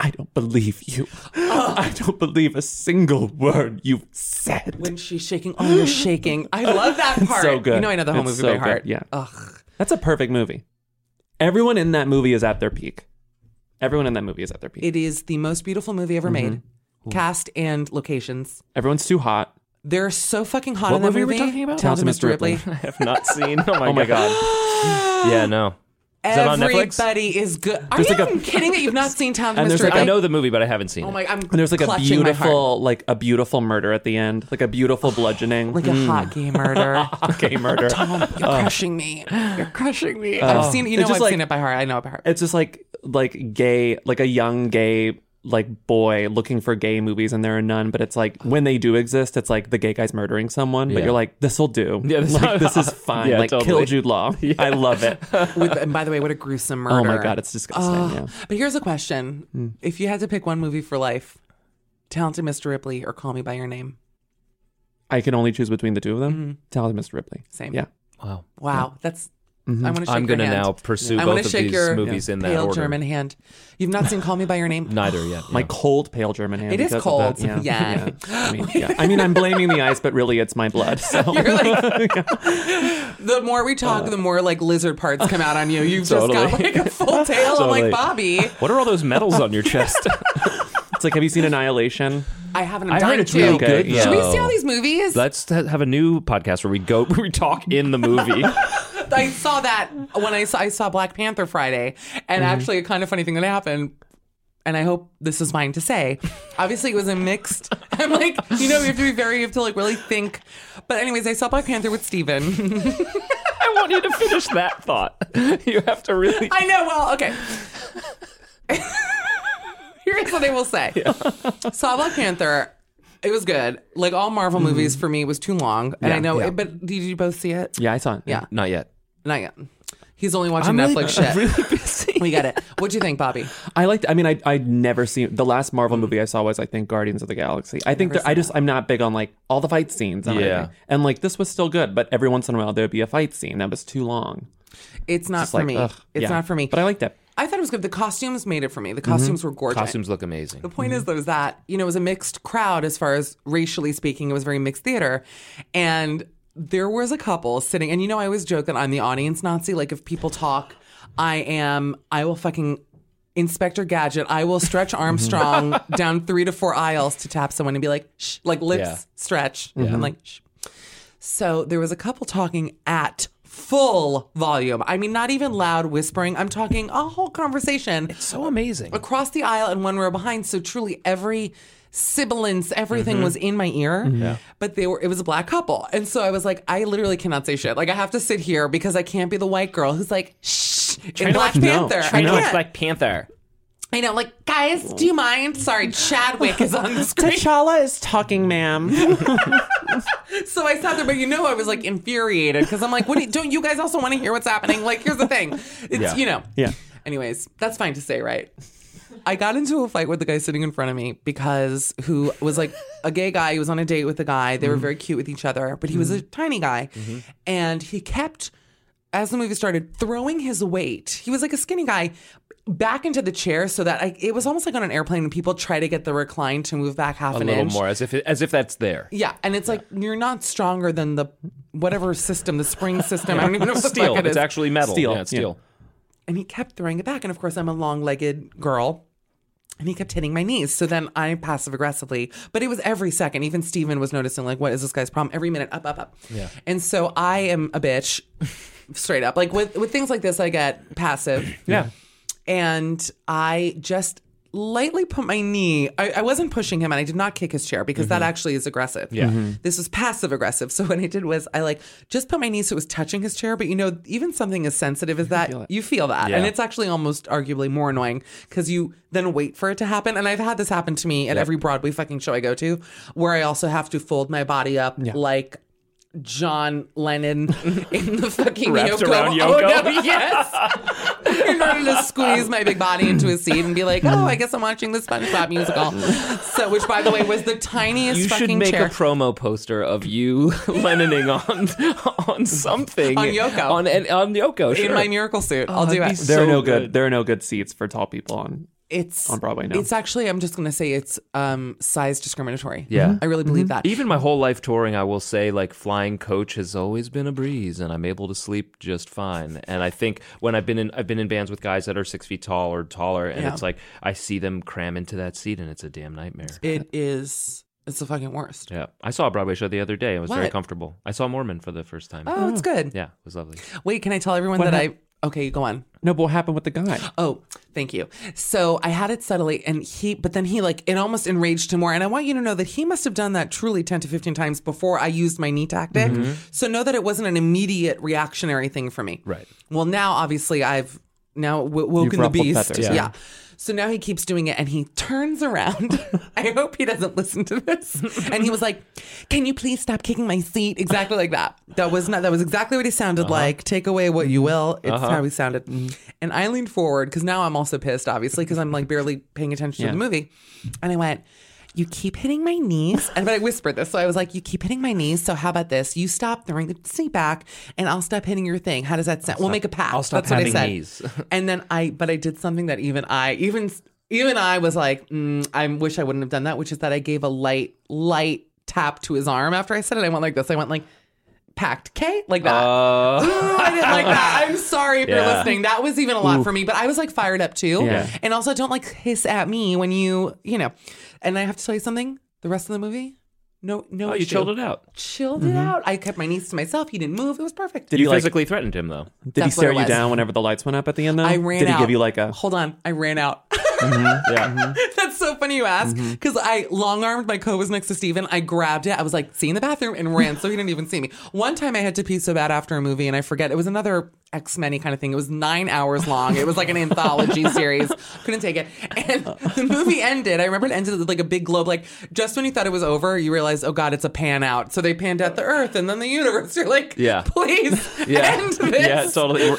Speaker 5: I don't believe you. I don't believe a single word you've said.
Speaker 6: When she's shaking, oh, you're shaking. I love that part.
Speaker 5: so good.
Speaker 6: You know, I know the whole
Speaker 5: It's
Speaker 6: movie
Speaker 5: so
Speaker 6: by heart.
Speaker 5: good, yeah.
Speaker 6: Ugh.
Speaker 5: that's a perfect movie. Everyone in that movie is at their peak. Everyone in that movie is at their peak.
Speaker 6: It is the most beautiful movie ever made.
Speaker 4: Mm-hmm.
Speaker 6: Cast and locations.
Speaker 5: Everyone's too hot.
Speaker 6: They're so fucking hot
Speaker 4: What
Speaker 6: in that
Speaker 4: movie
Speaker 6: movie.
Speaker 4: were we talking about?
Speaker 6: Talented Mr.
Speaker 5: Talented Mr.
Speaker 6: Ripley.
Speaker 4: I have not seen. Oh my,
Speaker 5: Oh my god.
Speaker 4: Yeah, no. Is that on Netflix?
Speaker 6: Everybody is good. Are
Speaker 5: There's
Speaker 6: you
Speaker 5: like a-
Speaker 6: even kidding that you've not seen Talented
Speaker 5: And there's
Speaker 6: Mr.
Speaker 5: like
Speaker 6: Ripley?
Speaker 4: I know the movie, but I haven't seen
Speaker 6: Oh
Speaker 4: it.
Speaker 6: my! I'm
Speaker 5: And there's like a
Speaker 6: clutching my heart.
Speaker 5: beautiful, like a beautiful murder at the end, like a beautiful bludgeoning.
Speaker 6: like a hot gay murder.
Speaker 5: gay murder.
Speaker 6: Tom, you're crushing me. You're crushing me. I've seen. You
Speaker 5: Oh. It's
Speaker 6: know,
Speaker 5: just
Speaker 6: I've
Speaker 5: like-
Speaker 6: seen it by heart. I know it by heart.
Speaker 5: it's just like like gay like a young gay like boy looking for gay movies and there are none but it's like when they do exist it's like the gay guy's murdering someone but
Speaker 4: Yeah.
Speaker 5: you're like this will do
Speaker 4: Yeah, this-
Speaker 5: like this is fine
Speaker 4: Yeah,
Speaker 5: like
Speaker 4: totally.
Speaker 5: kill jude law i love it
Speaker 6: With, and by the way, what a gruesome murder!
Speaker 5: oh my god it's disgusting yeah. Mm.
Speaker 6: Ugh. But here's a question: If you had to pick one movie for life, Talented Mr. Ripley or Call Me by Your Name?
Speaker 5: i can only choose between the two of them Tell mr ripley
Speaker 6: Mm-hmm. Same.
Speaker 5: yeah
Speaker 4: Wow.
Speaker 6: Wow, that's. I want to.
Speaker 4: Mm-hmm. I'm
Speaker 6: going
Speaker 4: gonna
Speaker 6: to
Speaker 4: now pursue
Speaker 6: I want to
Speaker 4: both of
Speaker 6: shake
Speaker 4: these
Speaker 6: your
Speaker 4: movies in that
Speaker 6: pale
Speaker 4: order.
Speaker 6: German hand. You've not seen Call Me by Your Name.
Speaker 4: Neither yet.
Speaker 5: my
Speaker 4: yeah.
Speaker 5: cold pale German hand.
Speaker 6: It is
Speaker 5: because of that.
Speaker 6: cold, yeah.
Speaker 5: I, mean, yeah. I mean, I'm blaming the ice, but really, it's my blood. So
Speaker 6: You're like, the more we talk, the more like lizard parts come out on you. You've just got
Speaker 4: Totally.
Speaker 6: like a full tail. I'm
Speaker 4: Totally.
Speaker 6: like Bobby.
Speaker 4: What are all those medals on your chest?
Speaker 5: it's like, have you seen Annihilation?
Speaker 6: I haven't.
Speaker 4: I
Speaker 6: I'm
Speaker 4: heard
Speaker 6: dying
Speaker 4: it's
Speaker 6: to.
Speaker 4: really good,
Speaker 6: Should we
Speaker 4: though.
Speaker 6: see all these movies?
Speaker 4: Let's ha- have a new podcast where we go where we talk in the movie.
Speaker 6: I saw that when I saw I saw Black Panther Friday,
Speaker 4: Mm-hmm.
Speaker 6: and actually a kind of funny thing that happened. And I hope this is mine to say. Obviously, it was a mixed. I'm like, you know, you have to be very, you have to like really think. But anyways, I saw Black Panther with Steven.
Speaker 4: I want you to finish that thought. You have to really.
Speaker 6: I know. Well, okay. Here's what I will say. Saw Black Panther. It was good. Like all Marvel
Speaker 5: Mm-hmm.
Speaker 6: movies for me was too long, and I know. But did you both see it?
Speaker 5: Yeah, I saw it.
Speaker 6: Yeah.
Speaker 4: Not yet.
Speaker 6: Not yet. He's only watching
Speaker 5: I'm really-
Speaker 6: Netflix shit.
Speaker 5: Really busy.
Speaker 6: we get it. What do you think, Bobby?
Speaker 5: I liked. I mean, I I'd never seen the last Marvel movie I saw was I think Guardians of the Galaxy. I think that I just I'm not big on like all the fight scenes. And
Speaker 4: Yeah.
Speaker 5: everything. and like this was still good, but every once in a while there'd be a fight scene that was too long.
Speaker 6: It's not
Speaker 5: Just
Speaker 6: for
Speaker 5: like,
Speaker 6: me.
Speaker 5: ugh,
Speaker 6: it's
Speaker 5: yeah.
Speaker 6: not for me.
Speaker 5: But I Mm-hmm. liked it.
Speaker 6: I thought it was good. The costumes made it for me. The costumes were gorgeous.
Speaker 4: Costumes look amazing.
Speaker 6: The point is, though, is that, you know, it was a mixed crowd as far as racially speaking. It was very mixed theater. And there was a couple sitting, and you know, I always joke that I'm the audience Nazi. Like, if people talk, I am, I will fucking Inspector Gadget. I will stretch Armstrong down three to four aisles to tap someone and be like, shh, like lips
Speaker 4: Yeah.
Speaker 6: stretch. And like, shh. So there was a couple talking at full volume. I mean, not even loud whispering. I'm talking a whole conversation
Speaker 4: So amazing.
Speaker 6: across the aisle and one row behind. So truly every sibilance, everything was in my ear. But they were it was a black couple. And so I was like, I literally cannot say shit. Like I have to sit here because I can't be the white girl who's like, shh in Black Panther. I
Speaker 5: to
Speaker 6: can't.
Speaker 4: Black Panther.
Speaker 6: I know, like, guys, do you mind? Sorry, Chadwick is on the screen.
Speaker 5: T'Challa is talking, ma'am.
Speaker 6: So I sat there, but you know, I was like infuriated because I'm like, what do you, don't you guys also want to hear what's happening? Like, here's the thing. It's,
Speaker 4: Yeah.
Speaker 6: you know.
Speaker 5: Yeah.
Speaker 6: Anyways, that's fine to say, right? I got into a fight with the guy sitting in front of me because who was like a gay guy. He was on a date with a guy.
Speaker 4: Mm-hmm.
Speaker 6: They were very cute with each other, but he was a tiny guy. And he kept, as the movie started, throwing his weight. He was like a skinny guy back into the chair so that I, it was almost like on an airplane when people try to get the recline to move back half
Speaker 4: A
Speaker 6: an
Speaker 4: little
Speaker 6: inch.
Speaker 4: more, as if it, as if that's there.
Speaker 6: Yeah, and it's like you're not stronger than the whatever system, the spring system. I don't even know what the
Speaker 4: Steel.
Speaker 6: fuck it
Speaker 4: It's
Speaker 6: is.
Speaker 4: actually metal.
Speaker 5: Steel,
Speaker 4: Yeah, it's
Speaker 5: yeah.
Speaker 4: steel.
Speaker 6: and he kept throwing it back, and of course I'm a long-legged girl, and he kept hitting my knees. So then I passive aggressively, but it was every second. Even Steven was noticing like, what is this guy's problem? Every minute, up, up, up. Yeah. And so I am a bitch, straight up. Like with with things like this, I get passive.
Speaker 5: yeah.
Speaker 6: and I just lightly put my knee. I, I wasn't pushing him, and I did not kick his chair because that
Speaker 4: Mm-hmm.
Speaker 6: actually is aggressive. Yeah, this was passive aggressive. So what I did was I like just put my knee so it was touching his chair. But you know, even something as sensitive as that, you feel that, and
Speaker 4: Yeah.
Speaker 6: it's actually almost arguably more annoying because you then wait for it to happen. And I've had this happen to me at every Broadway fucking show I go to, where I also have to fold my body up like. John Lennon in the fucking
Speaker 4: Wrapped
Speaker 6: Yoko.
Speaker 4: around
Speaker 6: Oh,
Speaker 4: Yoko.
Speaker 6: no, yes in order to squeeze my big body into a seat and be like, oh, I guess I'm watching the SpongeBob musical. So, which by the way was the tiniest
Speaker 4: You
Speaker 6: fucking
Speaker 4: should make
Speaker 6: chair.
Speaker 4: a promo poster of you Lenoning on on something
Speaker 6: On Yoko.
Speaker 4: on and on Yoko. Sure.
Speaker 6: in my miracle suit, I'll do it.
Speaker 5: There
Speaker 4: So
Speaker 5: are no good.
Speaker 4: good.
Speaker 5: There are no good seats for tall people on.
Speaker 6: It's
Speaker 5: on Broadway, no.
Speaker 6: It's actually, I'm just gonna say it's um, size discriminatory.
Speaker 4: Yeah.
Speaker 6: I really believe that.
Speaker 4: Even my whole life touring, I will say, like, flying coach has always been a breeze, and I'm able to sleep just fine. And I think when I've been in, I've been in bands with guys that are six feet tall or taller, and
Speaker 6: Yeah.
Speaker 4: it's like I see them cram into that seat, and it's a damn nightmare.
Speaker 6: it is. It's the fucking worst.
Speaker 4: Yeah, I saw a Broadway show the other day. It was very
Speaker 6: What?
Speaker 4: comfortable. I saw Mormon for the first time.
Speaker 6: Oh, it's good.
Speaker 4: Yeah, it was lovely.
Speaker 6: Wait, can I tell everyone
Speaker 5: What
Speaker 6: that
Speaker 5: hap-
Speaker 6: I? Okay, go on.
Speaker 5: No, but what happened with the guy?
Speaker 6: Oh, thank you. So I had it subtly, and he, but then he like it almost enraged him more. And I want you to know that he must have done that truly ten to fifteen times before I used my knee tactic. So know that it wasn't an immediate reactionary thing for me.
Speaker 4: Right.
Speaker 6: Well, now obviously I've now w- woken the
Speaker 5: ruffled
Speaker 6: beast.
Speaker 5: feathers,
Speaker 6: yeah.
Speaker 5: yeah.
Speaker 6: So now he keeps doing it, and he turns around. I hope he doesn't listen to this. And he was like, "Can you please stop kicking my seat?" Exactly like that. That was not. That was exactly what he
Speaker 4: Uh-huh.
Speaker 6: sounded like. Take away what you will. It's how he sounded. And I leaned forward because now I'm also pissed, obviously, because I'm like barely paying attention to the movie. And I went, "You keep hitting my knees." And but I whispered this, so I was like, "You keep hitting my knees. So how about this? You stop throwing the seat back, and I'll stop hitting your thing. How does that sound? we'll make a pact."
Speaker 4: I'll stop
Speaker 6: That's what I
Speaker 4: having
Speaker 6: said.
Speaker 4: knees.
Speaker 6: and then I, but I did something that even I, even even I was like, mm, I wish I wouldn't have done that. Which is that I gave a light, light tap to his arm after I said it. I went like this. I went like packed K, like that. Ooh, I didn't like that. I'm sorry if you're
Speaker 4: Uh. Yeah.
Speaker 6: listening. That was even a lot for me, but I was like fired up too.
Speaker 5: Yeah.
Speaker 6: And also, don't like hiss at me when you, you know. And I have to tell you something. The rest of the movie, no, no,
Speaker 4: Oh, you
Speaker 6: issue.
Speaker 4: chilled it out. Mm-hmm.
Speaker 6: Chilled it out. I kept my knees to myself. He didn't move. It was perfect.
Speaker 5: Did
Speaker 4: you
Speaker 5: he like?
Speaker 4: physically threatened him, though.
Speaker 5: Did he
Speaker 6: That's what it
Speaker 5: stare you
Speaker 6: was.
Speaker 5: down whenever the lights went up at the end? Though
Speaker 6: I ran
Speaker 5: Did he
Speaker 6: out.
Speaker 5: give you like a?
Speaker 6: Hold on, I ran out.
Speaker 4: Mm-hmm. Yeah. Mm-hmm.
Speaker 6: That's That's so funny you asked. Because I long armed my coat was next to Steven. I grabbed it. I was like, see in the bathroom and ran. So he didn't even see me. One time I had to pee so bad after a movie, and I forget it was another X Men kind of thing. It was nine hours long. It was like an anthology series. Couldn't take it. And the movie ended. I remember it ended with like a big globe. Like just when you thought it was over, you realize, oh God, it's a pan out. So they panned out the Earth and then the universe. You're like,
Speaker 4: Yeah.
Speaker 6: please end this.
Speaker 4: Yeah, totally.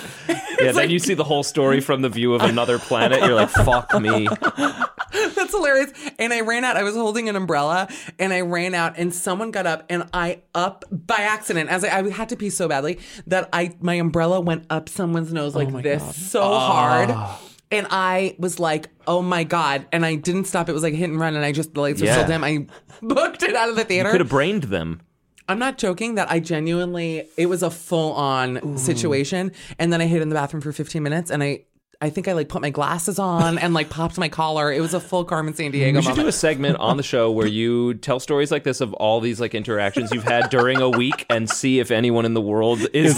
Speaker 4: Yeah, then you see the whole story from the view of another planet. You're like, fuck me.
Speaker 6: That's hilarious. And I ran out. I was holding an umbrella and I ran out and someone got up and I up by accident as I, I had to pee so badly that I my umbrella went up someone's
Speaker 4: Oh
Speaker 6: nose like this so
Speaker 4: Ah.
Speaker 6: hard. And I was like, oh my God. And I didn't stop. It was like hit and run. And I just, the lights were
Speaker 4: Yeah.
Speaker 6: still dim. I booked it out of the theater.
Speaker 4: Could have brained them.
Speaker 6: I'm not joking that I genuinely it was a full on situation and then I hid in the bathroom for 15 minutes and I I think I like put my glasses on and like popped my collar. It was a full Carmen San Diego
Speaker 4: We should do a
Speaker 6: moment.
Speaker 4: segment on the show where you tell stories like this of all these like interactions you've had during a week and see if anyone in the world is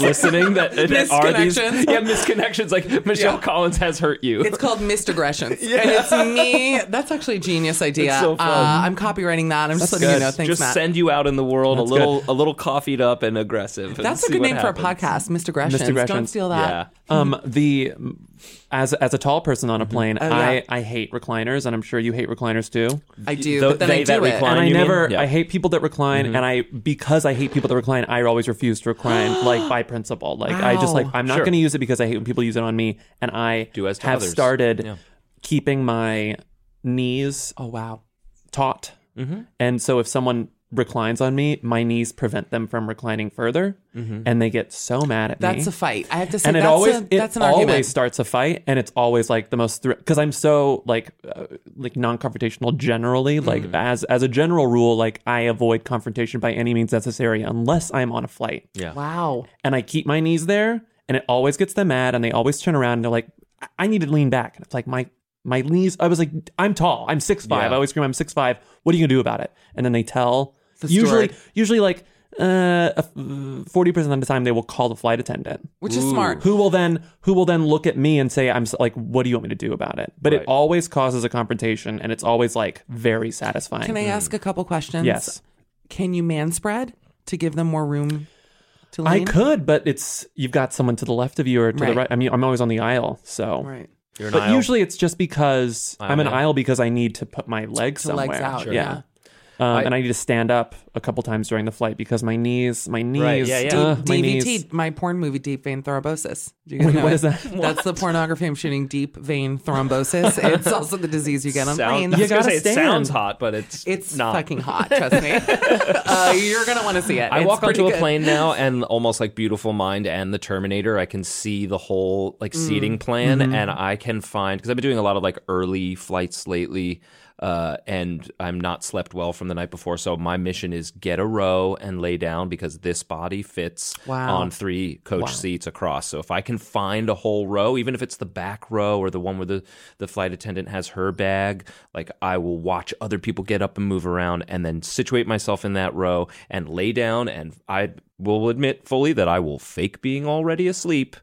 Speaker 4: listening that, that are these
Speaker 6: Misconnections.
Speaker 4: yeah misconnections like Michelle Collins has hurt you.
Speaker 6: It's called misdigressions. And it's me. That's actually a genius idea.
Speaker 4: It's so fun.
Speaker 6: Uh, I'm copywriting that. I'm just letting you know.
Speaker 4: Good.
Speaker 6: Thanks,
Speaker 4: Just
Speaker 6: Matt.
Speaker 4: send you out in the world a
Speaker 5: good.
Speaker 4: little a little coffeed up and aggressive. and
Speaker 6: That's a
Speaker 4: see
Speaker 6: good
Speaker 4: what
Speaker 6: name for a
Speaker 4: happens.
Speaker 6: podcast, misdigressions. Don't
Speaker 5: Misdigressions.
Speaker 6: steal that.
Speaker 4: Yeah.
Speaker 5: um the as as a tall person on a Mm-hmm. plane,
Speaker 6: Oh, yeah.
Speaker 5: I I hate recliners, and I'm sure you hate recliners too.
Speaker 6: I do,
Speaker 4: Though
Speaker 6: but then
Speaker 4: they
Speaker 6: I do
Speaker 4: that
Speaker 6: it.
Speaker 4: recline-
Speaker 5: and I
Speaker 4: you mean?
Speaker 5: never
Speaker 4: Yeah. Mm-hmm.
Speaker 5: I hate people that recline and I because I hate people that recline I always refuse to recline like by principle like I just like
Speaker 6: Wow.
Speaker 5: I'm not
Speaker 4: Sure.
Speaker 5: going to use it because I hate when people use it on me and I
Speaker 4: Do as to
Speaker 5: have
Speaker 4: others.
Speaker 5: started
Speaker 4: Yeah.
Speaker 5: keeping my knees
Speaker 6: Oh wow.
Speaker 5: taut
Speaker 4: Mm-hmm.
Speaker 5: and so if someone reclines on me my knees prevent them from reclining further
Speaker 4: Mm-hmm.
Speaker 5: and they get so mad at me
Speaker 6: That's a fight. I have to say
Speaker 5: and it
Speaker 6: that's
Speaker 5: always
Speaker 6: a,
Speaker 5: it
Speaker 6: that's an
Speaker 5: always
Speaker 6: argument.
Speaker 5: starts a fight, and it's always like the most because I'm so like uh, like non-confrontational generally. Like
Speaker 4: Mm.
Speaker 5: as as a general rule, like I avoid confrontation by any means necessary unless I'm on a flight,
Speaker 4: Yeah.
Speaker 6: Wow.
Speaker 5: and I keep my knees there, and it always gets them mad, and they always turn around and they're like, "I, I need to lean back," and it's like my my knees. I was like, "I'm tall. I'm six five.
Speaker 4: Yeah.
Speaker 5: I always scream, "I'm six five. What are you gonna do about it?" And then they tell
Speaker 6: The
Speaker 5: usually
Speaker 6: steward.
Speaker 5: usually like uh, forty percent of the time they will call the flight attendant
Speaker 6: Which is smart.
Speaker 5: who will then who will then look at me and say i'm s- like what do you want me to do about it but
Speaker 4: Right.
Speaker 5: it always causes a confrontation and it's always like very satisfying Mm,
Speaker 6: Can I ask a couple questions?
Speaker 5: yes
Speaker 6: Can you man spread to give them more room to
Speaker 5: i
Speaker 6: lean?
Speaker 5: could but it's you've got someone to the left of you or to
Speaker 6: Right.
Speaker 5: the right i mean i'm always on the aisle so
Speaker 6: Right.
Speaker 4: You're an
Speaker 5: but
Speaker 4: aisle.
Speaker 5: usually it's just because
Speaker 4: Aisle
Speaker 5: i'm an
Speaker 4: man.
Speaker 5: aisle because i need to put my legs
Speaker 6: The
Speaker 5: somewhere
Speaker 6: legs out.
Speaker 5: yeah,
Speaker 6: Yeah.
Speaker 5: Um,
Speaker 4: I-
Speaker 5: and I need to stand up a couple times during the flight because my knees, my knees,
Speaker 4: Right, yeah, yeah.
Speaker 5: ugh, Uh, my
Speaker 6: DVT,
Speaker 5: knees.
Speaker 6: my porn movie, Deep Vein Thrombosis. Do you guys
Speaker 5: Wait,
Speaker 6: know
Speaker 5: what
Speaker 6: it?
Speaker 5: is that?
Speaker 6: That's the pornography I'm shooting, Deep Vein Thrombosis. it's also the disease you get on
Speaker 4: Sound-
Speaker 6: planes.
Speaker 4: I was
Speaker 5: You
Speaker 4: gonna
Speaker 5: gotta
Speaker 4: say,
Speaker 5: stand.
Speaker 4: It sounds hot, but it's
Speaker 6: It's
Speaker 4: not.
Speaker 6: fucking hot, trust me. uh, you're going to want to see it.
Speaker 4: I
Speaker 6: It's
Speaker 4: walk
Speaker 6: pretty
Speaker 4: onto a
Speaker 6: good.
Speaker 4: plane now, and almost like Beautiful Mind and The Terminator, I can see the whole like
Speaker 6: Mm.
Speaker 4: seating plan,
Speaker 6: Mm-hmm.
Speaker 4: and I can find because I've been doing a lot of like early flights lately, uh, and I'm not slept well from the night before. So my mission is get a row and lay down because this body fits
Speaker 6: Wow.
Speaker 4: on three coach seats across. So if I can find a whole row, even if it's the back row or the one where the the flight attendant has her bag, like I will watch other people get up and move around, and then situate myself in that row and lay down. And I will admit fully that I will fake being already asleep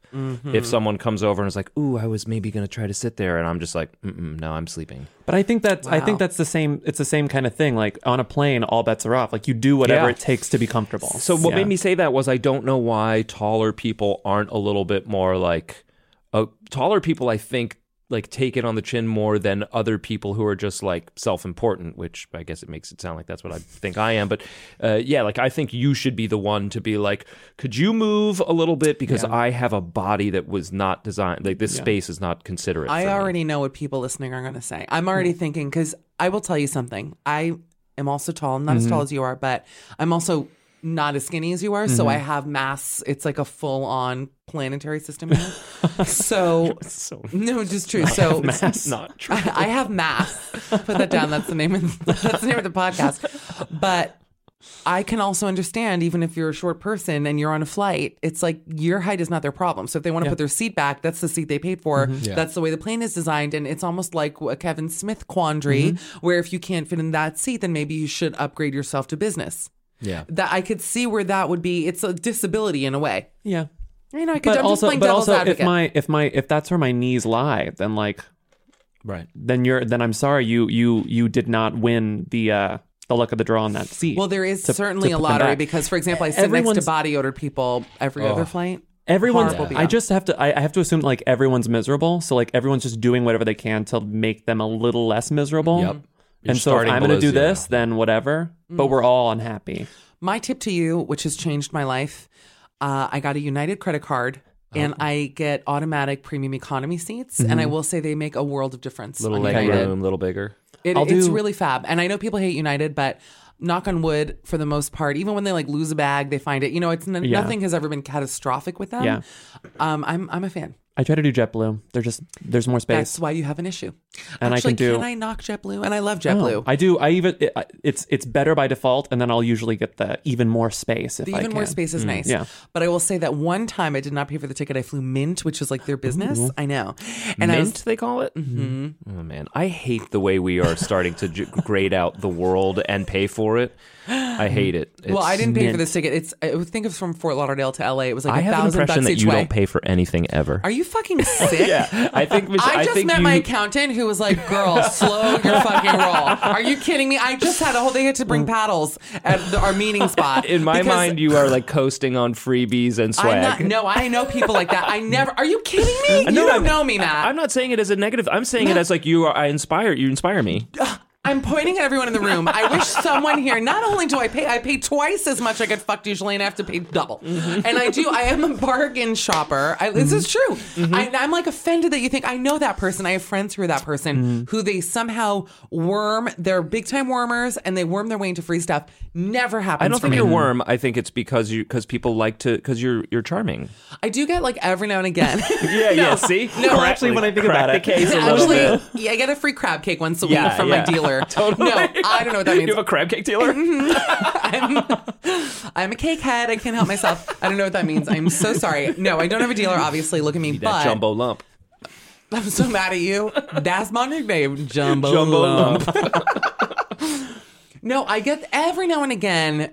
Speaker 4: if someone comes over and is like, "Ooh, I was maybe going to try to sit there," and I'm just like, Mm-mm, "No, I'm sleeping."
Speaker 5: But I think that's I
Speaker 6: Wow.
Speaker 5: think that's the same. It's the same kind of thing. Like on a plane, all bets are off. Like you do whatever
Speaker 4: Yeah.
Speaker 5: it takes to be comfortable.
Speaker 4: So what
Speaker 5: Yeah.
Speaker 4: made me say that was I don't know why taller people aren't a little bit more like uh, taller people. I think like take it on the chin more than other people who are just like self-important which i guess it makes it sound like that's what i think i am but uh, yeah like i think you should be the one to be like could you move a little bit because i have a body that was not designed like this space is not considerate
Speaker 6: I
Speaker 4: for me." Hmm.
Speaker 6: already know what people listening are going to say. I'm already thinking because I will tell you something. I am also tall. I'm not
Speaker 4: Mm-hmm.
Speaker 6: as tall as you are, but I'm also not as skinny as you are. So I
Speaker 4: Mm-hmm.
Speaker 6: have mass. It's like a full on planetary system. Here. so, no, it's just true. So
Speaker 5: That's not true.
Speaker 6: I have mass. Put that down. That's the name. Of, that's the name of the podcast. But I can also understand, even if you're a short person and you're on a flight, it's like your height is not their problem. So if they want to put their seat back, that's the seat they paid for.
Speaker 5: Mm-hmm.
Speaker 6: That's the way the plane is designed, and it's almost like a Kevin Smith quandary,
Speaker 5: Mm-hmm.
Speaker 6: where if you can't fit in that seat, then maybe you should upgrade yourself to business.
Speaker 4: yeah
Speaker 6: That I could see where that would be. It's a disability in a way.
Speaker 5: Yeah.
Speaker 6: You know, I could.
Speaker 5: But
Speaker 6: I'm just
Speaker 5: also,
Speaker 6: playing
Speaker 5: but
Speaker 6: devil's
Speaker 5: also, if
Speaker 6: advocate.
Speaker 5: my if my if that's where my knees lie, then like
Speaker 4: Right.
Speaker 5: then you're then I'm sorry you you you did not win the uh the luck of the draw on that seat.
Speaker 6: Well, there is
Speaker 5: to-
Speaker 6: certainly
Speaker 5: to
Speaker 6: a
Speaker 5: put them
Speaker 6: lottery
Speaker 5: back.
Speaker 6: because, for example, I sit next
Speaker 5: Everyone's-
Speaker 6: to body odor people every other flight.
Speaker 5: everyone's
Speaker 6: horrible
Speaker 5: I
Speaker 6: people.
Speaker 5: just have to I, I have to assume like everyone's miserable, so like everyone's just doing whatever they can to make them a little less miserable.
Speaker 4: Yep. You're
Speaker 5: And so if
Speaker 4: starting
Speaker 5: I'm gonna
Speaker 4: below
Speaker 5: do
Speaker 4: zero.
Speaker 5: this, then whatever.
Speaker 6: Mm.
Speaker 5: But we're all unhappy.
Speaker 6: My tip to you, which has changed my life, uh, I got a United credit card. And I get automatic premium economy seats, and
Speaker 5: Mm-hmm.
Speaker 6: I will say they make a world of difference.
Speaker 4: Little
Speaker 6: on
Speaker 4: leg
Speaker 6: United.
Speaker 4: room, little bigger.
Speaker 6: It,
Speaker 5: I'll
Speaker 6: it's
Speaker 5: do-
Speaker 6: really fab. And I know people hate United, but knock on wood, for the most part, even when they like lose a bag, they find it. You know, it's n-
Speaker 5: Yeah.
Speaker 6: nothing has ever been catastrophic with them.
Speaker 5: Yeah.
Speaker 6: Um, I'm I'm a fan.
Speaker 5: I try to do JetBlue. There's just there's more space.
Speaker 6: That's why you have an issue.
Speaker 5: And I
Speaker 6: Actually,
Speaker 5: can do-
Speaker 6: Can I knock JetBlue? And I love
Speaker 5: No,
Speaker 6: JetBlue.
Speaker 5: I do. I even it, I- it's it's better by default, and then I'll usually get the even more space if
Speaker 6: the
Speaker 5: I
Speaker 6: even more
Speaker 5: can.
Speaker 6: space is
Speaker 4: Mm,
Speaker 6: nice.
Speaker 5: yeah.
Speaker 6: But I will say that one time I did not pay for the ticket. I flew Mint, which is like their business. I know. And I
Speaker 4: Mint,
Speaker 6: was,
Speaker 4: they call it. Mm-hmm. Oh man, I hate the way we are starting to j- grade out the world and pay for it. I hate it.
Speaker 6: well, I
Speaker 4: It's-
Speaker 6: didn't pay for this ticket. It's I would think it was from Fort Lauderdale to LA. It was like
Speaker 4: I
Speaker 6: a
Speaker 4: have an
Speaker 6: thousand
Speaker 4: impression
Speaker 6: bucks
Speaker 4: that
Speaker 6: each
Speaker 4: you
Speaker 6: way.
Speaker 4: don't pay for anything ever.
Speaker 6: Are you fucking sick?
Speaker 4: yeah, I think. Mich-
Speaker 6: I
Speaker 4: I
Speaker 6: just
Speaker 4: think
Speaker 6: met
Speaker 4: you,
Speaker 6: my accountant who was like, "Girl, slow your fucking roll." Are you kidding me? I just had a whole. They had to bring paddles at the, our meeting spot.
Speaker 4: Mm. In my
Speaker 6: because
Speaker 4: mind, you are like coasting on freebies and swag. Uh,
Speaker 6: I'm not. No, I know people like that. I never. Are you kidding me? You
Speaker 4: No,
Speaker 6: don't
Speaker 4: I'm-
Speaker 6: know me, Matt.
Speaker 4: I'm
Speaker 6: I'm,
Speaker 4: not saying it as a negative. I'm saying it as like you are. I inspire. You inspire me.
Speaker 6: pointing at everyone in the room. I wish someone here. Not only do I pay, I pay twice as much. I get fucked usually, and I have to pay double.
Speaker 4: Mm-hmm.
Speaker 6: And I do. I am a bargain shopper. I, This is true.
Speaker 4: Mm-hmm.
Speaker 6: I, I'm like offended that you think I know that person. I have friends who are that person
Speaker 4: Mm-hmm.
Speaker 6: who they somehow worm. They're big time wormers, and they worm their way into free stuff. Never happens.
Speaker 4: I don't
Speaker 6: for
Speaker 4: think
Speaker 6: me.
Speaker 4: you're worm. I think it's because you because people like to because you're you're charming.
Speaker 6: I do get like every now and again.
Speaker 4: Yeah, yeah. See,
Speaker 6: No,
Speaker 4: Crack-
Speaker 5: actually, when I think
Speaker 4: crack
Speaker 5: about
Speaker 4: the
Speaker 5: it-
Speaker 4: case a little
Speaker 6: Actually,
Speaker 4: bit.
Speaker 6: yeah, I get a free crab cake once a week
Speaker 4: Yeah,
Speaker 6: from my
Speaker 4: yeah.
Speaker 6: dealer.
Speaker 4: Totally.
Speaker 6: No, I don't know what that means.
Speaker 4: You have a crab cake dealer.
Speaker 6: I'm, I'm a cake head. I can't help myself. I don't know what that means. I'm so sorry. No, I don't have a dealer. Obviously, look at me.
Speaker 4: That
Speaker 6: but
Speaker 4: jumbo lump.
Speaker 6: I'm so mad at you. That's my nickname, Jumbo.
Speaker 4: Jumbo
Speaker 6: Lump. no, I get every now and again.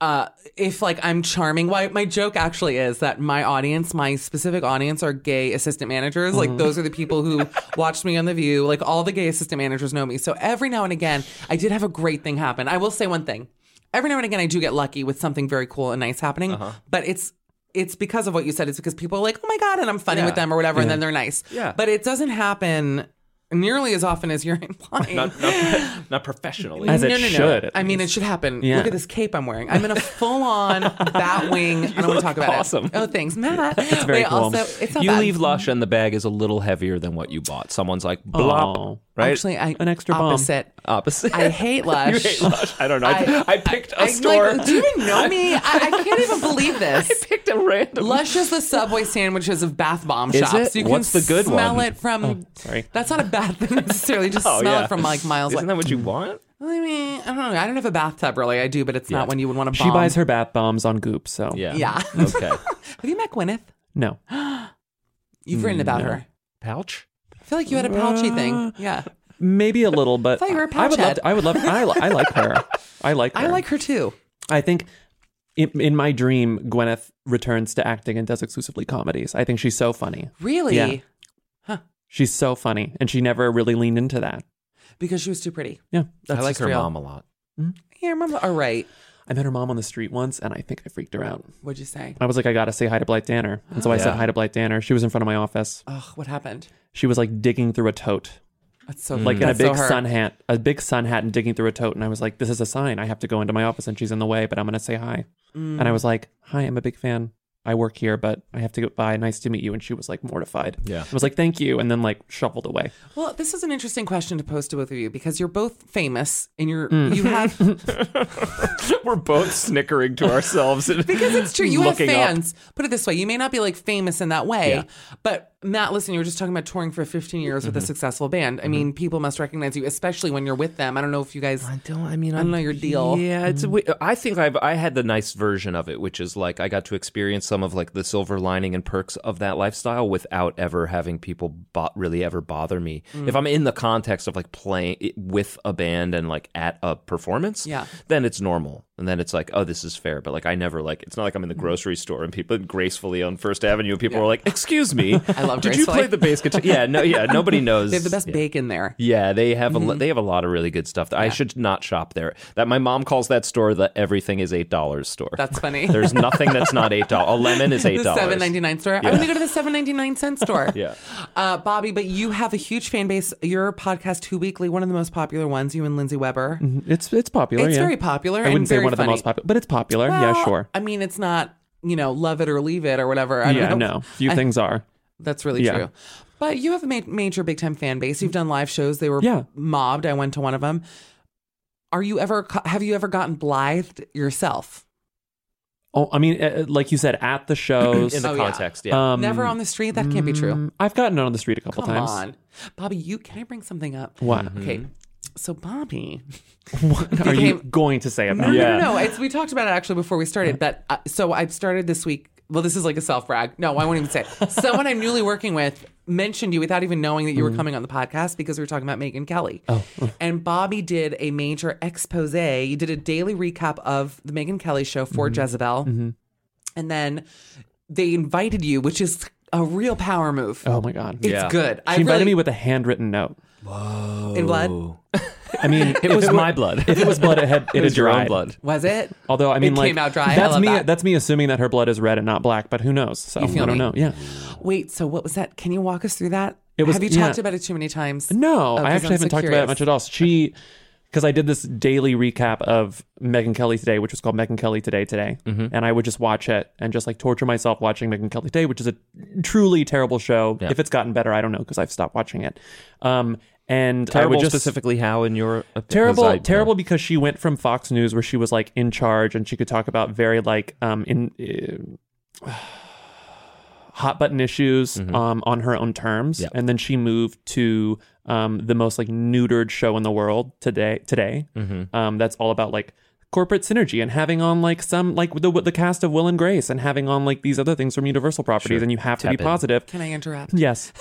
Speaker 6: Uh, if like I'm charming, why my joke actually is that my audience, my specific audience, are gay assistant managers. Like
Speaker 4: Mm-hmm.
Speaker 6: those are the people who watched me on The View. Like all the gay assistant managers know me. So every now and again, I did have a great thing happen. I will say one thing: every now and again, I do get lucky with something very cool and nice happening.
Speaker 4: Uh-huh.
Speaker 6: But it's it's because of what you said. It's because people are like, "Oh my god," and I'm funny with
Speaker 4: Yeah.
Speaker 6: them or whatever, and then they're nice.
Speaker 4: Yeah.
Speaker 6: But it doesn't happen nearly as often as you're implying.
Speaker 4: Not not, not professionally.
Speaker 5: As it
Speaker 6: no, no, no.
Speaker 5: should, at
Speaker 6: I mean, it should happen.
Speaker 5: Yeah.
Speaker 6: Look at this cape I'm wearing. I'm in a full-on bat wing. I don't want to
Speaker 4: look
Speaker 6: talk about
Speaker 4: awesome.
Speaker 6: it. Oh, thanks, Matt. It's
Speaker 5: very
Speaker 6: Wait,
Speaker 5: cool.
Speaker 6: Also, it's not
Speaker 4: you
Speaker 6: bad.
Speaker 4: leave Lush and the bag is a little heavier than what you bought. Someone's like blop,
Speaker 5: Oh.
Speaker 4: right?
Speaker 6: Actually, I,
Speaker 5: An extra bomb.
Speaker 6: opposite.
Speaker 4: opposite.
Speaker 6: I hate Lush.
Speaker 4: you hate Lush. I don't know. I,
Speaker 6: I-
Speaker 4: I picked a
Speaker 6: I,
Speaker 4: store.
Speaker 6: Like, do you even know me? I, I can't even believe this.
Speaker 4: I picked a random.
Speaker 6: Lush is the Subway sandwiches of bath bomb
Speaker 4: Is
Speaker 6: shops.
Speaker 4: it?
Speaker 6: You
Speaker 4: What's
Speaker 6: can
Speaker 4: the good
Speaker 6: smell
Speaker 4: one?
Speaker 6: it from.
Speaker 5: sorry.
Speaker 6: That's not a bad thing necessarily. Just
Speaker 4: Oh,
Speaker 6: smell
Speaker 4: yeah.
Speaker 6: it from like miles
Speaker 4: Isn't
Speaker 6: away.
Speaker 4: that what you want?
Speaker 6: I mean, I don't know. I don't have a bathtub really. I do, but it's
Speaker 4: Yeah.
Speaker 6: not when you would want to.
Speaker 5: She buys her bath bombs on Goop, so
Speaker 4: Yeah.
Speaker 6: Yeah.
Speaker 4: Okay.
Speaker 6: Have you met Gwyneth?
Speaker 5: no.
Speaker 6: You've written about her.
Speaker 4: Pouch.
Speaker 6: I feel like you had a pouchy thing. Yeah,
Speaker 5: Maybe a little, but
Speaker 6: thought you were a
Speaker 5: I
Speaker 6: pouch
Speaker 5: would love.
Speaker 6: head.
Speaker 5: To, I would love. I, li- I like her. I like. Her.
Speaker 6: I like her too.
Speaker 5: I think in, in my dream, Gwyneth returns to acting and does exclusively comedies. I think she's so funny.
Speaker 6: Really,
Speaker 5: Yeah. She's so funny, and she never really leaned into that.
Speaker 6: because she was too pretty.
Speaker 5: Yeah,
Speaker 4: I like
Speaker 6: just
Speaker 4: her
Speaker 6: real.
Speaker 4: mom a lot.
Speaker 6: Yeah, I remember. All right,
Speaker 5: I met her mom on the street once, and I think I freaked her out.
Speaker 6: what'd you say?
Speaker 5: I was like, I gotta say hi to Blight Danner, and so I said
Speaker 4: Yeah.
Speaker 5: hi to Blight Danner. She was in front of my office.
Speaker 6: Ugh, what happened?
Speaker 5: She was like digging through a tote,
Speaker 6: That's so
Speaker 5: like in a
Speaker 6: that's so
Speaker 5: big
Speaker 6: Mm. her.
Speaker 5: sun hat, a big sun hat, and digging through a tote. And I was like, this is a sign. I have to go into my office, and she's in the way, but I'm gonna say hi.
Speaker 6: Mm.
Speaker 5: And I was like, hi, I'm a big fan. I work here, but I have to go by. Nice to meet you. And she was like mortified.
Speaker 4: Yeah.
Speaker 5: I was like, thank you. And then like shuffled away.
Speaker 6: Well, this is an interesting question to pose to both of you because you're both famous and you're
Speaker 4: Mm.
Speaker 6: you have
Speaker 4: We're both snickering to ourselves.
Speaker 6: Because it's true. You have
Speaker 4: looking up.
Speaker 6: fans. Put it this way. You may not be like famous in that way, but Matt, listen, you were just talking about touring for 15 years
Speaker 4: Mm-hmm.
Speaker 6: with a successful band. I mean, people must recognize you, especially when you're with them. I don't know if you guys.
Speaker 4: I don't. I mean,
Speaker 6: I don't know your deal. Mm-hmm.
Speaker 4: Yeah, it's. a wi- I think I've. I had the nice version of it, which is like I got to experience some of like the silver lining and perks of that lifestyle without ever having people bo- really ever bother me.
Speaker 6: Mm.
Speaker 4: If I'm in the context of like playing it with a band and like at a performance,
Speaker 6: Yeah.
Speaker 4: then it's normal, and then it's like, oh, this is fair.
Speaker 6: Mm-hmm.
Speaker 4: But like, I never like. It's not like I'm in the grocery store and people gracefully on First Avenue. and People are like, excuse me,
Speaker 6: I love
Speaker 4: Did you play
Speaker 6: Gracefully.
Speaker 4: the bass guitar? Yeah, no, yeah, nobody knows.
Speaker 6: They have the best
Speaker 4: yeah.
Speaker 6: bacon there.
Speaker 4: Yeah, they have a lo-
Speaker 6: Mm-hmm.
Speaker 4: they have a lot of really good stuff. I should not shop there. That my mom calls that store the everything is eight dollars store.
Speaker 6: That's funny.
Speaker 4: There's nothing that's not eight dollars. A lemon is eight
Speaker 6: the
Speaker 4: dollars.
Speaker 6: seven ninety nine store. I'm gonna go to the seven ninety nine cent store.
Speaker 4: Yeah.
Speaker 6: uh, Bobby. But you have a huge fan base. Your podcast, Two Weekly, one of the most popular ones. You and Lindsay Weber.
Speaker 5: It's it's popular.
Speaker 6: Mm-hmm. It's
Speaker 5: Mm-hmm. Oh, yeah.
Speaker 6: very popular
Speaker 5: I
Speaker 6: and
Speaker 5: wouldn't say
Speaker 6: very
Speaker 5: one of the
Speaker 6: funny.
Speaker 5: most popular, but it's popular. yeah,
Speaker 6: Well,
Speaker 5: sure.
Speaker 6: I mean, it's not you know love it or leave it or whatever. I
Speaker 5: yeah,
Speaker 6: don't know.
Speaker 5: no. Few things are.
Speaker 6: That's really
Speaker 5: Yeah.
Speaker 6: true. But you have a ma- major big time fan base. You've done live shows. They were
Speaker 5: Yeah.
Speaker 6: mobbed. I went to one of them. Are you ever? co- Have you ever gotten blithed yourself?
Speaker 5: Oh, I mean, uh, like you said, at the shows.
Speaker 4: in the
Speaker 6: Oh, yeah.
Speaker 4: context. Yeah.
Speaker 5: um,
Speaker 6: Never on the street. That can't be true.
Speaker 5: mm, I've gotten out on the street a couple
Speaker 6: Come
Speaker 5: times.
Speaker 6: on, Bobby. You can I bring something up?
Speaker 5: What?
Speaker 6: Okay. So Bobby,
Speaker 5: What are you
Speaker 6: Became-
Speaker 5: going to say
Speaker 6: no,
Speaker 5: about
Speaker 6: no,
Speaker 5: it?
Speaker 6: no, no. It's, we talked about it actually before we started. That uh, so I started this week. Well, this is like a self brag. No, I won't even say. It. Someone I'm newly working with mentioned you without even knowing that you were
Speaker 5: Mm-hmm.
Speaker 6: coming on the podcast because we were talking about Megan Kelly. Oh, and Bobby did a major expose. You did a daily recap of the Megan Kelly show for
Speaker 5: Mm-hmm.
Speaker 6: Jezebel, and then they invited you, which is a real power move.
Speaker 5: Oh my god.
Speaker 6: It's
Speaker 5: she
Speaker 4: Yeah.
Speaker 6: good. I
Speaker 5: invited
Speaker 6: really,
Speaker 5: me with a handwritten note.
Speaker 6: in blood.
Speaker 5: Oh. I mean,
Speaker 4: It was my blood.
Speaker 5: If it was blood, it had it,
Speaker 4: it
Speaker 5: had
Speaker 4: was your own
Speaker 5: dried.
Speaker 4: blood.
Speaker 6: Was it?
Speaker 5: Although I mean,
Speaker 6: It
Speaker 5: like
Speaker 6: came out dry. I
Speaker 5: That's
Speaker 6: love
Speaker 5: me.
Speaker 6: that.
Speaker 5: That's me assuming that her blood is red and not black, but who knows? So
Speaker 6: You feel
Speaker 5: I don't
Speaker 6: me?
Speaker 5: know. Yeah.
Speaker 6: Wait, so what was that? Can you walk us through that?
Speaker 5: It was-
Speaker 6: Have you
Speaker 5: yeah.
Speaker 6: talked about it too many times?
Speaker 5: No,
Speaker 6: Oh, 'cause
Speaker 5: I
Speaker 6: I'm
Speaker 5: actually haven't
Speaker 6: so
Speaker 5: talked about
Speaker 6: curious.
Speaker 5: it much at all. She, because I did this daily recap of Megan Kelly Today, which was called Megan Kelly Today Today,
Speaker 6: Mm-hmm.
Speaker 5: and I would just watch it and just like torture myself watching Megan Kelly Today, which is a truly terrible show. If it's gotten better, I don't know because I've stopped watching it. Um, and I
Speaker 4: Terrible
Speaker 5: would just
Speaker 4: specifically how in your opinion?
Speaker 5: terrible
Speaker 4: uh,
Speaker 5: terrible because she went from fox news where she was like in charge and she could talk about very like um in uh, hot button issues um on her own terms
Speaker 4: Yeah.
Speaker 5: and then she moved to um the most like neutered show in the world today today um that's all about like corporate synergy and having on like some like the the cast of Will and Grace and having on like these other things from Universal properties and you have to
Speaker 4: Tap
Speaker 5: be
Speaker 4: in.
Speaker 5: positive.
Speaker 6: Can I interrupt?
Speaker 5: Yes.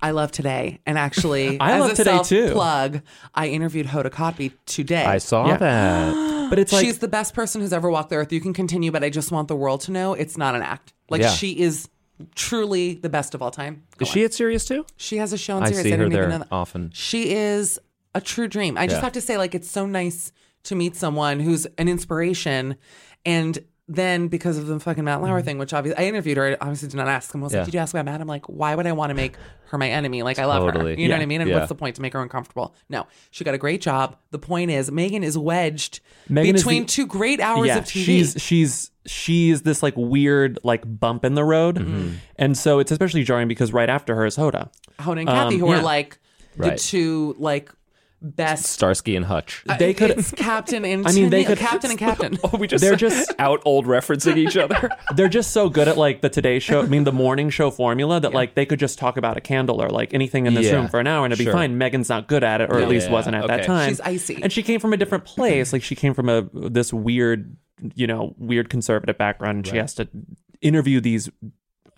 Speaker 6: I love today. And actually,
Speaker 5: I
Speaker 6: as
Speaker 5: love
Speaker 6: a
Speaker 5: today, too.
Speaker 6: Plug. I interviewed Hoda Kotb today.
Speaker 4: I saw
Speaker 5: Yeah.
Speaker 4: that.
Speaker 5: But it's like
Speaker 6: She's the best person who's ever walked the earth. You can continue, but I just want the world to know it's not an act. Like
Speaker 4: Yeah.
Speaker 6: she is truly the best of all time. Go
Speaker 4: Is
Speaker 6: on.
Speaker 4: she at Sirius too?
Speaker 6: She has a show on
Speaker 4: I
Speaker 6: Sirius.
Speaker 4: see
Speaker 6: I
Speaker 4: her
Speaker 6: didn't even
Speaker 4: there
Speaker 6: know that.
Speaker 4: often.
Speaker 6: She is a true dream. I just
Speaker 4: Yeah.
Speaker 6: have to say, like, it's so nice to meet someone who's an inspiration. And then because of the fucking Matt Lauer
Speaker 5: Mm-hmm.
Speaker 6: thing, which obviously I interviewed her, I obviously did not ask him. I was
Speaker 4: Yeah.
Speaker 6: like, did you ask about Matt? I'm like, why would I want to make her my enemy? Like, I love her.
Speaker 4: Totally.
Speaker 6: You know what I
Speaker 4: Yeah.
Speaker 6: mean? And
Speaker 4: Yeah.
Speaker 6: what's the point to make her uncomfortable? No, she got a great job. The point is, Megan is wedged
Speaker 5: Megan is
Speaker 6: between
Speaker 5: the-
Speaker 6: two great hours of TV.
Speaker 5: She's she's she's this like weird like bump in the road,
Speaker 4: Mm-hmm.
Speaker 5: and so it's especially jarring because right after her is Hoda.
Speaker 6: Honan and Kathy,
Speaker 5: um,
Speaker 6: who are
Speaker 5: yeah.
Speaker 6: like the
Speaker 4: Right.
Speaker 6: two like best.
Speaker 4: Starsky and Hutch.
Speaker 5: They could-
Speaker 6: It's Captain and
Speaker 5: I mean, they could-
Speaker 6: Captain and Captain.
Speaker 4: we just
Speaker 5: They're just-
Speaker 4: out old referencing each other.
Speaker 5: They're just so good at like the Today Show. I mean, the morning show formula that like they could just talk about a candle or like anything in this
Speaker 4: Yeah.
Speaker 5: room for an hour and it'd be
Speaker 4: Sure.
Speaker 5: fine. Megan's not good at it, or at
Speaker 4: No.
Speaker 5: least
Speaker 4: Yeah.
Speaker 5: wasn't at that
Speaker 4: Okay.
Speaker 5: time.
Speaker 6: She's icy.
Speaker 5: and she came from a different place. Like she came from a this weird, you know, weird conservative background, and she has to interview these.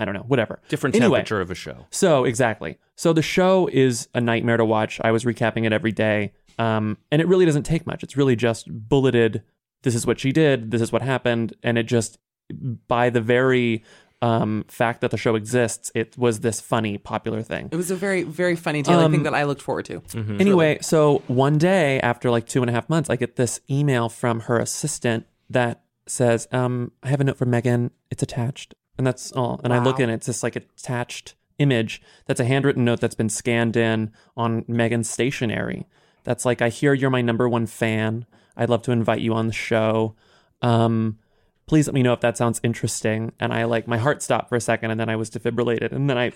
Speaker 5: I don't know, whatever.
Speaker 4: Different
Speaker 5: Anyway.
Speaker 4: temperature of a show.
Speaker 5: So exactly. So the show is a nightmare to watch. I was recapping it every day, um, and it really doesn't take much. It's really just bulleted. This is what she did. This is what happened, and it just by the very um, fact that the show exists, it was this funny, popular thing.
Speaker 6: It was a very, very funny daily
Speaker 5: Um,
Speaker 6: thing that I looked forward to.
Speaker 4: Mm-hmm.
Speaker 5: Anyway, so one day after like two and a half months, I get this email from her assistant that says, um, I have a note from Megan. It's attached. And that's all. And I look in, it's this like attached image that's a handwritten note that's been scanned in on Megan's stationery. That's like, I hear you're my number one fan. I'd love to invite you on the show. Um, please let me know if that sounds interesting. And I like my heart stopped for a second, and then I was defibrillated, and then I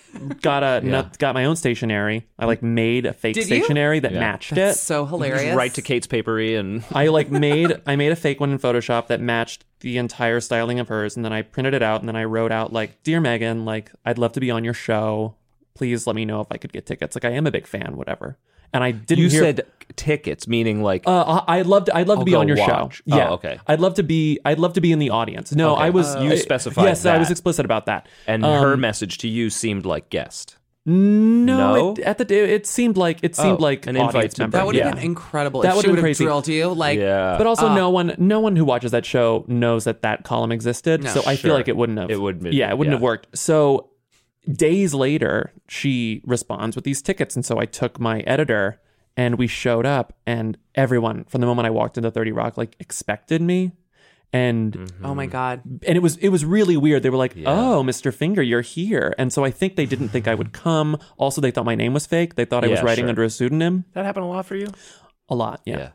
Speaker 5: got a not- got my own stationery. I like made a fake
Speaker 6: Did you?
Speaker 5: stationery that matched
Speaker 6: That's
Speaker 5: it.
Speaker 6: so hilarious.
Speaker 4: Right to Kate's papery and
Speaker 5: I like made I made a fake one in Photoshop that matched the entire styling of hers, and then I printed it out, and then I wrote out like, "Dear Megan, like I'd love to be on your show. Please let me know if I could get tickets. Like I am a big fan, whatever." And I didn't.
Speaker 4: you
Speaker 5: hear-
Speaker 4: said tickets, meaning like
Speaker 5: Uh, I- I'd love to. I'd love
Speaker 4: I'll
Speaker 5: to be
Speaker 4: go
Speaker 5: on your
Speaker 4: watch.
Speaker 5: show.
Speaker 4: Oh,
Speaker 5: yeah.
Speaker 4: okay.
Speaker 5: I'd love to be. I'd love to be in the audience. No,
Speaker 4: Okay.
Speaker 5: I was.
Speaker 4: You
Speaker 5: I-
Speaker 4: specified
Speaker 5: Yes, I was
Speaker 4: that.
Speaker 5: explicit about that.
Speaker 4: and
Speaker 5: Um,
Speaker 4: her message to you seemed like guest.
Speaker 5: No,
Speaker 4: No?
Speaker 5: it, at the it seemed like it seemed
Speaker 4: Oh,
Speaker 5: like
Speaker 4: an invite
Speaker 5: audience
Speaker 4: to-
Speaker 5: member.
Speaker 6: That would have
Speaker 5: yeah.
Speaker 6: been incredible.
Speaker 5: That
Speaker 6: if
Speaker 5: would've
Speaker 6: she
Speaker 5: been
Speaker 6: would have
Speaker 5: crazy.
Speaker 6: drilled you. Like,
Speaker 4: yeah.
Speaker 5: But also, no one, no one who watches that show knows that that column existed.
Speaker 6: No.
Speaker 5: so I feel
Speaker 4: Sure.
Speaker 5: like it wouldn't have.
Speaker 4: It wouldn't-
Speaker 5: Yeah, it wouldn't
Speaker 4: yeah.
Speaker 5: have worked. So days later, she responds with these tickets. And so I took my editor and we showed up, and everyone from the moment I walked into 30 Rock, like, expected me. And
Speaker 6: Oh my God.
Speaker 5: and it was it was really weird. They were like, "Oh, Mr. Finger, you're here." And so I think they didn't think I would come. Also, they thought my name was fake. They thought I was
Speaker 4: Yeah,
Speaker 5: writing
Speaker 4: sure.
Speaker 5: under a pseudonym
Speaker 4: That happened a lot for you.
Speaker 5: a lot. Yeah.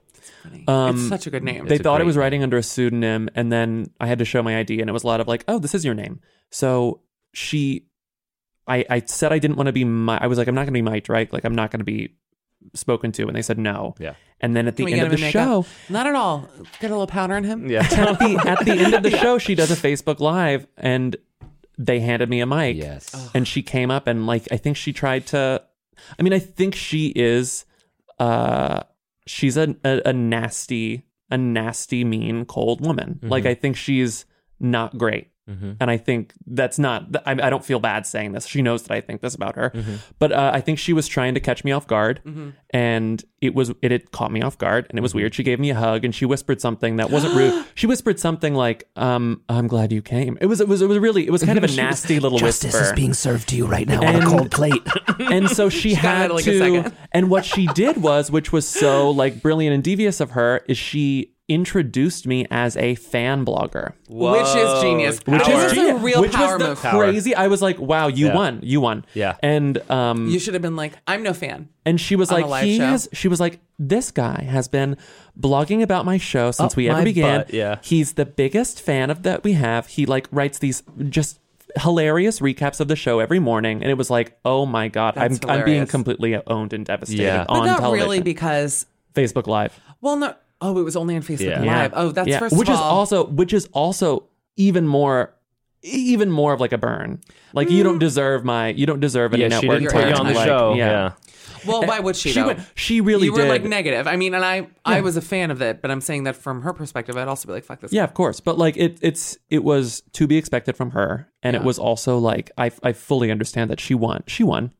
Speaker 6: it's such a good name.
Speaker 5: Um, They
Speaker 4: a
Speaker 5: thought I
Speaker 4: great
Speaker 5: was writing under a pseudonym and then I had to show my ID and it was a lot of like, "Oh, this is your name." So she I I said I didn't want to be my I was like, "I'm not going to be Mike, right? Like I'm not going to be spoken to." And they said no.
Speaker 4: Yeah.
Speaker 5: And then at
Speaker 6: Can
Speaker 5: the
Speaker 6: we
Speaker 5: end
Speaker 6: get
Speaker 5: of
Speaker 6: him
Speaker 5: the
Speaker 6: in
Speaker 5: show,
Speaker 6: makeup? Not at all. Get a little powder on him.
Speaker 4: Yeah.
Speaker 5: at the, at the end of the show, she does a Facebook Live and they handed me a mic.
Speaker 4: Yes.
Speaker 5: And she came up and, like, I think she tried to. I mean, I think she is. uh She's a, a, a nasty, a nasty, mean, cold woman. Like, I think she's not great. And I think that's not, I, I don't feel bad saying this. She knows that I think this about her. But uh, I think she was trying to catch me off guard. And it was, it, it caught me off guard and it was weird. She gave me a hug and she whispered something that wasn't rude. She whispered something like, um, I'm glad you came. It was, it was, it was really, it was kind of a nasty little whisper.
Speaker 8: served to you right now
Speaker 5: And-
Speaker 8: plate.
Speaker 5: and so she,
Speaker 6: got
Speaker 5: had
Speaker 6: it, like, a
Speaker 5: to,
Speaker 6: second.
Speaker 5: and what she did was, which was so like brilliant and devious of her, is she introduced me as a fan blogger.
Speaker 6: Which is genius.
Speaker 5: Which
Speaker 6: This
Speaker 5: is
Speaker 6: is a
Speaker 5: genius.
Speaker 6: real
Speaker 5: which
Speaker 6: power
Speaker 5: was the
Speaker 6: move.
Speaker 5: crazy. I was like, "Wow, you
Speaker 4: Yeah.
Speaker 5: won! You won!"
Speaker 4: Yeah.
Speaker 5: and um,
Speaker 6: You should have been like, I'm no fan.
Speaker 5: and she was
Speaker 6: on a
Speaker 5: like,
Speaker 6: live
Speaker 5: "He
Speaker 6: show.
Speaker 5: has." She was like, "This guy has been blogging about my show
Speaker 6: Oh,
Speaker 5: since
Speaker 4: Up
Speaker 5: we ever
Speaker 4: my
Speaker 5: began.
Speaker 4: butt, yeah.
Speaker 5: he's the biggest fan of that we have. He like writes these just." Hilarious recaps of the show every morning, and it was like, oh my god,
Speaker 6: That's
Speaker 5: I'm I'm being
Speaker 6: hilarious.
Speaker 5: completely owned and devastated
Speaker 4: Yeah.
Speaker 5: on
Speaker 6: But not
Speaker 5: television.
Speaker 6: really because,
Speaker 5: Facebook Live,
Speaker 6: well, no. Oh, it was only on Facebook
Speaker 4: Yeah.
Speaker 5: Yeah.
Speaker 6: Live. Oh, that's
Speaker 5: Yeah.
Speaker 6: first
Speaker 5: which
Speaker 6: of
Speaker 5: is
Speaker 6: all.
Speaker 5: also which is also even more even more of like a burn. Like you
Speaker 6: Mm.
Speaker 5: don't deserve my you don't deserve any
Speaker 4: Yeah,
Speaker 5: network.
Speaker 4: she didn't put you
Speaker 5: time.
Speaker 4: on the
Speaker 5: Like,
Speaker 4: show.
Speaker 5: Yeah.
Speaker 4: Yeah.
Speaker 6: well, why would she?
Speaker 5: She
Speaker 6: though?
Speaker 5: went she really
Speaker 6: you were
Speaker 5: did.
Speaker 6: like negative. I mean, and I, I was a fan of it, but I'm saying that from her perspective, I'd also be like, fuck this.
Speaker 5: yeah, of course. But like it it's it was to be expected from her. And it was also like I I fully understand that she won. She won.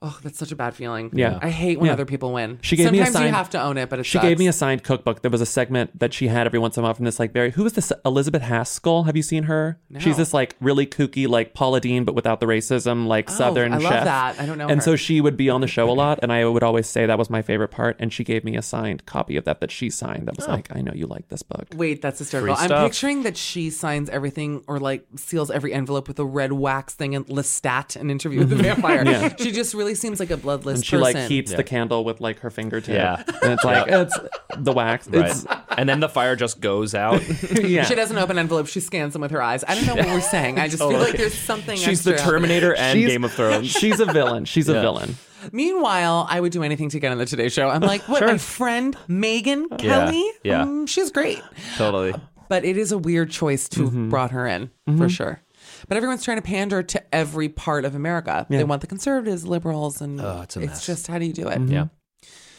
Speaker 6: Oh, that's such a bad feeling.
Speaker 5: Yeah.
Speaker 6: I hate when
Speaker 5: Yeah.
Speaker 6: other people win.
Speaker 5: She gave me a
Speaker 6: Sometimes
Speaker 5: sign-
Speaker 6: you have to own it, but it
Speaker 5: She gave me a signed cookbook. There was a segment that she had every once in a while from this like very who was this Elizabeth Haskell? Have you seen her? She's this like really kooky like Paula Dean but without the racism like Southern
Speaker 6: Oh, I love
Speaker 5: chef.
Speaker 6: that. I don't know
Speaker 5: And
Speaker 6: her.
Speaker 5: so she would be on the show a lot, and I would always say that was my favorite part. And she gave me a signed copy of that that she signed. That was
Speaker 6: Oh.
Speaker 5: like, I know you like this book.
Speaker 6: Wait, that's hysterical.
Speaker 4: Free
Speaker 6: I'm
Speaker 4: stuff.
Speaker 6: picturing that she signs everything or like seals every envelope with a red wax thing and Lestat, an interview with the vampire. She just really seems like a bloodless
Speaker 5: Mm-hmm. And she
Speaker 6: person.
Speaker 5: like heats the candle with like her fingertip.
Speaker 4: Yeah.
Speaker 5: and it's like it's the wax. It's
Speaker 4: Right. and then the fire just goes out.
Speaker 5: yeah.
Speaker 6: She doesn't open envelopes. She scans them with her eyes. I don't know what we're saying. I just feel like there's something.
Speaker 4: She's the
Speaker 6: extra happening.
Speaker 4: Terminator and
Speaker 5: She's-
Speaker 4: Game of Thrones.
Speaker 5: She's a villain. She's a villain.
Speaker 6: Meanwhile, I would do anything to get on the Today Show. I'm like, what? My friend Megan Kelly.
Speaker 4: yeah.
Speaker 6: Mm, she's great.
Speaker 4: totally.
Speaker 6: But it is a weird choice to
Speaker 4: Mm-hmm.
Speaker 6: have brought her in for sure. But everyone's trying to pander to every part of America. They want the conservatives, liberals, and
Speaker 4: Oh,
Speaker 6: it's,
Speaker 4: it's a mess.
Speaker 6: just how do you do it?
Speaker 4: Yeah.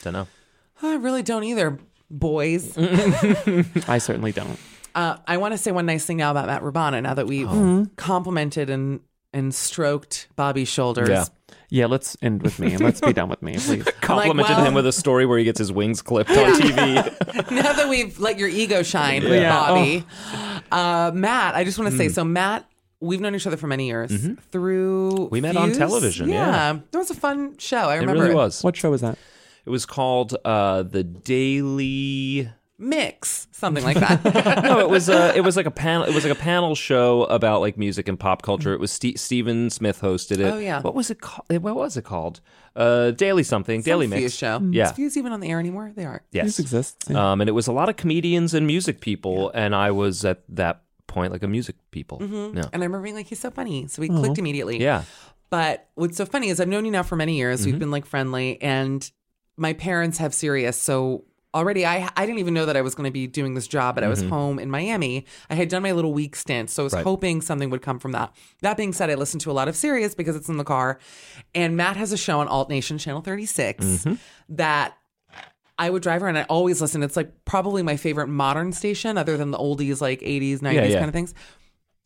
Speaker 4: Don't know.
Speaker 6: I really don't either, boys.
Speaker 4: Mm-hmm.
Speaker 5: I certainly don't.
Speaker 6: Uh, I want to say one nice thing now about Matt Rubana. Now that we've
Speaker 4: Oh. Mm-hmm.
Speaker 6: complimented and and stroked Bobby's shoulders.
Speaker 4: Yeah.
Speaker 5: Yeah, let's end with me. Let's be done with me, please.
Speaker 4: Complimented
Speaker 6: well-
Speaker 4: him with a story where he gets his wings clipped on TV.
Speaker 6: now that we've let your ego shine,
Speaker 5: Yeah.
Speaker 6: Bobby,
Speaker 4: Oh.
Speaker 6: uh, Matt, I just want to
Speaker 4: Mm.
Speaker 6: say so, Matt. We've known each other for many years through.
Speaker 4: Mm-hmm. We met on
Speaker 6: Fuse.
Speaker 4: television, yeah.
Speaker 6: it was a fun show. I
Speaker 4: It
Speaker 6: remember
Speaker 4: really was.
Speaker 5: What show was that?
Speaker 4: It was called uh, the Daily.
Speaker 6: mix something like that.
Speaker 4: No, it was uh, it was like a panel. It was like a panel show about like music and pop culture. It was Ste Stephen Smith hosted it.
Speaker 6: Oh, yeah.
Speaker 4: What was it called? What was it called? Uh, Daily something. Daily
Speaker 6: Some
Speaker 4: mix. Mm.
Speaker 6: Fuse show.
Speaker 4: Yeah.
Speaker 6: Is Fuse even on the air anymore? They are.
Speaker 4: Yes.
Speaker 5: This exists. Yeah.
Speaker 4: Um, and it was a lot of comedians and music people, and I was at that point like a music people. Yeah.
Speaker 6: And I remember being like, he's so funny. So we clicked immediately.
Speaker 4: Mm-hmm. Yeah. Mm-hmm.
Speaker 6: But what's so funny is I've known you now for many years. We've been like friendly, and my parents have Sirius, so already I I didn't even know that I was going to be doing this job, but I
Speaker 4: Mm-hmm.
Speaker 6: was home in Miami. I had done my little week stint, so I was hoping something would come from that. That being said, I listen to a lot of Sirius because it's in the car, and Matt has a show on Alt Nation Channel 36
Speaker 4: Mm-hmm.
Speaker 6: that. I would drive around. and I always listen. It's like probably my favorite modern station, other than the oldies, like 80s, 90s
Speaker 4: yeah.
Speaker 6: kind of things.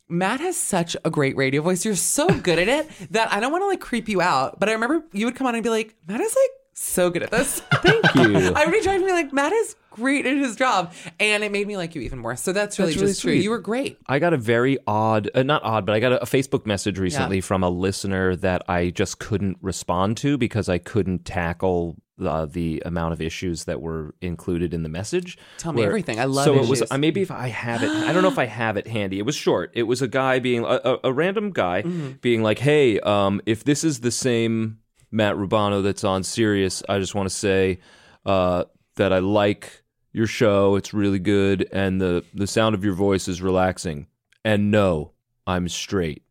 Speaker 6: Matt has such a great radio voice. You're so good at it that I don't want to like creep you out, but I remember you would come on and be like, Matt is like so good at this.
Speaker 5: Thank you.
Speaker 6: I already tried to be like, Matt is great at his job. And it made me like you even more. So that's really
Speaker 4: That's really
Speaker 6: just true.
Speaker 4: sweet.
Speaker 6: You were great.
Speaker 4: I got a very odd, uh, not odd, but I got a, a Facebook message recently from a listener that I just couldn't respond to because I couldn't tackle uh, the amount of issues that were included in the message.
Speaker 6: Tell me everything. I love
Speaker 4: so it
Speaker 6: issues.
Speaker 4: was. Uh, maybe if I have it, I don't know if I have it handy. It was short. It was a guy being a, a, a random guy
Speaker 6: Mm-hmm.
Speaker 4: being like, "Hey, um, if this is the same Matt Rubano that's on Sirius, I just want to say uh, that I like." your show. It's really good, and the the sound of your voice is relaxing. And no, I'm straight.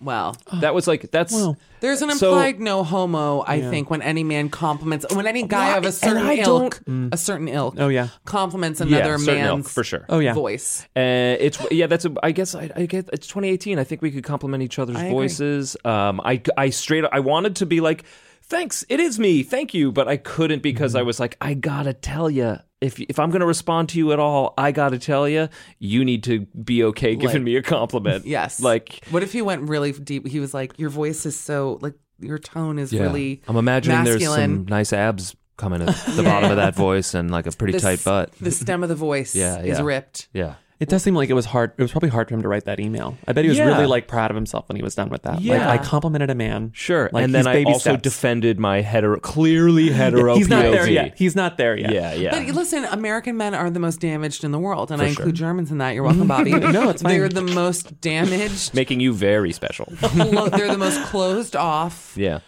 Speaker 6: Well,
Speaker 4: That was like that's
Speaker 6: there's an
Speaker 4: So-
Speaker 6: implied no homo, I think, when any man compliments, when any guy of a certain
Speaker 4: I
Speaker 6: ilk, a certain ilk,
Speaker 5: Oh, yeah.
Speaker 6: compliments
Speaker 4: Yeah,
Speaker 6: another
Speaker 4: certain ilk,
Speaker 6: man's
Speaker 4: for sure.
Speaker 5: Oh, yeah.
Speaker 6: voice.
Speaker 4: Uh, it's yeah. That's a, I guess I, I get it's 2018. I think we could compliment each other's
Speaker 6: agree.
Speaker 4: voices. Um, I I straight I wanted to be like, thanks, it is me, thank you, but I couldn't because
Speaker 6: Mm-hmm.
Speaker 4: I was like, I gotta tell you, if if I'm gonna respond to you at all, I gotta tell you, you need to be okay giving
Speaker 6: Like-
Speaker 4: me a compliment.
Speaker 6: Yes.
Speaker 4: like
Speaker 6: what if he went really deep? He was like, your voice is so like your tone is
Speaker 4: Yeah.
Speaker 6: really.
Speaker 4: I'm imagining there's
Speaker 6: masculine.
Speaker 4: some nice abs coming at the bottom of that voice and like a pretty
Speaker 6: the
Speaker 4: tight
Speaker 6: s-
Speaker 4: butt.
Speaker 6: The stem of the voice
Speaker 4: Yeah,
Speaker 6: is
Speaker 4: yeah.
Speaker 6: ripped.
Speaker 4: yeah.
Speaker 5: It does seem like it was hard. It was probably hard for him to write that email. I bet he was
Speaker 4: Yeah.
Speaker 5: really like proud of himself when he was done with that.
Speaker 4: Yeah.
Speaker 5: Like I complimented a man.
Speaker 4: Sure.
Speaker 5: Like,
Speaker 4: and then
Speaker 5: he's
Speaker 4: I
Speaker 5: baby
Speaker 4: also
Speaker 5: steps.
Speaker 4: defended my hetero clearly hetero
Speaker 5: He's not
Speaker 4: POV.
Speaker 5: there yet. He's not there yet.
Speaker 4: Yeah, yeah.
Speaker 6: But listen, American men are the most damaged in the world, and I
Speaker 4: sure.
Speaker 6: include Germans in that. You're welcome, Bobby.
Speaker 5: No, it's
Speaker 6: They're
Speaker 5: fine.
Speaker 6: the most damaged.
Speaker 4: Making you very special.
Speaker 6: clo- they're the most closed off.
Speaker 4: yeah.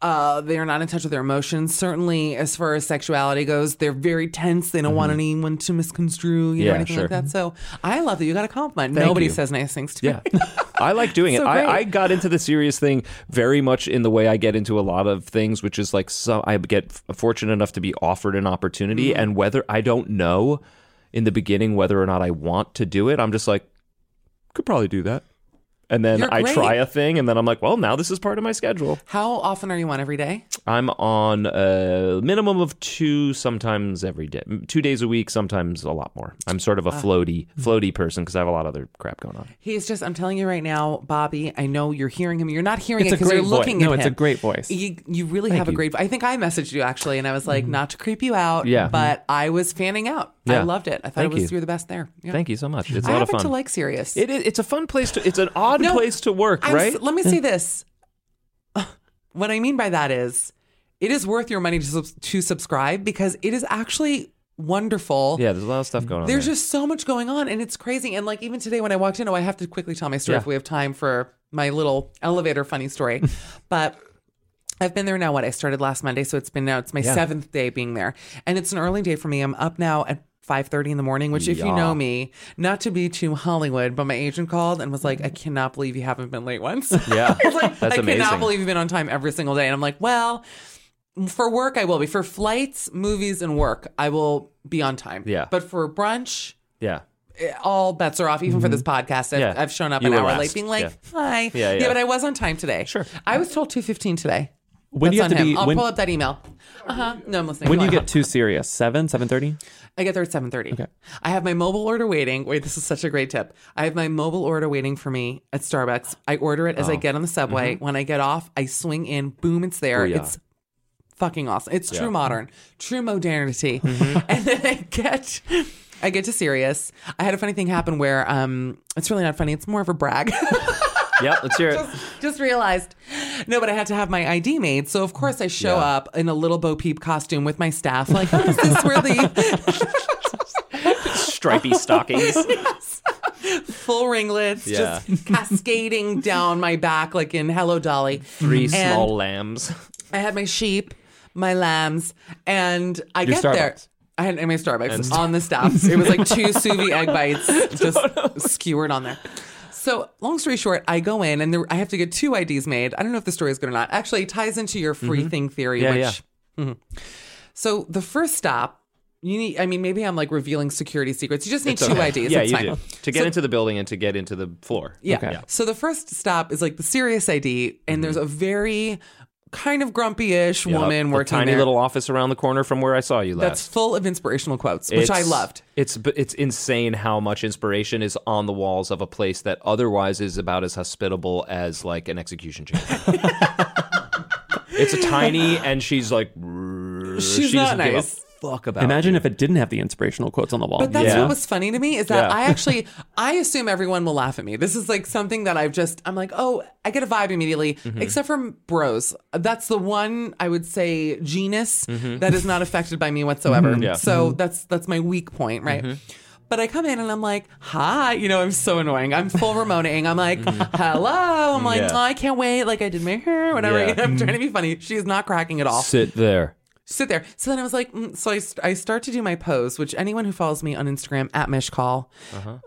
Speaker 6: Uh, they are not in touch with their emotions. Certainly, as far as sexuality goes, they're very tense. They don't want anyone to misconstrue, you know,
Speaker 4: Mm-hmm. Yeah,
Speaker 6: anything
Speaker 4: sure.
Speaker 6: like that. So I love that you got a compliment.
Speaker 4: Thank
Speaker 6: Nobody
Speaker 4: you.
Speaker 6: says nice things to me.
Speaker 4: Yeah. I like doing it.
Speaker 6: So great.
Speaker 4: I, I got into the serious thing very much in the way I get into a lot of things, which is like some, I get f- fortunate enough to be offered an opportunity.
Speaker 6: Mm-hmm.
Speaker 4: And whether I don't know in the beginning whether or not I want to do it, I'm just like, could probably do that. And then
Speaker 6: You're
Speaker 4: I
Speaker 6: great.
Speaker 4: try a thing, and then I'm like, well, now this is part of my schedule.
Speaker 6: How often are you on every day?
Speaker 4: I'm on a minimum of two, sometimes every day, two days a week, sometimes a lot more. I'm sort
Speaker 6: Ah.
Speaker 4: of a floaty,
Speaker 6: Mm-hmm.
Speaker 4: floaty person because I have a lot of other crap going on.
Speaker 6: He's just, I'm telling you right now, Bobby, I know you're hearing him. You're not hearing
Speaker 5: It's
Speaker 6: it
Speaker 5: a
Speaker 6: because
Speaker 5: great
Speaker 6: you're
Speaker 5: voice.
Speaker 6: looking at
Speaker 5: No, it's a
Speaker 6: him.
Speaker 5: great voice.
Speaker 6: You, you really have a
Speaker 4: you. Mm-hmm.
Speaker 6: great I think I messaged you actually, and I was like, not to creep you out,
Speaker 4: Yeah. Mm-hmm.
Speaker 6: but I was fanning out. I
Speaker 4: Yeah.
Speaker 6: loved it. I thought
Speaker 4: Thank
Speaker 6: it was,
Speaker 4: you.
Speaker 6: you. were the best there. Yeah.
Speaker 4: Thank you so much. It's a
Speaker 6: I
Speaker 4: lot of
Speaker 6: happen
Speaker 4: fun.
Speaker 6: to like Sirius.
Speaker 4: it is. It's a fun place to. It's an odd
Speaker 6: No,
Speaker 4: place to work,
Speaker 6: I'm
Speaker 4: right?
Speaker 6: s- let me say this. what I mean by that is, it is worth your money to, subs- to subscribe because it is actually wonderful.
Speaker 4: yeah, there's a lot of stuff going on.
Speaker 6: There's
Speaker 4: there.
Speaker 6: just so much going on, and it's crazy. And like even today, when I walked in, oh, I have to quickly tell my story if
Speaker 4: Yeah.
Speaker 6: we have time for my little elevator funny story. but I've been there now. What I started last Monday, so it's been now it's my seventh day being there, and it's an early day for me. I'm up now at. 5:30 in the morning which if you know me not to be too Hollywood but my agent called and was like I cannot believe you haven't been late once.
Speaker 4: Mm-hmm. yeah,
Speaker 6: I was like,
Speaker 4: that's
Speaker 6: I
Speaker 4: amazing.
Speaker 6: cannot believe you've been on time every single day. And I'm like, well, for work, I will be. For flights, movies, and work, I will be on time.
Speaker 4: Yeah.
Speaker 6: But for brunch,
Speaker 4: yeah,
Speaker 6: eh, all bets are off. Even
Speaker 5: Mm-hmm.
Speaker 6: for this podcast, I've,
Speaker 4: Yeah.
Speaker 6: I've shown up
Speaker 4: You
Speaker 6: an
Speaker 4: were
Speaker 6: hour
Speaker 4: last.
Speaker 6: late, being like,
Speaker 4: Yeah.
Speaker 6: hi.
Speaker 4: Yeah, yeah.
Speaker 6: but I was on time today.
Speaker 4: Sure.
Speaker 6: I was told 2.15 today.
Speaker 5: When do you
Speaker 6: That's
Speaker 5: have
Speaker 6: on
Speaker 5: to
Speaker 6: him.
Speaker 5: be-
Speaker 6: I'll
Speaker 5: when-
Speaker 6: pull up that email. Uh-huh. No, I'm listening.
Speaker 5: When do
Speaker 6: Go
Speaker 5: you
Speaker 6: on.
Speaker 5: get too serious? Seven, seven thirty.
Speaker 6: I get there at 7.30. Okay. I have my mobile order waiting. Wait, this is such a great tip. I have my mobile order waiting for me at Starbucks. I order it as
Speaker 4: Oh.
Speaker 6: I get on the subway. When I get off, I swing in. Boom, it's there.
Speaker 4: Mm-hmm. Booyah.
Speaker 6: It's fucking awesome. It's true modern, true modernity.
Speaker 4: Mm-hmm.
Speaker 6: And then I get I get to Sirius. I had a funny thing happen where um it's really not funny. It's more of a brag.
Speaker 4: yep. Let's hear it.
Speaker 6: Just realized. No, but I had to have my ID made. So of course I show
Speaker 4: Yeah.
Speaker 6: up in a little Bo Peep costume with my staff like, "Oh, is this where the
Speaker 4: Stripy stockings.
Speaker 6: full ringlets
Speaker 4: Yeah.
Speaker 6: just cascading down my back like in Hello Dolly.
Speaker 4: Three
Speaker 6: And-
Speaker 4: small lambs.
Speaker 6: I had my sheep, my lambs, and I
Speaker 5: Your
Speaker 6: get there.
Speaker 5: Starbucks.
Speaker 6: I had my Starbucks on the staff. It was like two sous vide egg bites just skewered on there. So, long story short, I go in and there, I have to get two IDs made. I don't know if the story is good or not. Actually, it ties into your free thing theory,
Speaker 4: Mm-hmm. Yeah,
Speaker 6: which.
Speaker 4: yeah.
Speaker 6: Mhm. So, the first stop, you need, I mean, maybe I'm like revealing security secrets. You just need two IDs.
Speaker 4: yeah,
Speaker 6: it's
Speaker 4: you
Speaker 6: fine.
Speaker 4: do to get into the building and to get into the floor.
Speaker 6: Yeah.
Speaker 5: Okay.
Speaker 6: So the first stop is like the serious ID, and there's
Speaker 4: Mm-hmm.
Speaker 6: a very kind of grumpy-ish
Speaker 4: Yep.
Speaker 6: woman
Speaker 4: The
Speaker 6: working
Speaker 4: tiny
Speaker 6: there
Speaker 4: little office around the corner from where I saw you last.
Speaker 6: that's full of inspirational quotes, which I
Speaker 4: It's-
Speaker 6: loved.
Speaker 4: It's but it's insane how much inspiration is on the walls of a place that otherwise is about as hospitable as like an execution chamber. it's a tiny, and she's like, "Brrr."
Speaker 6: She's
Speaker 4: she doesn't
Speaker 6: not
Speaker 4: give a
Speaker 6: nice.
Speaker 4: fuck about.
Speaker 5: Imagine
Speaker 4: you.
Speaker 5: if it didn't have the inspirational quotes on the wall.
Speaker 6: But that's
Speaker 4: Yeah.
Speaker 6: what was funny to me is that
Speaker 4: Yeah.
Speaker 6: I actually I assume everyone will laugh at me. This is like something that I've just I'm like, oh, I get a vibe immediately,
Speaker 4: Mm-hmm.
Speaker 6: except for bros. That's the one I would say genus that is not affected by me whatsoever.
Speaker 4: Mm-hmm. Yeah. Mm-hmm.
Speaker 6: So that's that's my weak point, right? But I come in and I'm like, hi, you know, I'm so annoying. I'm full Ramonaing. I'm like, hello. I'm like,
Speaker 4: Mm-hmm. Yeah.
Speaker 6: oh, I can't wait. Like I did my hair, whatever.
Speaker 4: Yeah. Mm-hmm.
Speaker 6: I'm trying to be funny. She is not cracking at all
Speaker 4: sit there.
Speaker 6: sit there. So then I was like, mm, so I, st- I start to do my pose, which anyone who follows me on Instagram at Mish Call,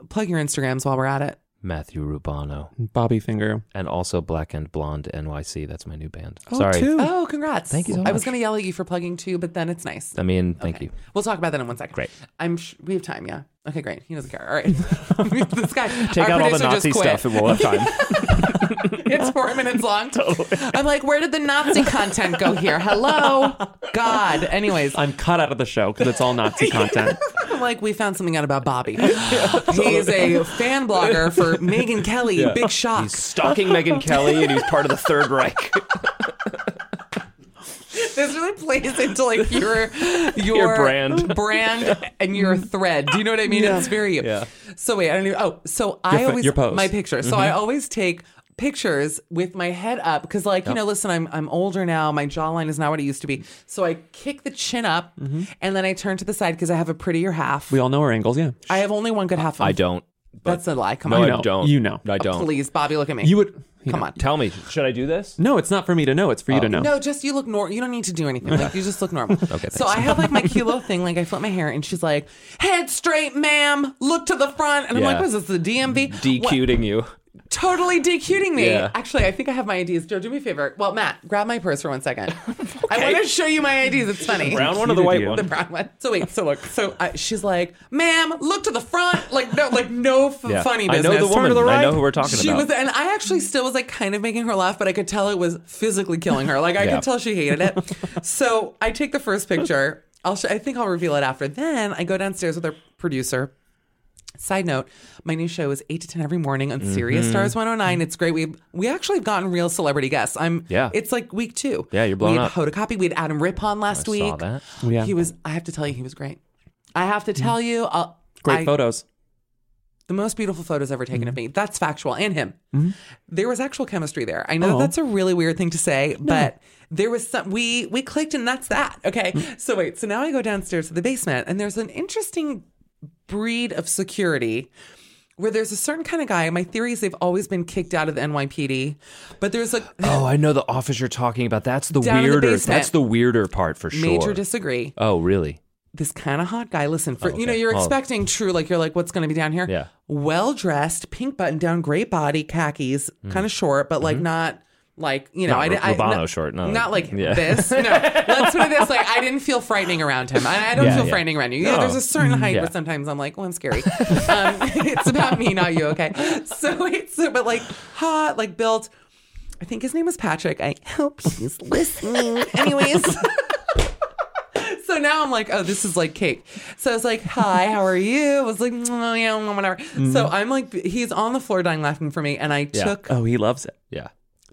Speaker 6: plug your Instagrams while we're at it.
Speaker 4: Matthew Rubano
Speaker 6: Hmm.
Speaker 5: Bobby Finger.
Speaker 4: and also Black and Blonde NYC. That's my new band.
Speaker 5: Oh,
Speaker 4: Sorry.
Speaker 5: too.
Speaker 6: Oh, congrats.
Speaker 4: Thank you so
Speaker 6: I was
Speaker 4: much.
Speaker 6: going to yell at you for plugging too, but then it's nice.
Speaker 4: I mean, thank you.
Speaker 6: We'll talk about that in one second.
Speaker 4: Great.
Speaker 6: I'm sh- we have time, yeah. Okay, great. He doesn't care. All right. this guy.
Speaker 5: Take
Speaker 6: our
Speaker 5: out all the
Speaker 6: producer just
Speaker 5: Nazi
Speaker 6: quit.
Speaker 5: stuff and we'll have time.
Speaker 6: it's four minutes long. I'm like, where did the Nazi content go here? Hello? God. Anyways,
Speaker 5: I'm cut out of the show because it's all Nazi content.
Speaker 6: I'm like, we found something out about Bobby. He's a fan blogger for Megan Kelly. Big shock.
Speaker 4: He's stalking Megan Kelly, and he's part of the Third Reich.
Speaker 6: this really plays into like your your,
Speaker 4: brand. Mm-hmm.
Speaker 6: brand and your thread. Do you know what I mean? It's very
Speaker 4: Yeah.
Speaker 6: So wait, I don't even. Oh, so I
Speaker 5: fo-
Speaker 6: always
Speaker 5: your pose.
Speaker 6: my picture. So
Speaker 4: Mm-hmm.
Speaker 6: I always take pictures with my head up because like you know listen I'm I'm older now my jawline is not what it used to be so I kick the chin up
Speaker 4: Mm-hmm.
Speaker 6: and then I turn to the side because I have a prettier half
Speaker 5: We all know our angles, yeah.
Speaker 6: I have only one good half
Speaker 4: I don't. But
Speaker 6: that's a lie come
Speaker 4: no,
Speaker 6: on
Speaker 4: I
Speaker 5: know.
Speaker 4: don't.
Speaker 5: You know.
Speaker 4: I don't.
Speaker 6: please Bobby look at me
Speaker 5: You would. you
Speaker 6: come
Speaker 5: know.
Speaker 6: on
Speaker 4: Tell me, should I do this?
Speaker 5: No, it's not for me to know. It's for you to know.
Speaker 6: Oh. No, just you look normal. You don't need to do anything. Like you just look normal. okay. So I have like my kilo thing. Like I flip my hair, and she's like, "Head straight, ma'am. Look to the front." And I'm like,
Speaker 4: Yeah.
Speaker 6: "Was this the DMV?" What?
Speaker 4: Decuting you.
Speaker 6: Totally decuting me.
Speaker 4: Yeah.
Speaker 6: Actually, I think I have my IDs. Joe, do me a favor. Well, Matt, grab my purse for one second. I want to show you my IDs. It's funny.
Speaker 4: Brown one or the white
Speaker 5: you.
Speaker 4: one?
Speaker 6: The brown one. So wait. So look. So I, she's like, "Ma'am, look to the front." Like no, like no f-
Speaker 4: Yeah.
Speaker 6: funny
Speaker 4: I
Speaker 6: business.
Speaker 4: know the
Speaker 6: Turn
Speaker 4: woman.
Speaker 6: to the
Speaker 4: I
Speaker 6: right
Speaker 4: know who we're talking
Speaker 6: she
Speaker 4: about.
Speaker 6: was and i actually still was like kind of making her laugh but i could tell it was physically killing her like i
Speaker 4: Yeah.
Speaker 6: could tell she hated it so i take the first picture i'll sh- i think i'll reveal it after then i go downstairs with our producer Side note, my new show is 8 to 10 every morning on
Speaker 4: Mm-hmm.
Speaker 6: Sirius Stars 109. It's great. We we actually have gotten real celebrity guests. I'm
Speaker 4: Yeah.
Speaker 6: It's like week 2.
Speaker 4: Yeah, you're blown
Speaker 6: We had
Speaker 4: up.
Speaker 6: Hoda Copy, we had Adam Rippon last
Speaker 4: I
Speaker 6: week.
Speaker 4: saw that.
Speaker 5: Yeah. Mm-hmm.
Speaker 6: He was I have to tell you he was great. I have to tell you I'll,
Speaker 5: Great
Speaker 6: I-
Speaker 5: photos.
Speaker 6: the most beautiful photos ever taken
Speaker 4: Mm-hmm.
Speaker 6: of me. That's factual. And him. There was actual chemistry there. I know that
Speaker 5: Oh.
Speaker 6: that's a really weird thing to say, but there was some we we clicked and that's that. Okay.
Speaker 4: Mm.
Speaker 6: So wait, so now I go downstairs to the basement and there's an interesting breed of security where there's a certain kind of guy. My theory is they've always been kicked out of the NYPD, but there's like
Speaker 4: Oh, I know the office you're talking about. That's the
Speaker 6: Down in the
Speaker 4: weirder.
Speaker 6: basement.
Speaker 4: that's the weirder part for sure.
Speaker 6: major disagree.
Speaker 4: oh, really?
Speaker 6: this kind of hot guy. Listen, for you know,
Speaker 4: okay.
Speaker 6: you're
Speaker 4: Oh.
Speaker 6: expecting true, like you're like, what's going to be down here?
Speaker 4: Yeah.
Speaker 6: well dressed, pink button down, great body, khakis, kind of short, but like not like you know,
Speaker 4: Mm. Mm-hmm. Not
Speaker 6: I
Speaker 4: Ru-
Speaker 6: didn't I,
Speaker 4: Rubano
Speaker 6: not-
Speaker 4: short, no.
Speaker 6: not like
Speaker 4: Yeah.
Speaker 6: this. No, let's put it this: like I didn't feel frightening around him. I, I don't
Speaker 4: Yeah,
Speaker 6: feel
Speaker 4: yeah.
Speaker 6: frightening around you. You know,
Speaker 4: No. Mm,
Speaker 6: there's a certain height
Speaker 4: yeah.
Speaker 6: where sometimes I'm like, oh, I'm scary. um, it's about me, not you. Okay, so it's so, but like hot, like built. I think his name was Patrick. I hope he's listening. Anyways. So now I'm like, oh, this is like cake. So I was like, hi, how are you? I was like, "Oh, yeah, whatever. So I'm like, he's on the floor dying laughing for me. And I
Speaker 4: Yeah.
Speaker 6: took
Speaker 5: Oh, he loves it.
Speaker 4: Yeah.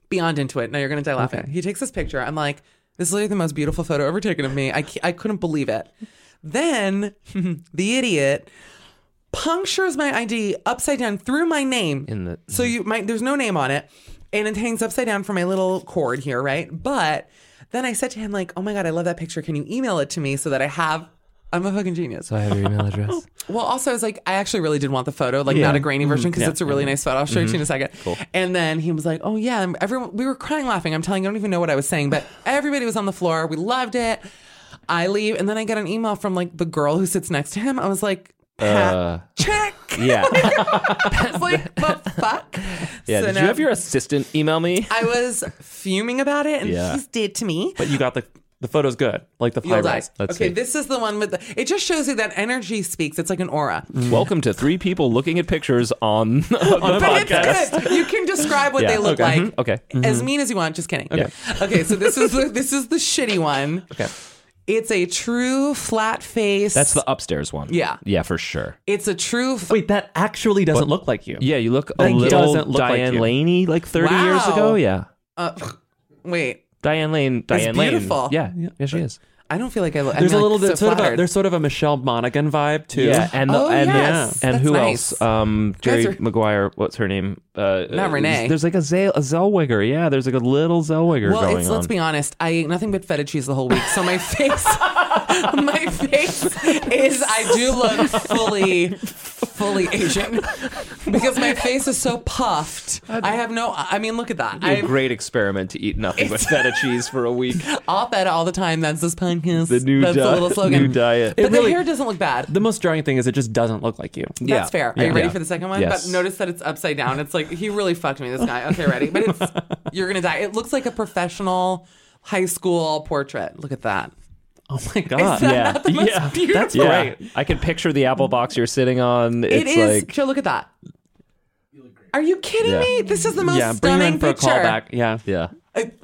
Speaker 6: beyond into it. No, you're going to die laughing. He takes this picture. I'm like, this is literally the most beautiful photo ever taken of me. I, ca- I couldn't believe it. Then the idiot punctures my ID upside down through my name.
Speaker 4: In the Mhm.
Speaker 6: So you my there's no name on it, and it hangs upside down for my little cord here, right? But then I said to him like, "Oh my god, I love that picture. Can you email it to me so that I have?" I'm a fucking genius.
Speaker 4: I have your email address.
Speaker 6: Well, also I was like, I actually really did want the photo, like not a
Speaker 4: Mm-hmm.
Speaker 6: grainy version, because it's a really nice photo. I'll show it to you in a second. And then he was like, "Oh yeah," and everyone we were crying laughing. I'm telling you, I don't even know what I was saying, but everybody was on the floor. We loved it. I leave, and then I get an email from like the girl who sits next to him. I was like, "Pat,
Speaker 4: Uh,
Speaker 6: check."
Speaker 4: yeah.
Speaker 6: I was like, "The fuck."
Speaker 4: Yeah.
Speaker 6: So
Speaker 4: Did
Speaker 6: now-
Speaker 4: you have your assistant email me?
Speaker 6: I was fuming about it, and
Speaker 4: Yeah.
Speaker 6: he's dead to me.
Speaker 5: But you got the the photos good, like the
Speaker 6: You'll
Speaker 5: high
Speaker 6: die.
Speaker 5: rise.
Speaker 4: Let's
Speaker 6: okay,
Speaker 4: see.
Speaker 6: this is the one with the. It just shows you that energy speaks. It's like an aura.
Speaker 4: Welcome to three people looking at pictures on, on the
Speaker 6: But
Speaker 4: podcast.
Speaker 6: it's good. You can describe what
Speaker 4: Yeah,
Speaker 6: they look
Speaker 4: okay.
Speaker 6: like
Speaker 4: Mhm, okay.
Speaker 6: as mean as you want. Just kidding. Okay. Okay. So this is the, this is the shitty one.
Speaker 5: Okay.
Speaker 6: It's a true flat face.
Speaker 4: That's the upstairs one.
Speaker 6: Yeah.
Speaker 4: Yeah, for sure.
Speaker 6: It's a true. f-
Speaker 5: Wait, that actually doesn't look like you.
Speaker 4: Yeah, you look a
Speaker 5: Thank you.
Speaker 4: little
Speaker 5: Doesn't look like
Speaker 4: Diane
Speaker 5: you.
Speaker 4: Laney like 30 years
Speaker 6: Wow.
Speaker 4: ago. Yeah.
Speaker 6: uh, wait.
Speaker 4: Diane Lane. Diane Lane.
Speaker 6: beautiful.
Speaker 4: Yeah. Yeah, she is.
Speaker 6: I don't feel like I look.
Speaker 5: There's
Speaker 6: I'm, like,
Speaker 5: a little bit
Speaker 6: so
Speaker 5: sort of a,
Speaker 6: flattered.
Speaker 5: there's sort of a Michelle Monaghan vibe too.
Speaker 4: Yeah, and the,
Speaker 6: Oh,
Speaker 4: and
Speaker 6: yes.
Speaker 4: and
Speaker 6: That's
Speaker 4: who
Speaker 6: nice.
Speaker 4: else? Um, Jerry
Speaker 6: guys are-
Speaker 4: Maguire. What's her name? Uh,
Speaker 6: Not
Speaker 4: uh,
Speaker 6: Renee.
Speaker 4: There's like a, Zel- a Zellweger. Yeah, there's like a little Zellweger
Speaker 6: well,
Speaker 4: going
Speaker 6: it's,
Speaker 4: on.
Speaker 6: let's be honest. I ate nothing but feta cheese the whole week, so my face, my face is. I do look fully, fully Asian because my face is so puffed. I have no. I mean, look at that.
Speaker 4: It'd be a
Speaker 6: I'm
Speaker 4: great experiment to eat nothing but feta cheese for a week.
Speaker 6: all feta all the time. That's this podcast.
Speaker 4: The new,
Speaker 6: That's
Speaker 4: di-
Speaker 6: the little slogan.
Speaker 4: new diet.
Speaker 6: But
Speaker 5: really-
Speaker 6: the hair doesn't look bad.
Speaker 5: The most jarring thing is it just doesn't look like you.
Speaker 4: Yeah.
Speaker 6: That's fair. Are
Speaker 4: Yeah.
Speaker 6: you ready
Speaker 4: Yeah.
Speaker 6: for the second one?
Speaker 4: Yes.
Speaker 6: But notice that it's upside down. It's like he really fucked me, this guy. Okay, ready? But it's you're gonna die. It looks like a professional high school portrait. Look at that.
Speaker 5: Oh my god.
Speaker 6: that
Speaker 4: yeah,
Speaker 6: not the most
Speaker 4: yeah,
Speaker 6: beautiful?
Speaker 4: that's great. I can picture the apple box you're sitting on.
Speaker 6: It
Speaker 4: It's
Speaker 6: is.
Speaker 4: like
Speaker 6: Joe, look at that. Are you kidding
Speaker 4: Yeah.
Speaker 6: me? This is the most
Speaker 5: Yeah, bring her
Speaker 6: stunning
Speaker 5: in for a
Speaker 6: picture.
Speaker 5: callback. Yeah.
Speaker 4: yeah,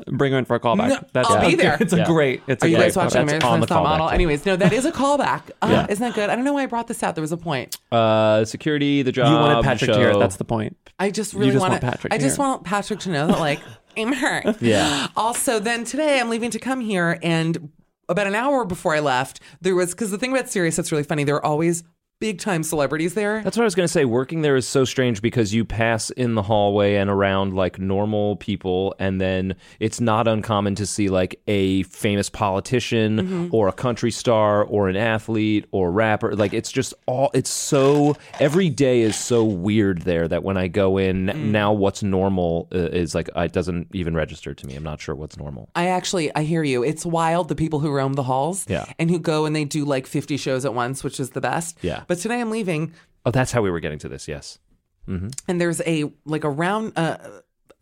Speaker 5: Bring her in for a callback.
Speaker 6: No,
Speaker 5: That's
Speaker 6: I'll be
Speaker 5: that's-
Speaker 6: there.
Speaker 5: It's a
Speaker 4: Yeah.
Speaker 5: great. It's
Speaker 6: Are
Speaker 5: a
Speaker 6: you
Speaker 5: great
Speaker 6: guys watching
Speaker 5: callback.
Speaker 4: That's
Speaker 6: American
Speaker 4: on the
Speaker 6: Next Top
Speaker 4: callback.
Speaker 6: Model? Anyways, no, that is a callback. Uh,
Speaker 4: Yeah.
Speaker 6: Isn't that good? I don't know why I brought this out. There was a point.
Speaker 4: uh, security, the job.
Speaker 5: You wanted Patrick
Speaker 4: show.
Speaker 5: to hear it. That's the point.
Speaker 6: I just really
Speaker 5: just
Speaker 6: wanna-
Speaker 5: want Patrick
Speaker 6: I
Speaker 5: to
Speaker 6: just
Speaker 5: hear.
Speaker 6: want Patrick to know that, like, I'm her.
Speaker 4: Yeah.
Speaker 6: Also, then today I'm leaving to come here, and about an hour before I left, there was because the thing about Sirius that's really funny. There are always big time celebrities there.
Speaker 4: That's what I was going to say. Working there is so strange because you pass in the hallway and around like normal people, and then it's not uncommon to see like a famous politician or a country star or an athlete or rapper. Like it's just all, it's so, every day is so weird there that when I go in, now what's normal uh, is like, it doesn't even register to me. I'm not sure what's normal.
Speaker 6: I actually, I hear you. It's wild the people who roam the halls
Speaker 4: Yeah.
Speaker 6: and who go and they do like 50 shows at once, which is the best.
Speaker 4: Yeah.
Speaker 6: But today I'm leaving
Speaker 4: Oh, that's how we were getting to this. Yes.
Speaker 6: and there's a like a round uh,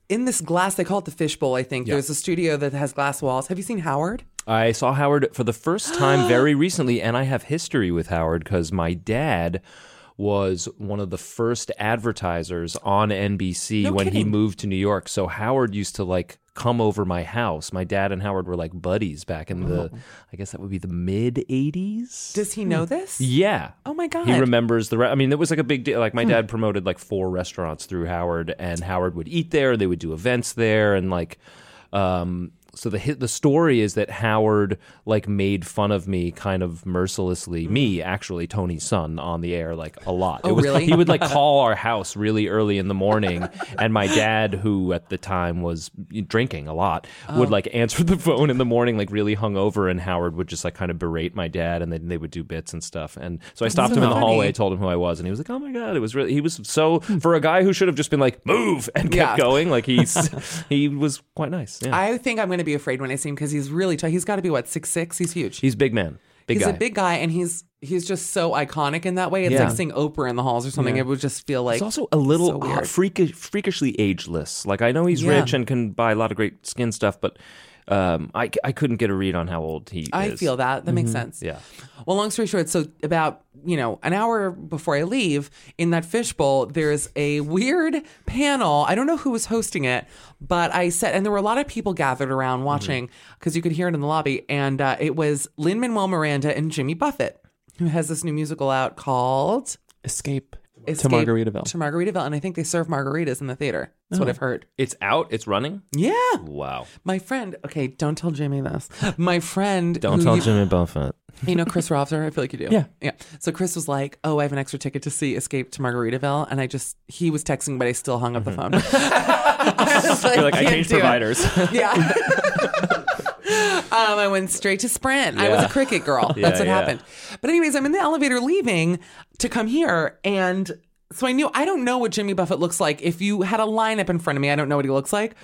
Speaker 6: in this glass. They call it the fishbowl. I think there's a studio that has glass walls. Have you seen Howard?
Speaker 4: I saw Howard for the first time very recently, and I have history with Howard because my dad was one of the first advertisers on NBC
Speaker 6: No
Speaker 4: when he
Speaker 6: kidding.
Speaker 4: moved to New York. So Howard used to like come over my house. My dad and Howard were like buddies back in the, I guess that would be the mid 80s.
Speaker 6: Oh. Does he
Speaker 4: Hmm.
Speaker 6: know this?
Speaker 4: yeah.
Speaker 6: Oh my god. Hmm.
Speaker 4: He remembers the. Re- I mean, it was like a big deal. Like my dad promoted like four restaurants through Howard, and Howard would eat there. They would do events there, and like, um. So the hit, the story is that Howard like made fun of me kind of mercilessly, me actually Tony's son on the air like a lot.
Speaker 6: Oh,
Speaker 4: was,
Speaker 6: really?
Speaker 4: He would like call our house really early in the morning, and my dad, who at the time was drinking a lot,
Speaker 6: Oh.
Speaker 4: would like answer the phone in the morning like really hungover, and Howard would just like kind of berate my dad, and then they would do bits and stuff. And so I stopped him in the
Speaker 6: funny.
Speaker 4: hallway, told him who I was, and he was like, "Oh my god, it was really." He was so for a guy who should have just been like, "Move" and kept
Speaker 6: Yeah.
Speaker 4: going. Like he's he was quite nice. Yeah,
Speaker 6: I think I'm going to be afraid when I see him because he's really tall. He's got to be what six six. He's huge.
Speaker 4: he's big man, big
Speaker 6: he's
Speaker 4: guy.
Speaker 6: a big guy, and he's he's just so iconic in that way. It's
Speaker 4: Yeah.
Speaker 6: like seeing Oprah in the halls or something. It would just feel like
Speaker 4: He's also a little
Speaker 6: so weird.
Speaker 4: uh, freakish, freakishly ageless. Like I know he's
Speaker 6: Yeah.
Speaker 4: rich and can buy a lot of great skin stuff, but um, I I couldn't get a read on how old he
Speaker 6: I
Speaker 4: is. Mm-hmm.
Speaker 6: feel that. That makes sense.
Speaker 4: Yeah.
Speaker 6: Well, long story short, so about, you know, an hour before I leave, in that fishbowl, there's a weird panel. I don't know who was hosting it, but I said, and there were a lot of people gathered around
Speaker 4: Mm-hmm.
Speaker 6: watching because you could hear it in the lobby. And uh, it was Lin Manuel Miranda and Jimmy Buffett, who has this new musical out called
Speaker 5: Escape,
Speaker 6: Escape
Speaker 5: to Margaritaville.
Speaker 6: To Margaritaville. And I think they serve margaritas in the theater. That's what I've heard.
Speaker 4: It's out. It's running.
Speaker 6: Yeah.
Speaker 4: Wow.
Speaker 6: My friend, okay, don't tell Jimmy this. My friend.
Speaker 4: Don't
Speaker 6: who
Speaker 4: tell
Speaker 6: you-
Speaker 4: Jimmy Buffett.
Speaker 6: You know Chris Robser? I feel like you do.
Speaker 5: Yeah.
Speaker 6: Yeah. So Chris was like, Oh, I have an extra ticket to see Escape to Margaritaville. And I just, he was texting, but I still hung up the phone. I was like,
Speaker 4: You're like I
Speaker 6: "Can't
Speaker 4: changed
Speaker 6: do it."
Speaker 4: providers.
Speaker 6: Yeah. um, I went straight to Sprint. I was a cricket girl. That's
Speaker 4: Yeah,
Speaker 6: what
Speaker 4: yeah.
Speaker 6: happened. But, anyways, I'm in the elevator leaving to come here. And so I knew, I don't know what Jimmy Buffett looks like. If you had a lineup in front of me, I don't know what he looks like.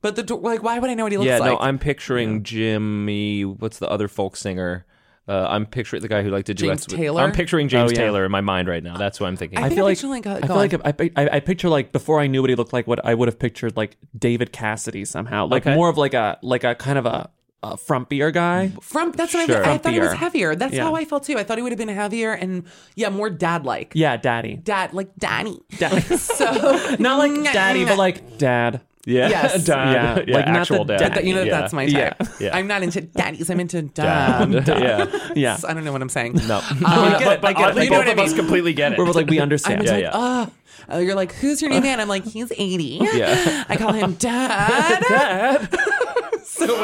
Speaker 6: But the door, like, why would I know what he looks
Speaker 4: yeah.
Speaker 6: like?
Speaker 4: No, I'm picturing Jimmy. What's the other folk singer? Uh, I'm picturing the guy who liked to do
Speaker 6: James
Speaker 4: duets with-
Speaker 6: Taylor?
Speaker 4: I'm picturing James
Speaker 5: Oh, yeah.
Speaker 4: Taylor in my mind right now. That's what I'm thinking.
Speaker 6: I
Speaker 5: I feel like,
Speaker 6: picture like a-
Speaker 5: I
Speaker 6: go
Speaker 5: feel like I, pic- I, I picture like before I knew what he looked like, what I would have pictured like David Cassidy somehow, like
Speaker 4: Okay.
Speaker 5: more of like a like a kind of a, a frumpier guy.
Speaker 6: From that's what
Speaker 4: Sure.
Speaker 6: I, I thought he was
Speaker 5: Frumpier.
Speaker 6: heavier. That's
Speaker 5: Yeah.
Speaker 6: how I felt too. I thought he would have been heavier and yeah, more dad like.
Speaker 5: Yeah, daddy,
Speaker 6: Dad like Danny.
Speaker 5: daddy,
Speaker 6: So
Speaker 5: not like daddy, but like dad.
Speaker 4: yeah.
Speaker 6: Yes.
Speaker 4: Dad.
Speaker 5: Yeah,
Speaker 4: Yeah,
Speaker 5: like not
Speaker 4: actual
Speaker 5: the
Speaker 4: dad.
Speaker 5: dad
Speaker 6: That- you know
Speaker 4: yeah.
Speaker 6: that's my type.
Speaker 4: Yeah.
Speaker 6: I'm not into daddies. I'm into
Speaker 4: Dad.
Speaker 6: dad.
Speaker 4: yeah.
Speaker 5: Yeah,
Speaker 6: I don't know what I'm saying.
Speaker 4: No.
Speaker 6: Uh,
Speaker 4: But- but,
Speaker 6: uh,
Speaker 4: oddly,
Speaker 6: you know
Speaker 4: both
Speaker 6: what I
Speaker 4: of us
Speaker 6: mean?
Speaker 4: completely get it.
Speaker 5: we're both like we
Speaker 6: I'm
Speaker 5: understand.
Speaker 6: just
Speaker 4: Yeah,
Speaker 6: like,
Speaker 4: yeah.
Speaker 6: oh. oh, you're like, who's your new man? I'm like, he's 80.
Speaker 4: Yeah.
Speaker 6: I call him dad.
Speaker 5: Dad.
Speaker 6: so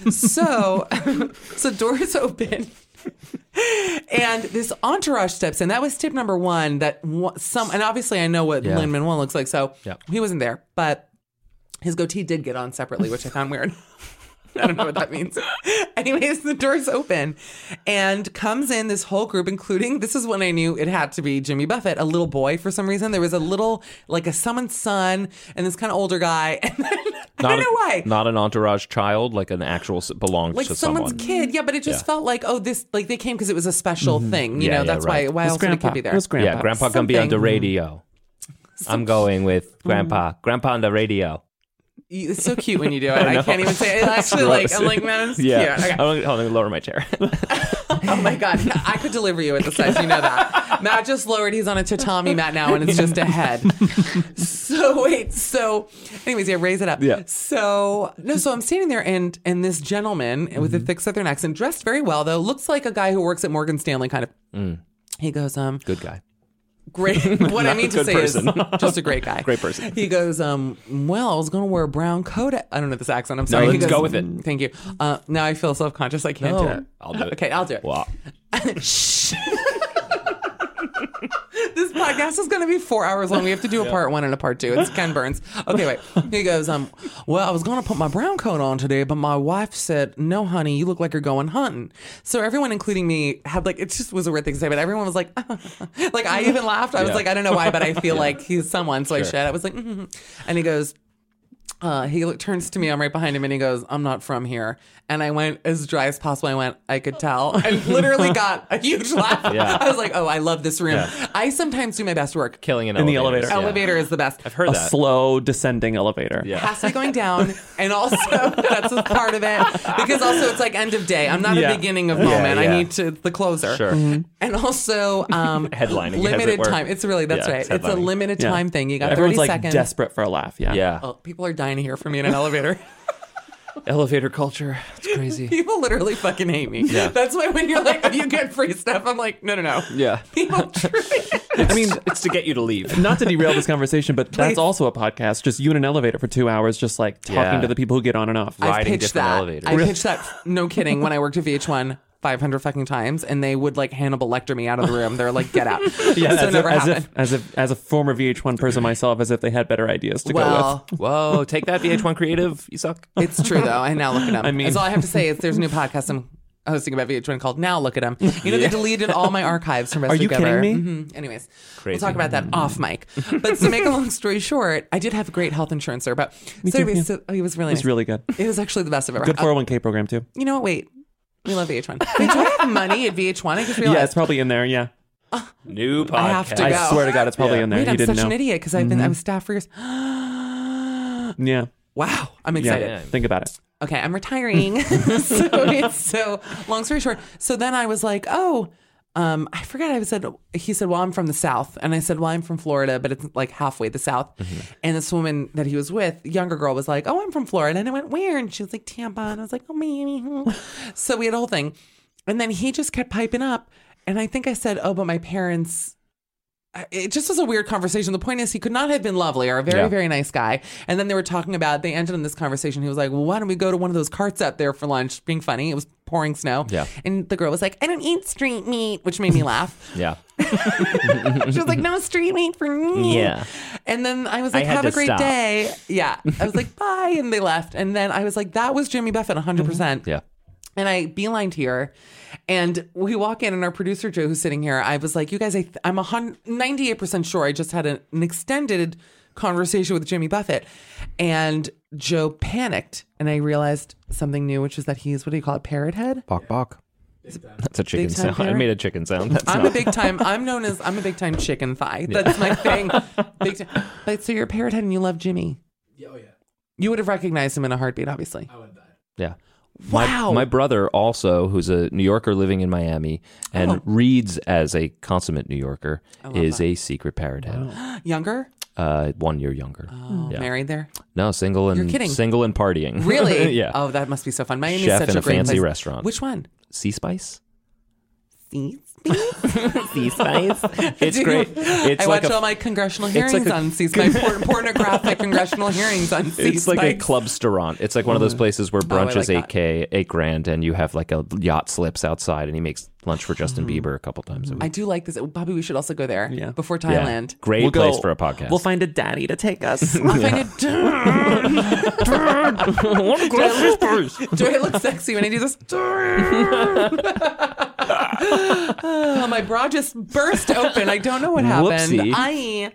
Speaker 6: wait. so, so doors open. and this entourage steps in. That was tip number one. That wa- some, and obviously I know what
Speaker 4: Yeah.
Speaker 6: Lin Manuel looks like, so
Speaker 4: Yeah.
Speaker 6: he wasn't there. But his goatee did get on separately, which I found weird. I don't know what that means. Anyways, the doors open and comes in this whole group, including this is when I knew it had to be Jimmy Buffett, a little boy for some reason. There was a little, like a someone's son, and this kind of older guy. And then, I don't
Speaker 4: a-
Speaker 6: know why.
Speaker 4: Not an entourage child, like an actual s- belongs
Speaker 6: like
Speaker 4: to
Speaker 6: someone's
Speaker 4: someone.
Speaker 6: kid. Yeah, but it just felt like, oh, this, like they came because it was a special thing. You
Speaker 4: Mm-hmm. Yeah,
Speaker 6: know,
Speaker 4: yeah,
Speaker 6: that's
Speaker 4: right.
Speaker 6: why, why
Speaker 5: It was
Speaker 6: else would
Speaker 5: grandpa.
Speaker 6: a kid be there?
Speaker 5: It was grandpa.
Speaker 4: Yeah, Grandpa gonna be on the
Speaker 6: Something. Mm-hmm.
Speaker 4: radio. I'm going with Grandpa. Grandpa on the radio.
Speaker 6: It's so cute when you do it. I, can't even say it. It's actually like, I'm like, man, it's
Speaker 4: yeah.
Speaker 6: cute. Okay.
Speaker 4: I'm gonna, hold on, let me lower my chair.
Speaker 6: Oh my god, I could deliver you at the size. You know that. Matt just lowered. He's on a tatami mat now, and it's just a head. so wait. So, anyways, yeah, raise it up.
Speaker 5: Yeah.
Speaker 6: So no. So I'm standing there, and and this gentleman with a
Speaker 4: Mm-hmm.
Speaker 6: thick Southern accent, dressed very well though, looks like a guy who works at Morgan Stanley, kind of.
Speaker 4: Mm.
Speaker 6: He goes, um,
Speaker 4: Good guy.
Speaker 6: great. What I mean to
Speaker 4: good
Speaker 6: say
Speaker 4: person.
Speaker 6: is just a great guy.
Speaker 4: Great person.
Speaker 6: He goes, um, well, I was gonna wear a brown coat. I don't know this accent. I'm sorry. He
Speaker 4: let's
Speaker 6: goes,
Speaker 4: go with it.
Speaker 6: "Mm, Thank you. Uh, now I feel self conscious. I can't do it.
Speaker 4: I'll do it.
Speaker 6: Okay, I'll do it.
Speaker 4: Wow.
Speaker 6: Shh. this podcast is going to be four hours long. We have to do a part one and a part two. It's Ken Burns. Okay, wait. He goes, um, well, I was going to put my brown coat on today, but my wife said, no, honey, you look like you're going hunting. So everyone, including me, had like, it just was a weird thing to say, but everyone was like, like I even laughed. I was
Speaker 4: Yeah.
Speaker 6: like, I don't know why, but I feel like he's someone. So I should. I was like, mm-hmm. and he goes, uh, he look, turns to me. I'm right behind him, and he goes, "I'm not from here." And I went as dry as possible. I went, "I could tell." I literally got a huge laugh.
Speaker 4: Yeah.
Speaker 6: I was like, "Oh, I love this room."
Speaker 4: Yeah.
Speaker 6: I sometimes do my best work.
Speaker 4: Killing an
Speaker 5: In the
Speaker 4: elevator.
Speaker 5: elevator.
Speaker 4: Yeah.
Speaker 6: Elevator is the best. I've
Speaker 4: Heard
Speaker 5: a
Speaker 4: that.
Speaker 5: slow descending elevator.
Speaker 4: Yeah.
Speaker 6: Has to be going down, and also that's a part of it because also it's like end of day. I'm not
Speaker 5: Yeah.
Speaker 6: a beginning of moment.
Speaker 4: yeah.
Speaker 6: I need to the closer. Mm-hmm.
Speaker 4: Sure. Mm-hmm.
Speaker 6: And also um,
Speaker 4: Headlining, as it
Speaker 6: limited
Speaker 4: were.
Speaker 6: time. It's really that's
Speaker 4: Yeah,
Speaker 6: right.
Speaker 4: it's
Speaker 6: It's, a
Speaker 4: headlining.
Speaker 6: limited
Speaker 5: Yeah.
Speaker 6: time thing. You got
Speaker 5: Everyone's
Speaker 6: 30
Speaker 5: like
Speaker 6: seconds.
Speaker 5: desperate for a laugh. Yeah.
Speaker 4: Yeah.
Speaker 6: Oh, people are dying to hear from me in an elevator.
Speaker 4: Elevator culture. It's crazy.
Speaker 6: People literally fucking hate me. That's why when you're like, you get free stuff, I'm like, no, no, no.
Speaker 4: yeah.
Speaker 6: People truly.
Speaker 4: I mean, it's to get you to leave.
Speaker 5: Not to derail this conversation, but that's also a podcast. Just you in an elevator for two hours, just like talking
Speaker 4: Yeah.
Speaker 5: to the people who get on and off.
Speaker 4: Right.
Speaker 6: I
Speaker 4: Riding
Speaker 6: pitched
Speaker 4: different
Speaker 6: that.
Speaker 4: elevators.
Speaker 6: I pitched that. No kidding. When I worked at VH1. 500 fucking times, and they would like Hannibal Lecter me out of the room. They're like, get out.
Speaker 5: Yeah,
Speaker 6: so it
Speaker 5: as, if,
Speaker 6: never
Speaker 5: as
Speaker 6: happened.
Speaker 5: if as if as a former VH1 person myself, as if they had better ideas to go
Speaker 6: well,
Speaker 4: Whoa, take that VH1 creative. You suck.
Speaker 6: it's true though. I now look at them. I
Speaker 5: mean-
Speaker 6: all I have to say is there's a new podcast I'm hosting about VH1 called Now Look at Them. You know, they deleted all my archives from Best
Speaker 5: Are you
Speaker 6: Together.
Speaker 5: kidding Mm-hmm.
Speaker 6: Mm-hmm. Anyways, we'll talk about that off mic. But to make a long story short, I did have great health insurance there. But so,
Speaker 5: too,
Speaker 6: anyways,
Speaker 5: yeah.
Speaker 6: so oh, it was really
Speaker 5: with.
Speaker 6: nice.
Speaker 5: It's really good.
Speaker 6: It was actually the best I've ever
Speaker 5: Good
Speaker 6: had. Uh,
Speaker 5: 401k program too.
Speaker 6: You know what? Wait. We love VH1. Wait, do I have money at VH1? I just realized.
Speaker 5: Yeah, it's probably in there. Yeah,
Speaker 4: New podcast.
Speaker 6: I have to go.
Speaker 5: I swear to God, it's probably in there.
Speaker 6: Wait,
Speaker 5: you
Speaker 6: I'm
Speaker 5: didn't
Speaker 6: such
Speaker 5: know. Mm-hmm.
Speaker 6: an idiot because I've been I was staff for years.
Speaker 5: Yeah,
Speaker 6: wow, I'm
Speaker 5: yeah.
Speaker 6: excited.
Speaker 5: Think about it.
Speaker 6: Okay, I'm retiring. so it's so long story short. So then I was like, oh, um, I forgot. I said he said, well, I'm from the south, and I said, well, I'm from Florida, but it's like halfway the south. And this woman that he was with, younger girl, was like, oh, I'm from Florida, and I went where? And she was like Tampa, and I was like, oh, Miami. so we had a whole thing, and then he just kept piping up, and I think I said, oh, but my parents it just was a weird conversation. The point is, he could not have been lovely or a very,
Speaker 4: Yeah.
Speaker 6: very nice guy. And then they were talking about, they ended in this conversation. He was like, Well, why don't we go to one of those carts out there for lunch? Being funny. It was pouring snow.
Speaker 4: Yeah.
Speaker 6: And the girl was like, I don't eat street meat, which made me laugh.
Speaker 4: Yeah.
Speaker 6: she was like, No street meat for me.
Speaker 4: Yeah.
Speaker 6: And then I was
Speaker 4: I
Speaker 6: like,
Speaker 4: had
Speaker 6: Have
Speaker 4: to
Speaker 6: a great
Speaker 4: stop.
Speaker 6: day. Yeah. I was like, Bye. And they left. And then I was like, That was Jimmy Buffett 100%.
Speaker 4: Mm-hmm.
Speaker 6: percent
Speaker 4: Yeah.
Speaker 6: and I beelined here, and we walk in, and our producer Joe, who's sitting here, I was like, "You guys, I th- I'm a hun- 98 percent sure I just had an, an extended conversation with Jimmy Buffett," and Joe panicked, and I realized something new, which is that he's what do you call it, parrot head?
Speaker 4: Bok bok. That's a chicken
Speaker 6: Big time
Speaker 4: sound. I
Speaker 6: parrot.
Speaker 4: made a chicken sound. That's
Speaker 6: I'm
Speaker 4: not-
Speaker 6: a big time. I'm known as I'm a big time chicken thigh. That's my thing. Big time. But so you're a parrot head, and you love Jimmy. Yeah, oh yeah. You would have recognized him in a heartbeat, obviously.
Speaker 4: Yeah.
Speaker 6: Wow.
Speaker 4: My, my brother also, who's a New Yorker living in Miami and
Speaker 6: Oh.
Speaker 4: reads as a consummate New Yorker, is a secret parrot head.
Speaker 6: Younger,
Speaker 4: Uh, one year younger.
Speaker 6: oh,
Speaker 4: Yeah.
Speaker 6: married there.
Speaker 4: No, single and
Speaker 6: You're kidding.
Speaker 4: single and partying.
Speaker 6: Really?
Speaker 4: yeah.
Speaker 6: Oh, that must be so fun. Miami's
Speaker 4: Chef
Speaker 6: such
Speaker 4: in
Speaker 6: a
Speaker 4: a
Speaker 6: great
Speaker 4: fancy
Speaker 6: place.
Speaker 4: restaurant.
Speaker 6: Which one?
Speaker 4: Sea Spice.
Speaker 6: Sea Spice.
Speaker 4: Sea Spice. It's
Speaker 6: Do-
Speaker 4: great. It's
Speaker 6: I
Speaker 4: like
Speaker 6: watch
Speaker 4: a-
Speaker 6: all my congressional
Speaker 4: it's
Speaker 6: hearings
Speaker 4: like a-
Speaker 6: on C Spice. Por- pornographic congressional hearings on C
Speaker 4: It's
Speaker 6: Spice. Oh.
Speaker 4: like a clubsterant. It's like one of those places where
Speaker 6: I
Speaker 4: brunch is
Speaker 6: like
Speaker 4: eight k, eight grand, and you have like a yacht slips outside, and he makes lunch for
Speaker 6: Oh.
Speaker 4: Justin Bieber a couple times a
Speaker 6: I
Speaker 4: week.
Speaker 6: do like this. Bobby, we should also go there
Speaker 5: Yeah.
Speaker 6: before
Speaker 4: Yeah.
Speaker 6: Thailand.
Speaker 4: Great
Speaker 5: We'll go-
Speaker 4: place for a podcast.
Speaker 5: We'll find a daddy to take us.
Speaker 6: I'll find a- Do I look sexy when I do this? oh, my bra just burst open. I don't know what happened.
Speaker 4: Whoopsie.
Speaker 6: I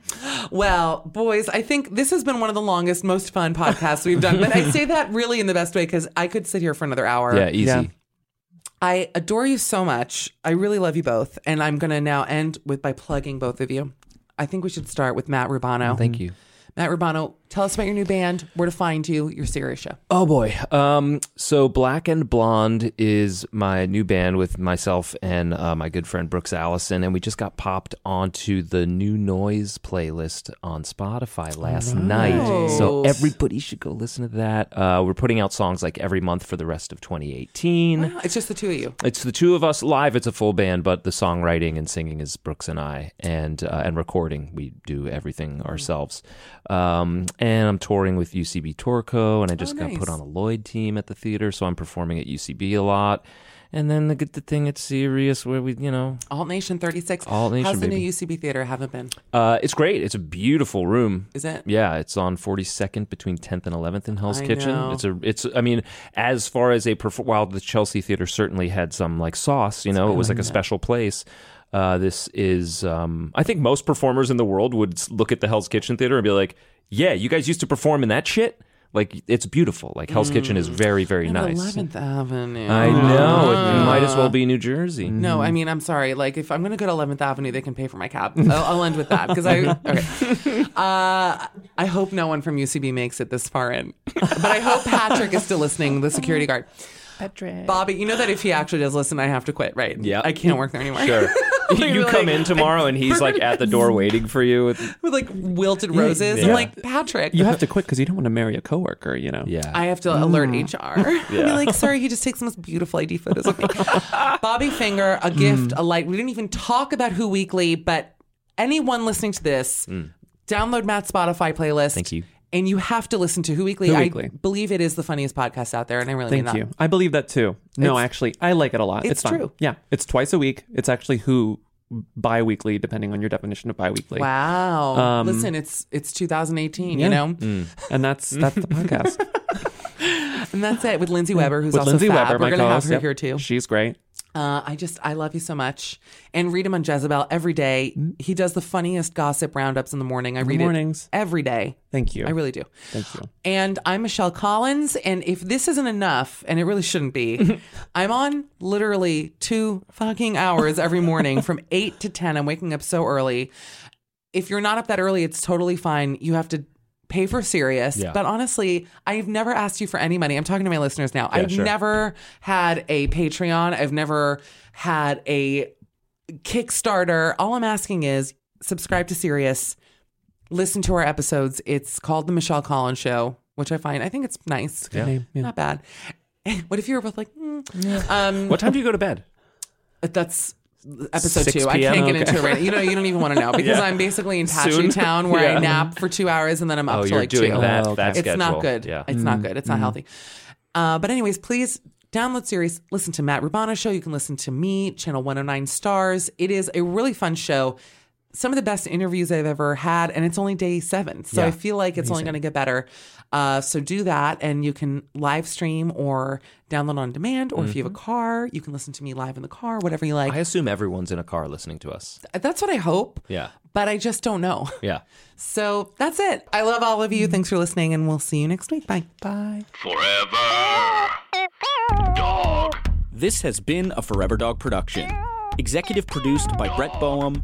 Speaker 6: well, boys, I think this has been one of the longest, most fun podcasts we've done. But I say that really in the best way because I could sit here for another hour.
Speaker 4: yeah, easy.
Speaker 5: Yeah.
Speaker 6: I adore you so much. I really love you both, and I'm gonna now end with by plugging both of you. I think we should start with Matt Rubano.
Speaker 4: Thank you.
Speaker 6: Matt Rubano, tell us about your new band, where to find you, your serious show.
Speaker 4: Oh boy. Um, so Black and Blonde is my new band with myself and uh, my good friend Brooks Allison, and we just got popped onto the new noise playlist on Spotify last night. So
Speaker 6: Nice.
Speaker 4: everybody should go listen to that. Uh, we're putting out songs like every month for the rest of 2018.
Speaker 6: Wow, it's just the two of you.
Speaker 4: It's the two of us live. It's a full band, but the songwriting and singing is Brooks and I, and uh, and recording we do everything ourselves. Um, and I'm touring with UCB Torco, and I just got
Speaker 6: nice.
Speaker 4: put on a Lloyd team at the theater, so I'm performing at UCB a lot. And then the good the thing at Sirius, where we you know
Speaker 6: Alt Nation 36.
Speaker 4: Alt Nation,
Speaker 6: How's the
Speaker 4: baby.
Speaker 6: new UCB theater? I haven't been.
Speaker 4: uh, it's great. It's a beautiful room.
Speaker 6: Is it?
Speaker 4: Yeah, it's on 42nd between 10th and 11th in Hell's
Speaker 6: I
Speaker 4: Kitchen.
Speaker 6: know.
Speaker 4: It's a it's I mean, as far as a perf- while the Chelsea Theater certainly had some like sauce, you know, it was like a special place. Uh, this is um, I think most performers in the world would s- look at the Hell's Kitchen Theater and be like, "Yeah, you guys used to perform in that shit." Like it's beautiful. Like Hell's Kitchen
Speaker 6: Mm.
Speaker 4: is very very
Speaker 6: And
Speaker 4: nice.
Speaker 6: 11th Avenue.
Speaker 4: I know. It might as well be New Jersey.
Speaker 6: Oh, No, I mean, I'm sorry. Like, if I'm going to go to 11th Avenue, they can pay for my cab. I'll, I'll end with that because I, okay. Uh, I hope no one from UCB makes it this far in. But I hope Patrick is still listening, the security guard. Patrick. Bobby, you know that if he actually does listen, I have to quit, right?
Speaker 4: Yeah.
Speaker 6: I can't work there anymore.
Speaker 4: Sure. you
Speaker 6: Like,
Speaker 4: come in tomorrow and he's like at the door waiting for you with
Speaker 6: With like wilted roses. I'm
Speaker 4: Yeah.
Speaker 6: like, Patrick.
Speaker 5: you have to quit because you don't want to marry a coworker, you know?
Speaker 4: yeah.
Speaker 6: I have to alert
Speaker 5: Mm.
Speaker 6: HR. Be like, sorry, he just takes the most beautiful ID photos of me. Bobby Finger,
Speaker 5: Mm.
Speaker 6: a gift, a light. We didn't even talk about Who Weekly, but anyone listening to this,
Speaker 5: Mm.
Speaker 6: download Matt's Spotify playlist.
Speaker 4: Thank you.
Speaker 6: And you have to listen to Who Weekly.
Speaker 5: Who
Speaker 6: I
Speaker 5: Weekly.
Speaker 6: believe it is the funniest podcast out there, and I really mean
Speaker 5: Thank
Speaker 6: that.
Speaker 5: you. I believe that too. No, actually, I like it a lot.
Speaker 6: it's
Speaker 5: It's, fun.
Speaker 6: true.
Speaker 5: Yeah, it's twice a week. It's actually who bi weekly, depending on your definition of bi weekly.
Speaker 6: Wow.
Speaker 5: Um,
Speaker 6: Listen, it's it's 2018, you
Speaker 5: yeah. Mm.
Speaker 6: know?
Speaker 5: And that's that's the podcast.
Speaker 6: And that's it with Lindsay Weber, who's
Speaker 5: Mm. With
Speaker 6: also
Speaker 5: Lindsay
Speaker 6: fab.
Speaker 5: Weber,
Speaker 6: We're
Speaker 5: my
Speaker 6: going to have
Speaker 5: co-host.
Speaker 6: her
Speaker 5: Yep.
Speaker 6: here too.
Speaker 5: She's great.
Speaker 6: Uh, I just, I love you so much. And read him on Jezebel every day. He does the funniest gossip roundups Mm. in the morning. I read
Speaker 5: mornings.
Speaker 6: it every day.
Speaker 5: Thank you.
Speaker 6: I really do.
Speaker 5: Thank you.
Speaker 6: And I'm Michelle Collins. And if this isn't enough, and it really shouldn't be, I'm on literally two fucking hours every morning from 8 to 10. I'm waking up so early. If you're not up that early, it's totally fine. You have to pay for Sirius.
Speaker 4: Yeah.
Speaker 6: But honestly, I've never asked you for any money. I'm talking to my listeners now. I've
Speaker 4: sure.
Speaker 6: never had a Patreon, I've never had a Kickstarter. All I'm asking is subscribe to Sirius listen to our episodes. It's called The Michelle Collins Show, which I find I think it's nice.
Speaker 4: Yeah.
Speaker 5: Name, yeah.
Speaker 6: Not bad. What if you were both like, mm. um,
Speaker 4: What time do you go to bed?
Speaker 6: That's episode
Speaker 4: 6
Speaker 6: two. I
Speaker 4: PM?
Speaker 6: can't get
Speaker 4: Okay.
Speaker 6: into it right. You know, you don't even want to know because
Speaker 4: Yeah.
Speaker 6: I'm basically in Patchy
Speaker 4: Soon.
Speaker 6: Town where
Speaker 4: Yeah.
Speaker 6: I nap for two hours and then I'm up
Speaker 4: oh,
Speaker 6: till
Speaker 4: you're
Speaker 6: like
Speaker 4: doing
Speaker 6: two.
Speaker 4: that.
Speaker 5: Oh, okay.
Speaker 4: That
Speaker 6: It's
Speaker 4: schedule.
Speaker 6: not good.
Speaker 4: Yeah.
Speaker 6: It's not good. It's not healthy. Uh, but anyways, please download series. Listen to Matt Rubano show. You can listen to me, Channel 109 Stars. It is a really fun show. Some of the best interviews I've ever had, and it's only day seven. So I feel like it's only going to get better. Uh, so do that, and you can live stream or download on demand, or if you have a car, you can listen to me live in the car, whatever you like.
Speaker 4: Mm-hmm.
Speaker 6: Uh,
Speaker 4: I assume everyone's in a car listening to us.
Speaker 6: That's what I hope.
Speaker 4: Yeah.
Speaker 6: But I just don't know.
Speaker 4: Yeah.
Speaker 6: So that's it. I love all of you. Thanks for listening, and we'll see you next week. Bye. Bye.
Speaker 8: Forever. Dog.
Speaker 9: This has been a Forever Dog production. Executive produced by Brett Boehm,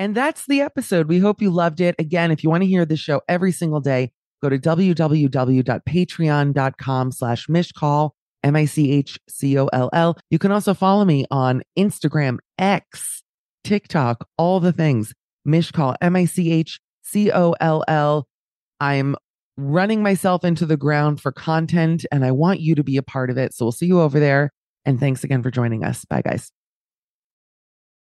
Speaker 3: And that's the episode. We hope you loved it. Again, if you want to hear this show every single day, go to www.patreon.com slash mishcall, M-I-C-H-C-O-L-L. You can also follow me on Instagram, X, TikTok, all the things. Mishcall, M-I-C-H-C-O-L-L. I'm running myself into the ground for content and I want you to be a part of it. So we'll see you over there. And thanks again for joining us. Bye, guys.